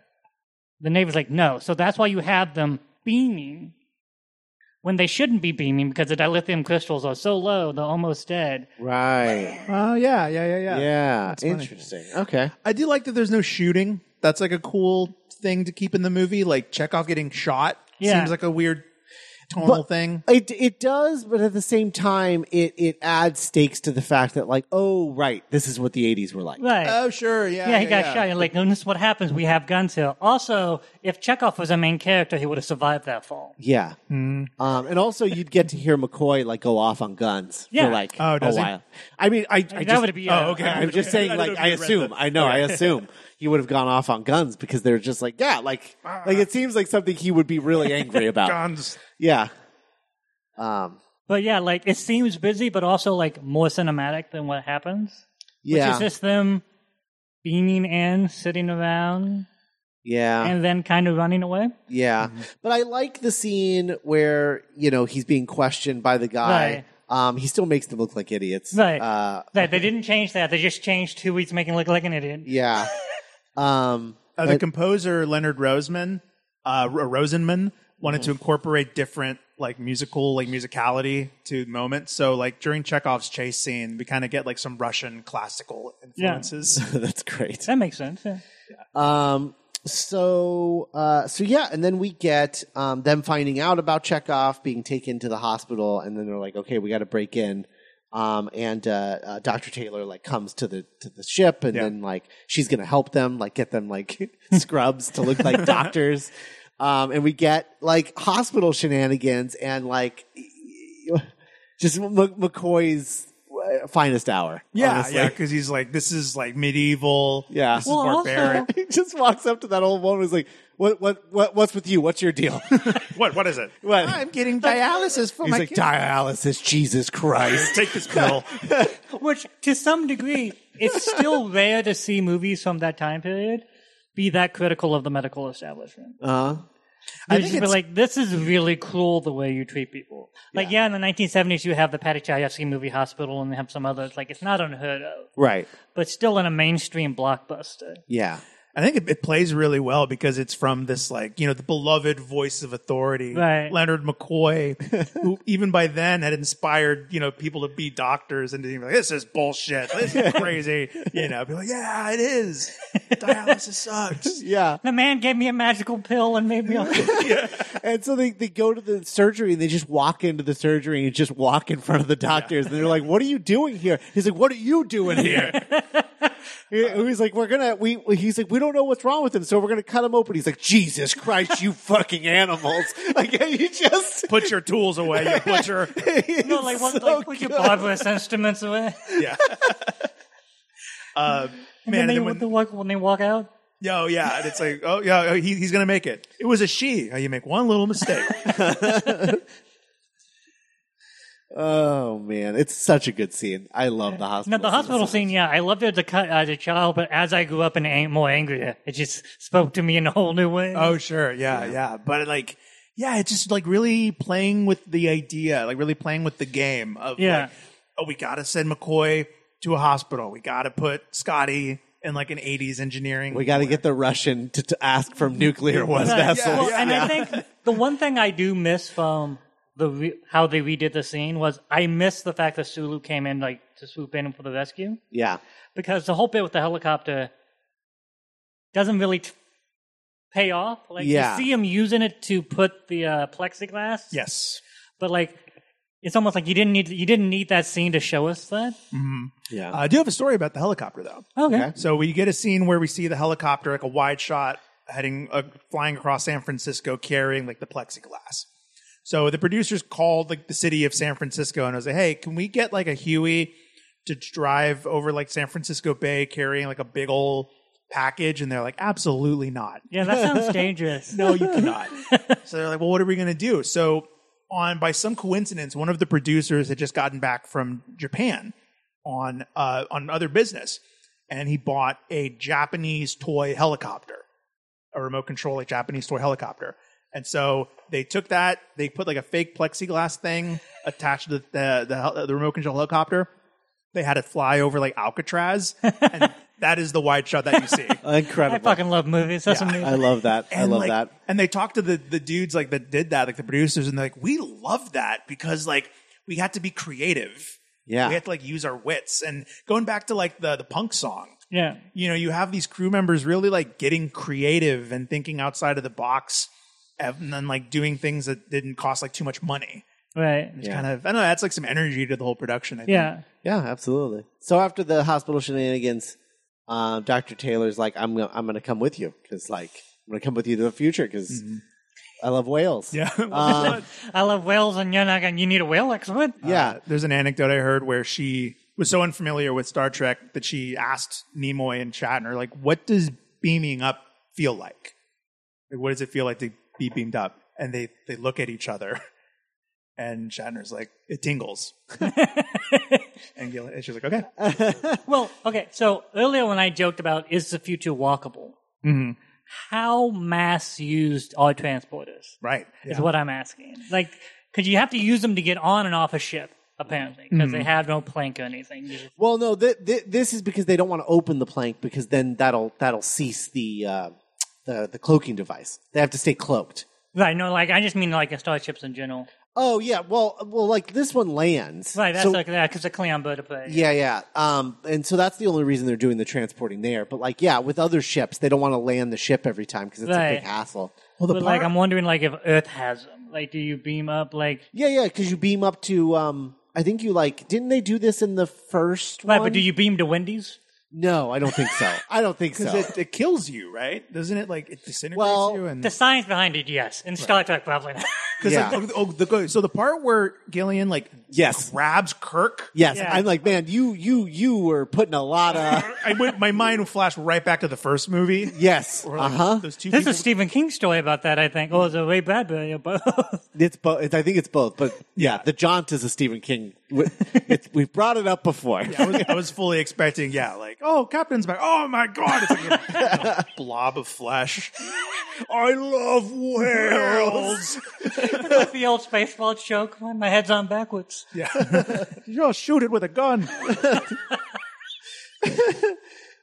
The Navy's like, "No." So that's why you have them beaming when they shouldn't be beaming because the dilithium crystals are so low they're almost dead.
Right.
Oh, yeah, yeah, yeah, yeah.
Yeah. Interesting. Okay.
I do like that there's no shooting. That's like a cool thing to keep in the movie. Like Chekhov getting shot
Yeah.
seems like a weird tonal
But-
thing.
It it does, but at the same time, it it adds stakes to the fact that like, oh right, this is what the '80s were like.
Right.
Oh, sure, yeah.
yeah, he got shot. You're like, no, this is what happens. We have guns here. Also, if Chekhov was a main character, he would have survived that fall.
Yeah,
Hmm.
um, and also you'd get to hear McCoy like go off on guns
Yeah.
for like
Oh,
a
does he?
while. I mean, I, I
Like, that
just,
would be.
oh,
uh,
okay.
uh,
I'm just saying,
I don't know
like
if
I
you read
assume,
that.
I know, I assume he would have gone off on guns because they're just like, yeah, like,
Ah.
like it seems like something he would be really angry about.
Guns.
Yeah. Um.
But yeah, like it seems busy, but also like more cinematic than what happens.
Yeah.
Which is just them beaming in, sitting around,
yeah.
and then kind of running away.
Yeah. But I like the scene where, you know, he's being questioned by the guy. Um, he still makes them look like idiots.
Right.
Uh,
That they didn't change that. They just changed who he's making look like an idiot.
yeah. um,
Uh, the composer Leonard Roseman, uh, Ro- Rosenman, wanted
Mm-hmm.
to incorporate different like musical like musicality to moments. So like during Chekhov's chase scene, we kind of get like some Russian classical influences.
that's great.
That makes sense. Yeah.
Um, so, uh, so yeah. And then we get, um, them finding out about Chekhov being taken to the hospital. And then they're like, okay, we got to break in. Um, and, uh, uh, Dr. Taylor, like, comes to the, to the ship and
Yeah.
then, like, she's going to help them, like, get them, like, scrubs to look like doctors. Um, and we get, like, hospital shenanigans and, like, just M- McCoy's uh, finest hour.
Yeah,
honestly.
yeah, because he's like, this is like medieval.
Yeah.
this
Well,
is
also-
barbaric.
he just walks up to that old woman. He's like, "What? What? What? What's with you? What's your deal?" He's
what? What is it?
What?
I'm getting dialysis for my.
like,
kid.
"Dialysis, Jesus Christ."
Take this pill.
Which, to some degree, it's still rare to see movies from that time period be that critical of the medical establishment.
Uh,
I
think
just be
it's-
like, this is really cruel the way you treat people. Like, yeah, in the 1970s, you have the Patty Chayefsky movie Hospital and they have some others. Like, it's not unheard of,
right.
but still in a mainstream blockbuster.
Yeah.
I think it, it plays really well because it's from this like you know the beloved voice of authority,
Right.
Leonard McCoy, who even by then had inspired you know people to be doctors and to be like this is bullshit, this is crazy, you know, be like yeah it is, dialysis sucks.
Yeah.
The man gave me a magical pill and made me. a-
And so they, they go to the surgery and they just walk into the surgery and just walk in front of the doctors and they're like, "What are you doing here?" He's like, "What are you doing here?" He- he's like, "We're gonna we." He's like, "We don't know what's wrong with him, so we're gonna cut him open." He's like, "Jesus Christ, you fucking animals!" Like you just
Put your tools away, you butcher.
no, like, what,
so
like put your barbarous instruments away.
Yeah. Uh, man,
and
and
they,
then when,
they walk, when they walk out,
Yo, yeah, and it's like, oh, yeah, oh, he, he's gonna make it. It was a she. How you make one little mistake?
Oh man, it's such a good scene. I love the hospital.
No, the hospital scene, yeah, I loved it as a, cu- as a child, but as I grew up and ang- more angrier, it just spoke to me in a whole new way.
oh, sure, yeah, yeah, but like, yeah, it's just like really playing with the idea, like really playing with the game of,
Yeah.
like, oh, we gotta send McCoy to a hospital. We gotta put Scotty in like an '80s engineering.
We got to get the Russian to, to ask from nuclear was vessel.
Well, and I think the one thing I do miss from the re- how they redid the scene was I miss the fact that Sulu came in like to swoop in for the rescue
Yeah,
because the whole bit with the helicopter doesn't really t- pay off. Like
Yeah.
you see him using it to put the uh, plexiglass,
yes,
but like it's almost like you didn't need you didn't need that scene to show us that.
yeah,
I Uh, do have a story about the helicopter though.
Okay.
So we get a scene where we see the helicopter, like a wide shot, heading uh, flying across San Francisco, carrying like the plexiglass. So the producers called like the city of San Francisco and was like, "Hey, can we get like a Huey to drive over like San Francisco Bay carrying like a big old package?" And they're like, "Absolutely not."
Yeah, that sounds dangerous.
No, you cannot. so they're like, well, what are we going to do? So, on by some coincidence, one of the producers had just gotten back from Japan on uh, on other business, and he bought a Japanese toy helicopter, a remote control like Japanese toy helicopter. And so they took that, they put like a fake plexiglass thing attached to the the, the, hel- the remote control helicopter. They had it fly over like Alcatraz, and that is the wide shot that you see.
I
incredible.
fucking love movies. That's amazing.
I love that. I
And,
love
like-
that.
And they talked to the the dudes like that did that, like the producers, and they're like, we love that because like we had to be creative.
Yeah.
we had to like use our wits. And going back to like the the punk song,
yeah.
you know, you have these crew members really like getting creative and thinking outside of the box. ev- and then like doing things that didn't cost like too much money.
Right.
It's kind of I don't know. That's like some energy to the whole production. I think.
Yeah.
Yeah, absolutely. So after the hospital shenanigans, uh, Doctor Taylor's like, "I'm gonna, I'm gonna come with you because like I'm gonna come with you to the future because I love whales."
Yeah.
Um,
I love whales, and you're not gonna, you need a whale expert.
yeah.
Uh, There's an anecdote I heard where she was so unfamiliar with Star Trek that she asked Nimoy and Shatner, like, what does beaming up feel like? Like, what does it feel like to be beamed up? And they, they look at each other. And Shatner's like, it tingles. and, Gil- and she's like, okay.
Well, okay. So earlier when I joked about is the future walkable,
Mm-hmm.
Mhm.
how mass used are transporters?
Right.
Is what I'm asking. Like, because you have to use them to get on and off a ship, apparently, because
Mm-hmm.
they have no plank or anything. You just-
Well, no, th- th- this is because they don't want to open the plank because then that'll that'll cease the uh, the the cloaking device. They have to stay cloaked.
Right. No, like I just mean like in starships in general.
Oh yeah, well, well, like this one lands.
Right. That's
So-
like that because the Klingon bird of prey.
Yeah, yeah. Um, and so that's the only reason they're doing the transporting there. But like, yeah, with other ships, they don't want to land the ship every time because it's a
Right.
big hassle.
Well, the
But
part-
like I'm wondering like if Earth has them. Like, do you beam up like?
Yeah, yeah, because you beam up to. Um, I think you like. Didn't they do this in the first
Right,
one?
but do you beam to Wendy's?
No, I don't think so. I don't think so.
Because it, it kills you, right? Doesn't it like it disintegrates
Well,
you? And
The science behind it, yes. In Star Trek, probably not.
because
yeah.
like, oh, the, go- so the part where Gillian like
Yes.
grabs Kirk,
yes,
Yeah.
I'm like, man, you, you, you were putting a lot of.
I went, my mind flashed right back to the first movie.
Yes,
Or, like,
uh huh.
Those two
There's
people.
a Stephen King story about that, I think. Oh, Or is it Ray Bradbury or both?
It's both. I think it's both, but yeah, the jaunt is a Stephen King. we- It's, we've brought it up before.
I was, I was fully expecting, yeah, like, oh, Captain's back. Oh my god, it's like a blob of flesh. I love whales.
Like the old Spaceballs joke. when My head's on backwards.
yeah, you all shoot it with a gun.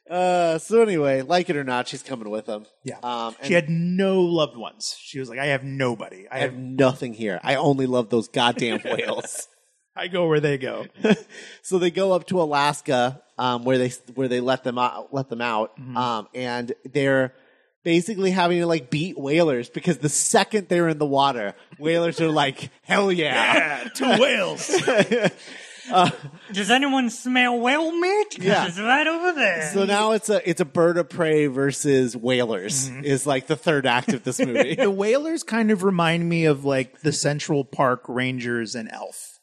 Uh, so anyway, like it or not, she's coming with him.
Yeah,
Um, and
she had no loved ones. She was like, I have nobody. I
I have
have.
nothing here. I only love those goddamn whales.
I go where they go.
so they go up to Alaska, um, where they where they let them out, let them out, um, and they're basically having to like beat whalers because the second they're in the water, whalers are like, hell yeah,
Yeah, two whales.
Does anyone smell whale meat? 'Cause
Yeah.
It's right over there.
So now it's a it's a bird of prey versus whalers is like the third act of this movie.
the whalers kind of remind me of like the Central Park Rangers and Elf.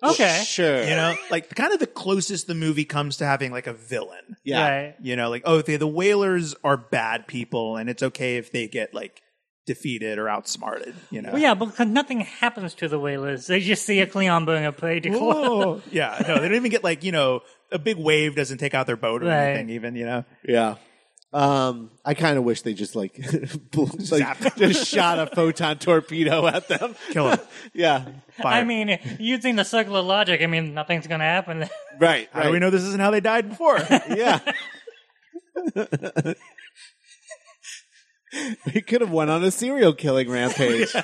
okay.
sure.
You know, like kind of the closest the movie comes to having like a villain.
yeah.
Right.
You know, like oh, they, the whalers are bad people, and it's okay if they get like defeated or outsmarted. You know,
Well, yeah, because nothing happens to the whalers. They just see a Cleon burn a prey to
Whoa. yeah. No, they don't even get like you know a big wave doesn't take out their boat or
Right.
anything. Even you know,
Yeah. Um, I kind of wish they just like, bl- like
Zap.
just shot a photon torpedo at them.
kill them.
Yeah.
I mean, using the circular logic, I mean, nothing's going to happen.
Right.
How do we know this isn't how they died before?
Yeah. we could have went on a serial killing rampage.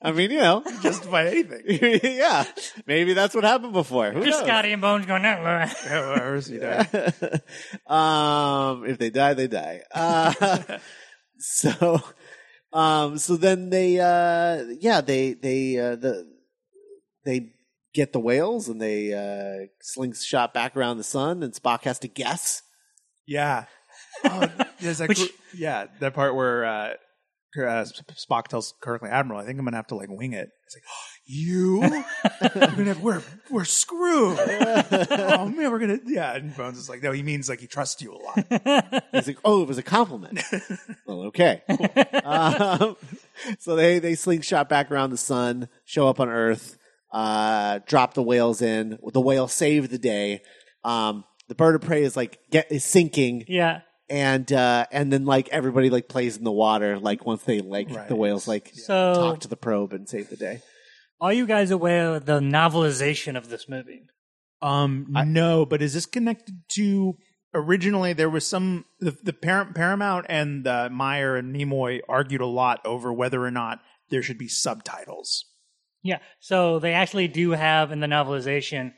I mean, you know,
Justify anything.
yeah, maybe that's what happened before. Who
Just
knows?
Scotty and Bones going, "Nah, nah."
um, if they die, they die. Uh, so, um, so then they, uh, yeah, they, they, uh, the, they get the whales and they, uh, slingshot back around the sun and Spock has to guess.
Yeah. Oh, there's that
Which-
gr- yeah, that part where uh, K- uh, Sp- Spock tells Kirk, like, Admiral, I think I'm going to have to, like, wing it. It's like, "Oh, you? We're gonna have- we're, we're screwed. oh, man, we're going to, yeah. And Bones is like, no, he means, like, he trusts you a lot.
He's like, oh, it was a compliment. well, okay. cool. um, so they, they slingshot back around the sun, show up on Earth, uh, drop the whales in. The whale saved the day. Um, the bird of prey is like get, is sinking,
yeah.
and uh, and then like everybody like plays in the water. Like once they like
Right.
the whales like
So-
talk to the probe and save the day.
Are you guys aware of the novelization of this movie?
Um, no, but is this connected to originally there was some, the, the Par- Paramount and uh, Meyer and Nimoy argued a lot over whether or not there should be subtitles.
Yeah. So they actually do have in the novelization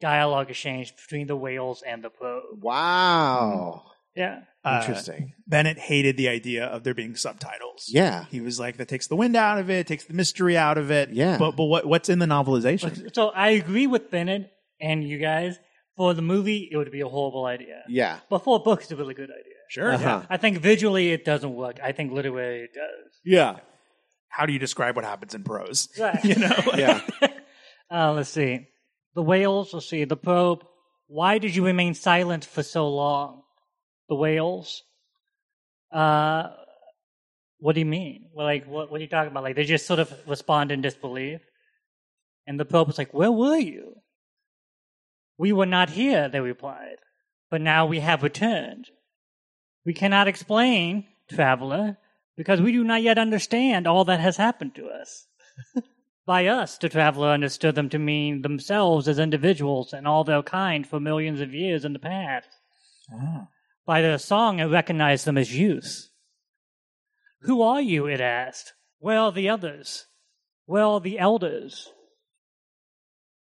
dialogue exchange between the whales and the probe.
Wow.
Yeah.
Uh,
Interesting.
Bennett hated the idea of there being subtitles.
Yeah.
He was like, that takes the wind out of it, takes the mystery out of it.
Yeah.
But but what what's in the novelization?
So I agree with Bennett and you guys. For the movie, it would be a horrible idea.
Yeah.
But for a book, it's a really good idea.
Sure.
Uh-huh.
Yeah.
I think visually it doesn't work. I think literally it does.
Yeah.
How do you describe what happens in prose?
Right.
You know?
Yeah.
Uh, let's see. The whales, let's see. The probe. Why did you remain silent for so long? The whales. Uh, what do you mean? Well, like, what, what are you talking about? Like, they just sort of respond in disbelief. And the probe was like, Where were you? We were not here, they replied. But now we have returned. We cannot explain, traveler, because we do not yet understand all that has happened to us. By us, the traveler understood them to mean themselves as individuals and all their kind for millions of years in the past. By their song, it recognized them as youth. Who are you? It asked. Where are the others? Where are the elders?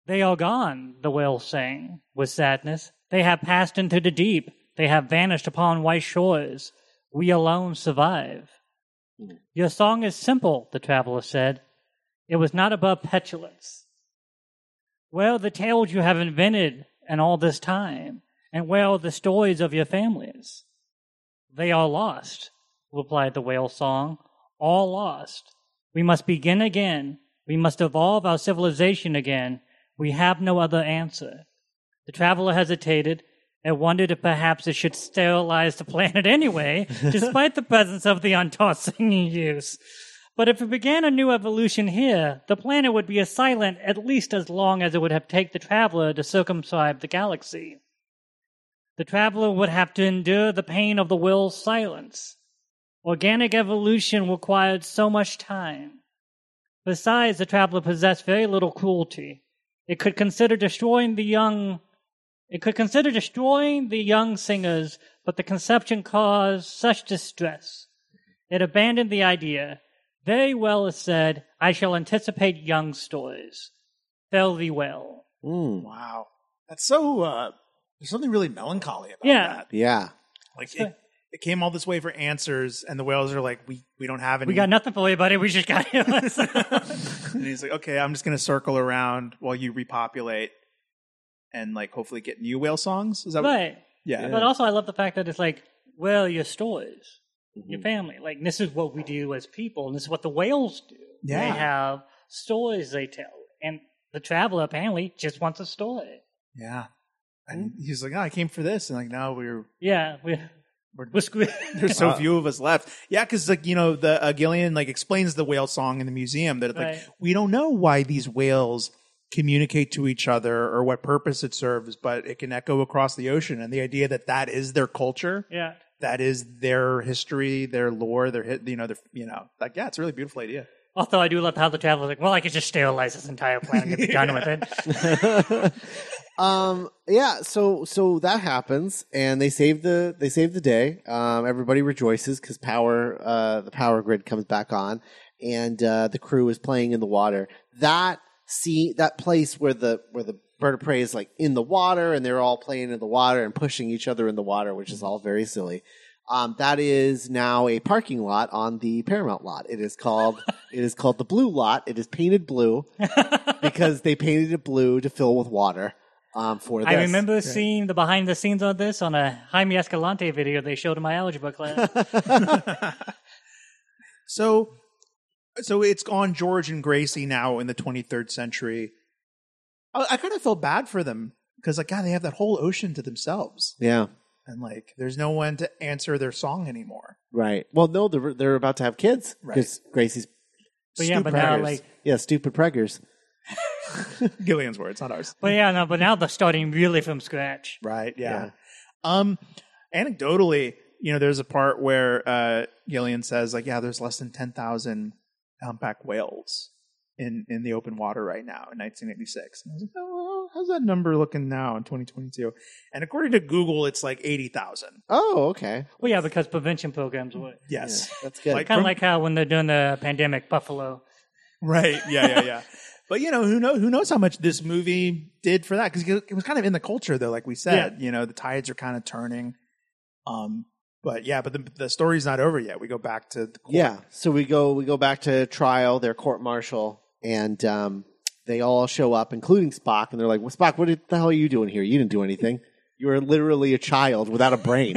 They are gone, the whale sang with sadness. They have passed into the deep. They have vanished upon white shores. We alone survive. Your song is simple, the traveler said. It was not above petulance. Where are the tales you have invented and all this time? And where are the stories of your families? They are lost, replied the whale song. All lost. We must begin again. We must evolve our civilization again. We have no other answer. The traveler hesitated and wondered if perhaps it should sterilize the planet anyway, despite the presence of the untaught singing youths. But if it began a new evolution here, the planet would be as silent at least as long as it would have taken the traveler to circumscribe the galaxy. The traveler would have to endure the pain of the will's silence. Organic evolution required so much time. Besides, the traveler possessed very little cruelty. It could consider destroying the young. It could consider destroying the young singers, but the conception caused such distress. It abandoned the idea. Very well is said, I shall anticipate young stories. Fare thee well.
Mm.
Wow. That's so uh there's something really melancholy about
Yeah.
that.
Yeah.
Like it, it came all this way for answers and the whales are like, We we don't have any
We got nothing for you, buddy. We just got him.
and he's like, Okay, I'm just gonna circle around while you repopulate and like hopefully get new whale songs. Is that what
right.
yeah.
But also, I love the fact that it's like, well, your stories,
Mm-hmm.
your family. Like, this is what we do as people, and this is what the whales do. They
Yeah.
have stories they tell. And the traveler apparently just wants a story.
Yeah. And he's like, oh, I came for this. And like, now we're,
Yeah. We're,
we're
we're screwed.
there's so few of us left. Yeah. Cause like, you know, the uh, Gillian like explains the whale song in the museum that it's like,
Right.
we don't know why these whales communicate to each other or what purpose it serves, but it can echo across the ocean. And the idea that that is their culture,
yeah.
that is their history, their lore, their hit, you know, their, you know, like, yeah, it's a really beautiful idea.
Although I do love how the traveler's like, well, I could just sterilize this entire planet and get done with it.
um yeah so so that happens and they save the they save the day um everybody rejoices because power uh the power grid comes back on and uh the crew is playing in the water that see that place where the where the bird of prey is like in the water and they're all playing in the water and pushing each other in the water which is all very silly um, that is now a parking lot on the Paramount lot. It is called it is called the Blue Lot. It is painted blue because they painted it blue to fill with water um, for this.
I remember seeing the behind the scenes on this on a Jaime Escalante video they showed in my algebra class.
So, so it's on George and Gracie now in the 23rd century. I, I kind of feel bad for them because, like, God, they have that whole ocean to themselves,
Yeah,
and like, there's no one to answer their song anymore.
right. Well, no, they're they're about to have kids
Right.
because Gracie's
But yeah, but
Stupid
now
preggers.
like
yeah stupid preggers.
Gillian's words, not ours.
But yeah, no, but now they're starting really from scratch.
Right? Yeah. Um, anecdotally, you know, there's a part where uh, Gillian says, like, yeah, there's less than 10,000 humpback whales in in the open water right now in 1986. And I was like, oh, how's that number looking now in 2022? And according to Google, it's like 80,000.
Oh, okay.
Well, yeah, because prevention programs work.
Yes.
That's good.
Like-
Kind of like how when they're doing the pandemic Buffalo.
Right. Yeah. Yeah. Yeah. but you know who know who knows how much this movie did for that because it was kind of in the culture though, like we said. You know, the tides are kind of turning. Um, but yeah, but the, the story's not over yet. We go back to the court.
Yeah. So we go we go back to trial, their court martial, and um, they all show up, including Spock, and they're like, well, "Spock, what the hell are you doing here? You didn't do anything. You were literally a child without a brain."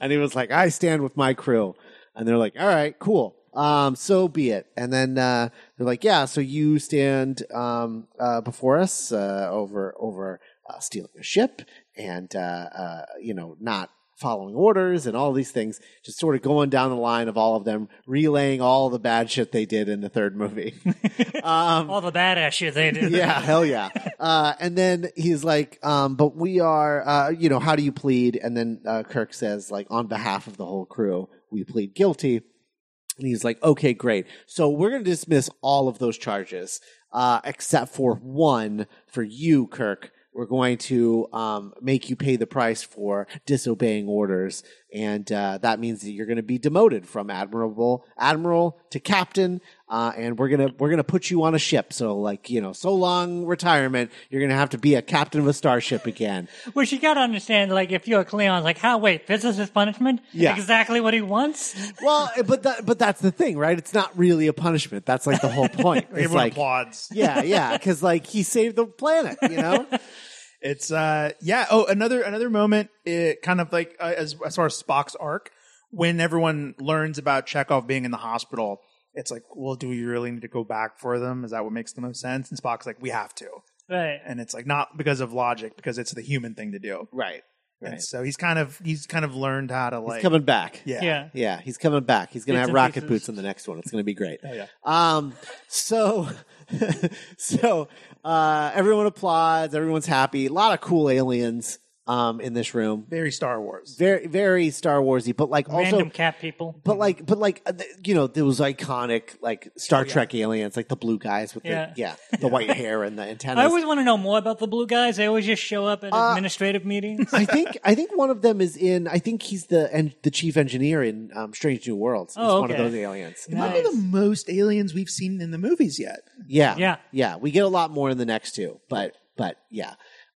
and he was like, "I stand with my crew," and they're like, "All right, cool." Um, so be it. And then uh, they're like, "Yeah, so you stand um, uh, before us uh, over over uh, stealing a ship and uh, uh, you know not following orders and all these things, just sort of going down the line of all of them, relaying all the bad shit they did in the third movie. um,
All the badass shit they did.
yeah, hell yeah. Uh, and then he's like, um, but we are, uh, you know, how do you plead? And then uh, Kirk says, like, on behalf of the whole crew, we plead guilty. And he's like, okay, great. So we're going to dismiss all of those charges, uh, except for one for you, Kirk. We're going to um, make you pay the price for disobeying orders, and uh, that means that you're going to be demoted from admirable admiral to captain, uh, and we're gonna we're gonna put you on a ship. So like you know, so long retirement. You're gonna have to be a captain of a starship again.
Which you gotta understand, like, if you're a Cleon, like, how, wait, this is his punishment?
Yeah.
Exactly what he wants?
well, but that, but that's the thing, right? It's not really a punishment. That's like the whole point. It's
Everyone
like
applauds.
yeah, yeah, because like he saved the planet, you know.
It's uh yeah. Oh, another another moment. It kind of like uh, as as far as Spock's arc, when everyone learns about Chekhov being in the hospital, it's like, well, do we really need to go back for them? Is that what makes the most sense? And Spock's like, we have to,
Right.
and it's like not because of logic, because it's the human thing to do.
right,
And so he's kind of he's kind of learned how to like
He's coming back.
yeah
Yeah.
yeah, he's coming back. He's gonna have
Bits and
rocket
pieces.
boots in the next one. It's gonna be great.
Oh, yeah.
Um, so, so uh, everyone applauds. Everyone's happy. A lot of cool aliens um in this room.
very Star Wars.
Very, very Star Warsy, but like also
Random cat people.
But like, but like, uh, th- you know, those iconic like Star Trek aliens, like the blue guys with the
Yeah.
yeah, the white hair and the antennas.
I always want to know more about the blue guys. They always just show up at administrative meetings.
Uh, I think I think one of them is in. I think he's the en- the chief engineer in um, Strange New Worlds. It's
Oh,
one of
okay.
those aliens.
Yeah.
Might be the most aliens we've seen in the movies yet.
Yeah,
Yeah.
yeah. We get a lot more in the next two, but but yeah.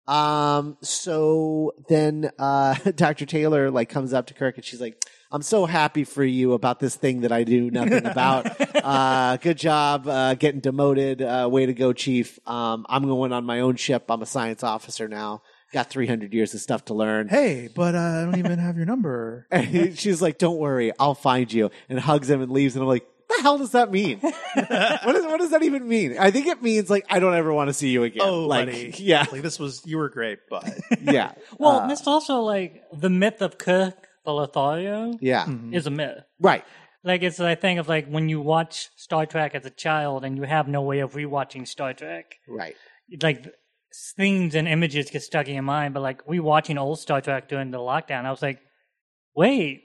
Um. So then, uh, Doctor Taylor like comes up to Kirk and she's like, "I'm so happy for you about this thing that I do nothing about. uh, good job uh, getting demoted. Uh, way to go, Chief. Um, I'm going on my own ship. I'm a science officer now. Got 300 years of stuff to learn."
Hey, but uh, I don't even have your number.
And she's like, "Don't worry, I'll find you," and hugs him and leaves. And I'm like, "The hell does that mean? what, is, what does that even mean?" I think it means like I don't ever want to see you again.
Oh,
like,
buddy.
yeah,
Like this was you were great, but
yeah, uh,
well, this is also like the myth of Kirk, the Lothario,
yeah,
is a myth.
right,
Like it's that thing of like when you watch Star Trek as a child and you have no way of rewatching Star Trek,
right,
like things and images get stuck in your mind. But like rewatching old Star Trek during the lockdown, I was like, wait,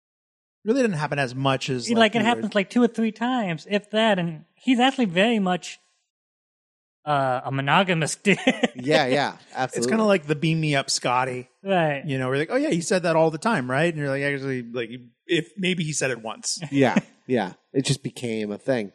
really didn't happen as much as
like, it happens like two or three times, if that. And he's actually very much uh, a monogamous dude,
yeah, yeah,
It's
absolutely.
kind of like the beam me up, Scotty.
right?
You know, we're like, oh yeah, you said that all the time, right? And you're like, actually, like if maybe he said it once.
yeah, yeah. It just became a thing.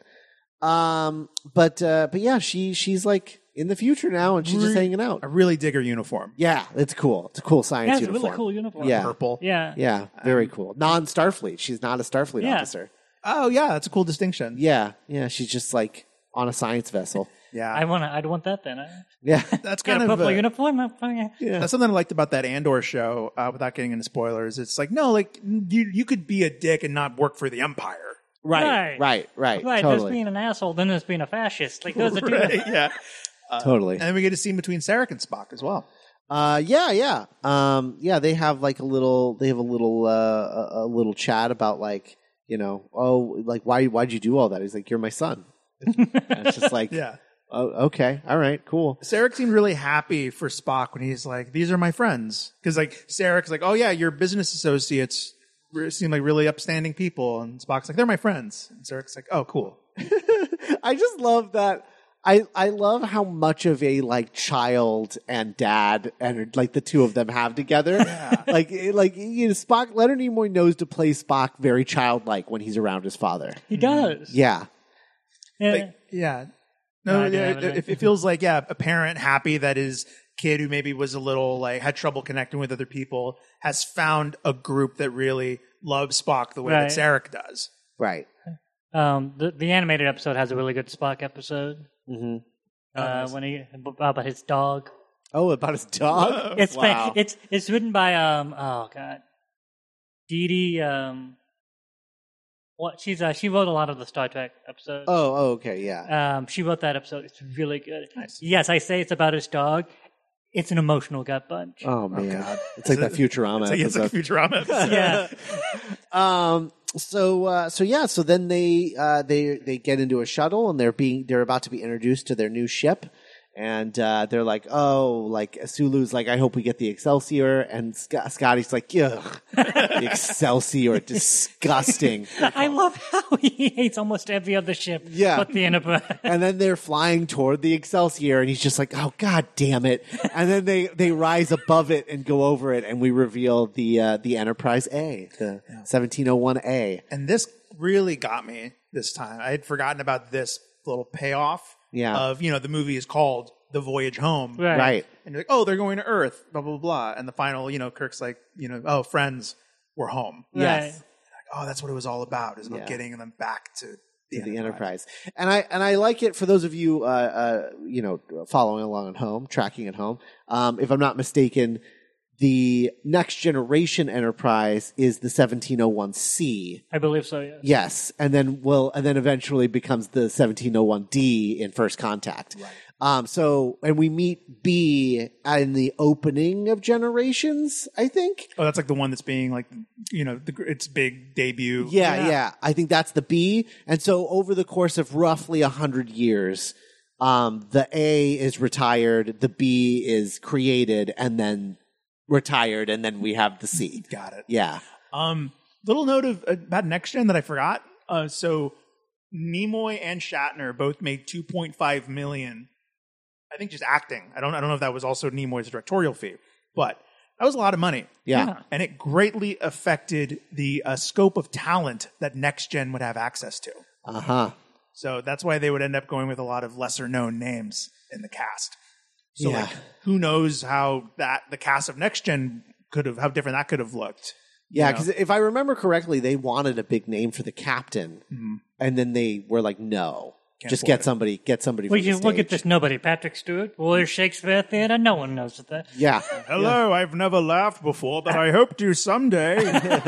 Um, but uh, but yeah, she she's like in the future now, and she's just
Re-
hanging out.
I really dig her uniform,
Yeah, it's cool. It's a cool science
That's a
uniform.
really cool uniform.
Yeah.
purple.
yeah,
Yeah, very cool. Non Starfleet. She's not a Starfleet
Yeah.
officer.
Oh yeah, that's a cool distinction.
Yeah, yeah. She's just like on a science vessel.
Yeah,
I want to. I'd want that then. I
Yeah.
that's
got
kind
a
of
purple
uh,
uniform. I'm fucking-
That's something I liked about that Andor show. Uh, without getting into spoilers, it's like no, like you you could be a dick and not work for the Empire.
Right.
Right.
Right. Right.
Right, there's
totally.
being an asshole, then there's being a fascist. Like those are two.
Right? yeah,
totally.
and then we get a scene between Sarek and Spock as well.
Uh, yeah. Yeah. Um, yeah. They have like a little. They have a little. Uh, a, a little chat about like you know. Oh, like why? Why'd you do all that? He's like, you're my son. and it's just like.
Yeah.
Oh, okay. All right. Cool.
Sarek seemed really happy for Spock when he's like, "These are my friends," because like Sarek's like, "Oh yeah, your business associates re- seem like really upstanding people," and Spock's like, "They're my friends," and Sarek's like, "Oh cool."
I just love that. I, I love how much of a like child and dad and like the two of them have together. Like it- like you know, Spock Leonard Nimoy knows to play Spock very childlike when he's around his father.
He does.
Yeah.
Yeah.
Like, yeah, no,
No, I didn't
yeah,
have
it,
it.
it feels like yeah, a parent happy that his kid who maybe was a little like had trouble connecting with other people has found a group that really loves Spock the way
Right.
that Sarek does.
Right.
Um, the, the animated episode has a really good Spock episode
Mm-hmm.
hmm
uh, when he about his dog.
Oh, about his dog.
It's
wow.
by, it's it's written by um oh god, Dee Dee um, what she's uh, she wrote a lot of the Star Trek episodes.
oh, oh, okay, yeah.
Um, she wrote that episode. It's really good.
Nice.
Yes, I say it's about his dog. It's an emotional gut punch.
Oh man, it's like that Futurama
So yeah, it's like a
episode.
Futurama. episode.
yeah,
um. So uh, so yeah. So then they uh, they they get into a shuttle and they're being they're about to be introduced to their new ship. And uh, they're like, oh, like Sulu's like, I hope we get the Excelsior, and Sc- Scotty's like, ugh, the Excelsior, disgusting.
I love how he hates almost every other ship.
Yeah.
but the Enterprise.
and then they're flying toward the Excelsior, and he's just like, "Oh God damn it!" And then they they rise above it and go over it, and we reveal the uh, the Enterprise A, the seventeen oh one A.
And this really got me this time. I had forgotten about this little payoff
Yeah.
of, you know, the movie is called The Voyage Home.
Right.
Right.
And you're like, oh, they're going to Earth, blah, blah, blah. And the final, you know, Kirk's like, you know, oh, friends, we're home.
Yes.
Like, oh, that's what it was all about, is about
Yeah.
getting them back to the,
The Enterprise, and I and I like it for those of you, uh, uh, you know, following along at home, tracking at home. Um, if I'm not mistaken, the next generation Enterprise is the 1701C.
I believe so. Yes.
Yes, and then will and then eventually becomes the 1701D in First Contact. Um, so and we meet B in the opening of Generations, I think.
Oh, that's like the one that's being like, you know, the, gr- its big debut.
Yeah, yeah, I think that's the B. And so over the course of roughly a hundred years, um, the A is retired, the B is created, and then retired, and then we have the C.
Got it.
Yeah.
Um, little note of about next gen that I forgot. Uh, so Nimoy and Shatner both made 2.5 million. I think just acting. I don't. I don't know if that was also Nimoy's directorial fee, but that was a lot of money.
Yeah.
and it greatly affected the uh, scope of talent that next gen would have access to.
Uh huh.
So that's why they would end up going with a lot of lesser known names in the cast. So
Yeah.
like, who knows how that the cast of next gen could have how different that could have looked.
Yeah,
you know?
because if I remember correctly, they wanted a big name for the captain, and then they were like, "No,
Can't
just
afford
get somebody, get somebody."
Well,
from the
you look at
stage."
this nobody. Patrick Stewart, Royal Shakespeare Theatre. No one knows that.
Yeah,
Hello, I've never laughed before, but I hope to someday.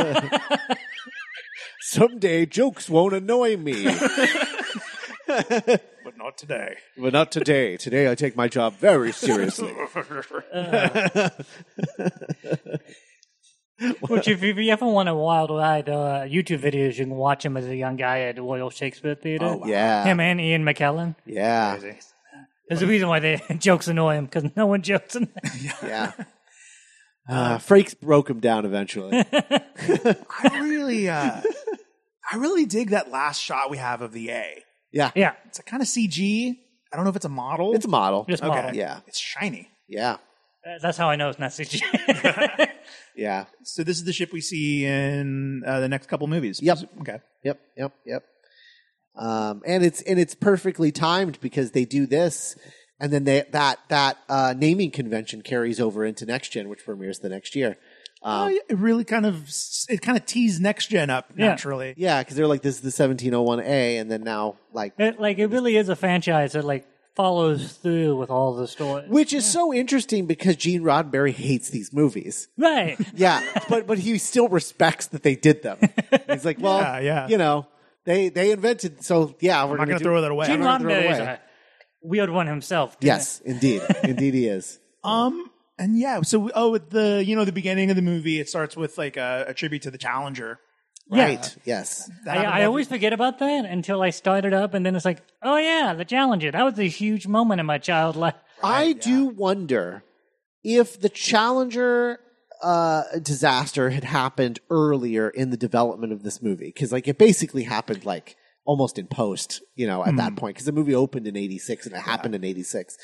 someday jokes won't annoy me,
but not today.
but not today. Today, I take my job very seriously.
Which, if you, if you ever want a wild ride, uh, YouTube videos you can watch him as a young guy at Royal Shakespeare Theatre.
Oh, wow. Yeah.
him and Ian McKellen.
yeah,
There's a reason why the jokes annoy him because no one jokes. In
yeah. Uh, Frakes broke him down eventually.
I really, uh, I really dig that last shot we have of the A.
Yeah,
yeah,
It's a kind of CG. I don't know if it's a model.
it's a model.
just
okay.
model.
Yeah,
It's shiny.
yeah,
Uh, That's how I know it's not CG.
yeah.
So this is the ship we see in uh, the next couple movies.
Yep.
Okay.
Yep, yep, yep. Um, and it's and it's perfectly timed because they do this, and then they, that that uh, naming convention carries over into next gen, which premieres the next year.
Oh, yeah, it really kind of s- it kind of tees next gen up
Yeah.
naturally.
Yeah, because they're like this is the seventeen oh one A, and then now like.
it, like it really is a franchise that like follows through with all the stories.
Which is so interesting because Gene Roddenberry hates these movies.
Right.
Yeah, but but he still respects that they did them. He's like, well,
Yeah, yeah.
you know, they they invented, so yeah, we're
I'm not
gonna
going to
do-
throw that away.
Gene
gonna throw it
Roddenberry is
away.
a weird one himself. didn't
Yes, indeed, indeed, he is.
Um, and yeah, so oh, at the you know the beginning of the movie, it starts with like a, a tribute to the Challenger.
Yeah.
Right. Yes.
That had a
I, I
lovely-
always forget about that until I start it up, and then it's like, oh yeah, the Challenger. That was a huge moment in my child life.
I do wonder if the Challenger uh, disaster had happened earlier in the development of this movie, because like it basically happened like almost in post, you know, at that point, because the movie opened in '86 and it happened in '86.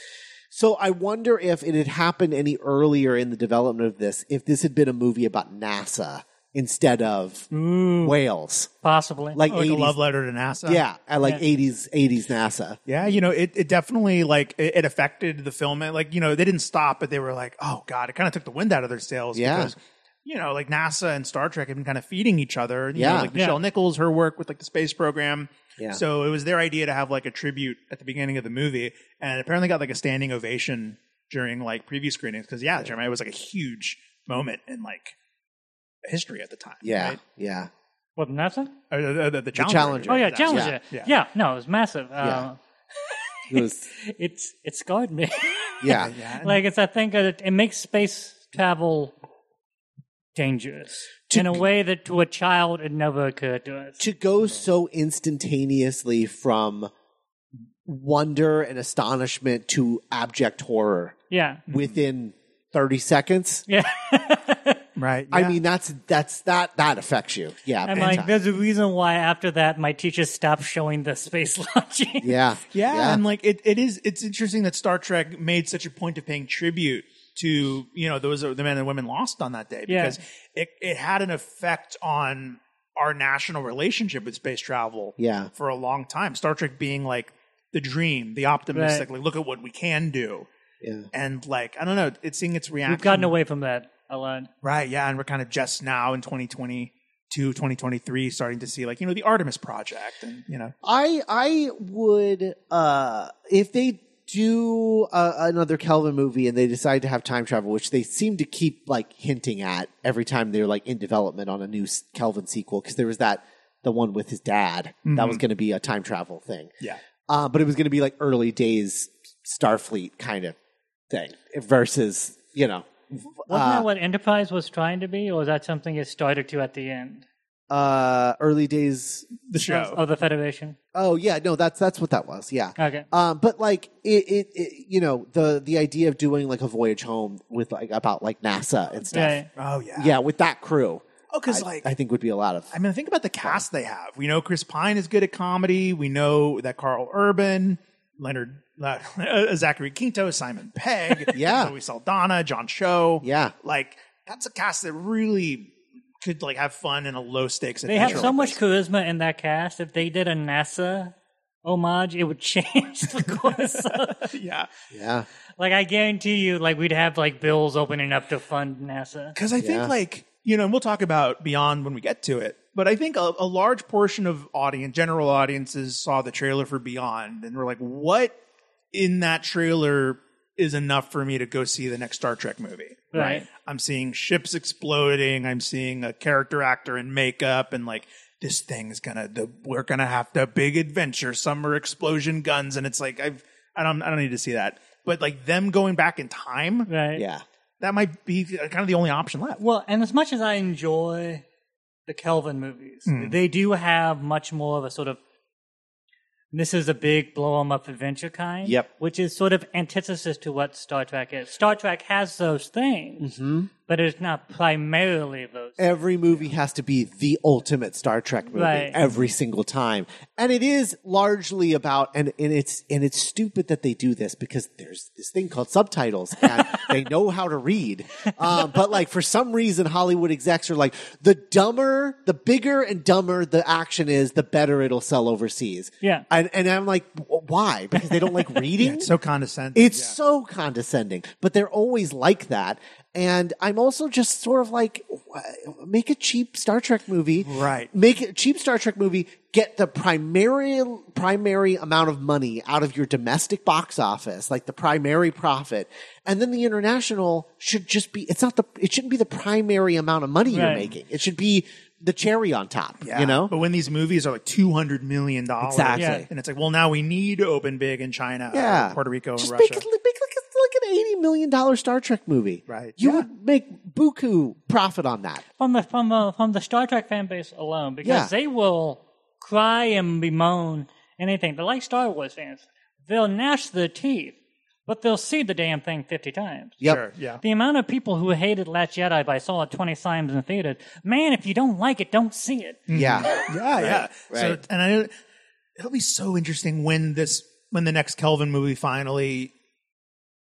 So I wonder if it had happened any earlier in the development of this, if this had been a movie about NASA instead of
Ooh,
whales,
possibly.
like
Like a
80s.
love letter to NASA.
yeah, at like
Yeah.
eighties eighties NASA.
Yeah, you know, it, it definitely like it, it affected the film. And, Like, you know, they didn't stop, but they were like, oh God, it kind of took the wind out of their sails.
Yeah.
Because, you know, like NASA and Star Trek have been kind of feeding each other. You
Yeah.
Know, like Michelle Nichols, her work with like the space program.
Yeah.
So it was their idea to have like a tribute at the beginning of the movie. And it apparently got like a standing ovation during like preview screenings. Cause yeah, Jeremiah was like a huge moment in like history at the time.
Yeah,
right?
yeah.
What, NASA?
Or uh, the, the, the, Challenger.
Challenger.
Oh, yeah,
Disaster.
Challenger. Yeah.
Yeah.
no, it was massive. Uh,
It was
It's It scarred me.
yeah.
Yeah. and-
like, it's I think that it makes space travel dangerous in a way that to a child it never occurred to us.
to go so instantaneously from wonder and astonishment to abject horror
Yeah.
within 30 seconds
Yeah.
right.
i
yeah.
mean that's that's that that affects you yeah
I'm
big
like,
time.
there's a reason why after that my teachers stopped showing the space launching.
yeah
Yeah, and like it, it is it's interesting that Star Trek made such a point of paying tribute to you know those the men and women lost on that day
Yeah.
because it it had an effect on our national relationship with space travel
Yeah.
for a long time. Star Trek being like the dream, the optimistic, like look at what we can do,
yeah
and like I don't know, it's seeing its reaction.
We've gotten away from that a lot.
right, yeah, and we're kind of just now in 2022, 2023, starting to see like you know the Artemis project and you know
I I would uh if they do uh, another Kelvin movie and they decide to have time travel, which they seem to keep like hinting at every time they're like in development on a new s- Kelvin sequel because there was that the one with his dad that was going to be a time travel thing,
yeah.
uh, but it was going to be like early days Starfleet kind of thing versus you know
Wasn't
Uh,
that what Enterprise was trying to be, or was that something it started to at the end
uh early days.
The show.
of the Federation?
Oh yeah, no, that's that's what that was. Yeah,
Okay.
Um, but like it, it, it, you know, the the idea of doing like a voyage home with like about like NASA and stuff.
Yeah.
Oh yeah.
Yeah, with that crew,
Oh, because like
I think would be a lot of.
I mean, think about the cast they have. We know Chris Pine is good at comedy. We know that Carl Urban, Leonard, uh, Zachary Quinto, Simon Pegg,
Yeah.
Zoe Saldana, John Cho.
Yeah.
like that's a cast that really could like have fun in a low stakes.
They have so much charisma in that cast. If they did a NASA homage, it would change the course. of-
yeah.
Yeah,
like I guarantee you, like we'd have like bills opening up to fund NASA.
Because I
Yeah.
think, like, you know, and we'll talk about Beyond when we get to it, but I think a, a large portion of audience, general audiences, saw the trailer for Beyond and were like, what in that trailer is enough for me to go see the next Star Trek movie?
Right.
I'm seeing ships exploding. I'm seeing a character actor in makeup and like, this thing's gonna, the, we're gonna have to big adventure, summer explosion guns. And it's like, I've, I don't, I don't need to see that. But like them going back in time,
Right.
yeah,
that might be kind of the only option left.
Well, and as much as I enjoy the Kelvin movies,
Hmm.
they do have much more of a sort of this is a big blow 'em up adventure kind.
Yep.
Which is sort of antithesis to what Star Trek is. Star Trek has those things,
Mm-hmm.
but it's not primarily those.
every movie has to be the ultimate Star Trek movie
Right.
every single time, and it is largely about and and it's and it's stupid that they do this because there's this thing called subtitles and they know how to read, um, but like for some reason Hollywood execs are like the dumber, the bigger and dumber the action is, the better it'll sell overseas.
Yeah.
and, and I'm like, w- why? Because they don't like reading.
It's so condescending.
It's so condescending, but they're always like that. And I'm also just sort of like, wh- make a cheap Star Trek movie,
Right.
Make a cheap Star Trek movie, get the primary primary amount of money out of your domestic box office, like the primary profit, and then the international should just be. It's not the. It shouldn't be the primary amount of money you're
Right.
making. It should be the cherry on top.
Yeah.
You know.
But when these movies are like two hundred million dollars,
Exactly.
Yeah.
and it's like, well, now we need to open big in China, or
yeah,
uh, Puerto Rico, and
Just
Russia.
Make, it, make like, a- like an eighty million dollar Star Trek movie,
Right.
You
Yeah.
would make buku profit on that.
from the from the, from the Star Trek fan base alone because
Yeah.
they will cry and bemoan anything. They're like Star Wars fans. They'll gnash their teeth, but they'll see the damn thing fifty times.
Yep.
Sure, yeah.
The amount of people who hated Last Jedi by saw it twenty times in theaters. Man, if you don't like it, don't see it.
Yeah.
Mm-hmm. Yeah, yeah. So,
right.
and I, it'll be so interesting when this when the next Kelvin movie finally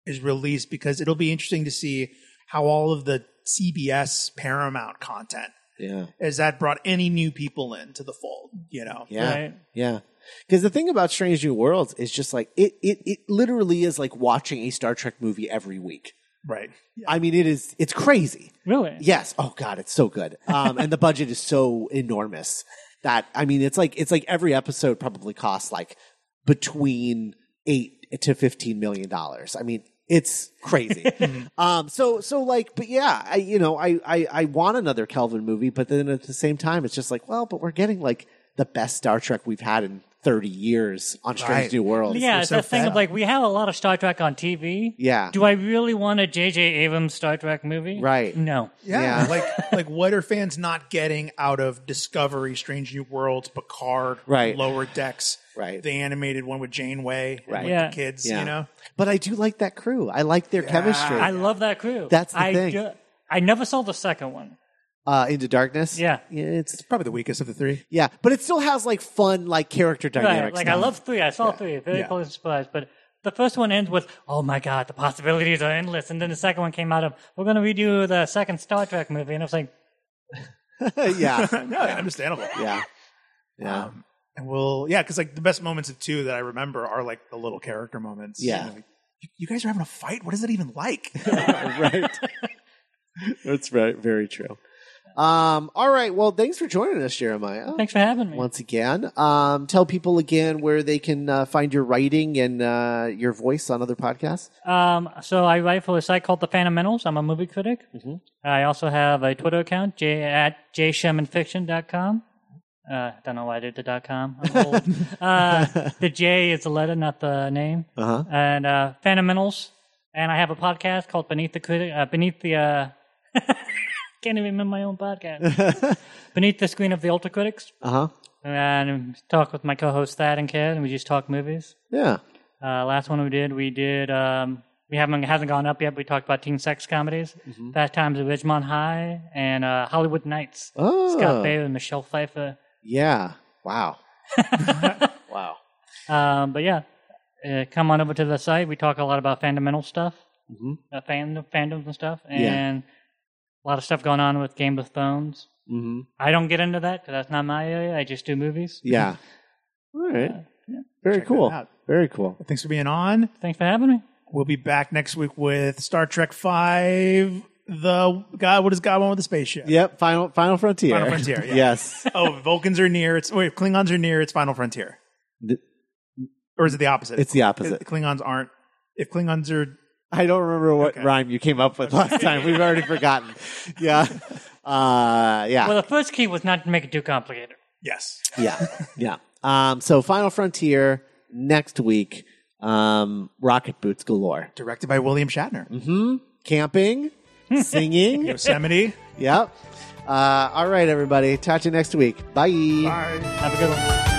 is released because it'll be interesting to see how all of the CBS Paramount content
Yeah.
is that brought any new people into the fold, you know?
Yeah.
Right.
Yeah. Because the thing about Strange New Worlds is just like it, it it literally is like watching a Star Trek movie every week.
Right. Yeah.
I mean, it is it's crazy.
Really?
Yes. Oh God, it's so good. Um, and the budget is so enormous that I mean, it's like it's like every episode probably costs like between eight to fifteen million dollars. I mean, it's crazy.
Mm-hmm.
um, so so like, but yeah, I you know, I, I I want another Kelvin movie, but then at the same time, it's just like, well, but we're getting like the best Star Trek we've had in thirty years on Strange
Right.
New Worlds.
Yeah, it's
so
that thing
fed
of
up.
like we have a lot of Star Trek on TV.
Yeah.
Do I really want a J.J. Abrams Star Trek movie?
Right.
No.
Yeah,
Yeah.
like like what are fans not getting out of Discovery, Strange New Worlds, Picard,
Right.
Lower Decks,
Right.
the animated one with Janeway, and
Right.
with
Yeah.
the kids,
Yeah.
you know,
But I do like that crew. I like their chemistry.
I love that crew.
That's the
I
thing.
I never saw the second one.
uh, Into Darkness.
Yeah.
yeah it's
probably the weakest of the three.
Yeah, but it still has like fun, like character
Right.
dynamics.
Like I love three. I saw three. Very
Yeah.
close surprise. But the first one ends with, "Oh my god, the possibilities are endless." And then the second one came out of, "We're going to redo the second Star Trek movie," and I was like,
yeah,
no, understandable.
yeah, yeah.
Um, and we'll yeah, because like the best moments of two that I remember are like the little character moments.
Yeah.
You know, like, "You- you guys are having a fight. What is it even like?
right. That's very very true. Um, all right. Well, thanks for joining us, Jeremiah.
"Thanks for having me."
Once again, um, tell people again where they can uh, find your writing and uh, your voice on other podcasts.
Um, so I write for a site called The Phantomentals. I'm a movie critic.
Mhm.
I also have a Twitter account j at jshemanfiction.com. Uh, don't know why I did the dot com. I'm old. uh, the J is the letter, not the name.
Uh-huh.
And uh, Phantomentals. And I have a podcast called Beneath the Critic. Uh, Beneath the. Uh, can't even remember my own podcast. Beneath the screen of the Ultra Critics.
Uh huh.
And talk with my co-host Thad and Kid, and we just talk movies.
Yeah.
Uh, last one we did, we did. Um, we haven't hasn't gone up yet. But we talked about teen sex comedies.
Mm-hmm.
Fast Times at Ridgemont High and uh, Hollywood Nights.
Oh.
Scott Baio and Michelle Pfeiffer.
Yeah. Wow. wow.
Um, but yeah, uh, come on over to the site. We talk a lot about fundamental stuff,
Mhm.
uh, fan fandoms and stuff,
Yeah.
and a lot of stuff going on with Game of Thrones.
Mm-hmm.
I don't get into that because that's not my area. I just do movies.
Yeah. All right. Very
Check that
cool.
out.
Very cool.
Thanks for being on.
Thanks for having me.
We'll be back next week with Star Trek Five. The God, what does God want with the spaceship?
Yep, final final frontier.
Final Frontier, yeah.
yes.
Oh, Vulcans are near. It's wait, Klingons are near. It's Final Frontier,
Th-
or is it the opposite?
It's the
If
opposite.
Klingons aren't. If Klingons are,
I don't remember what
Okay.
rhyme you came up with last time. We've already forgotten. Yeah. Uh yeah.
Well, the first key was not to make it too complicated.
yes,
yeah. Yeah. Um so Final Frontier next week. Um Rocket Boots galore.
directed by William Shatner,
Hmm? Camping, singing.
Yosemite.
yep. Uh all right everybody. Talk to you next week. Bye.
Bye.
Have a good one.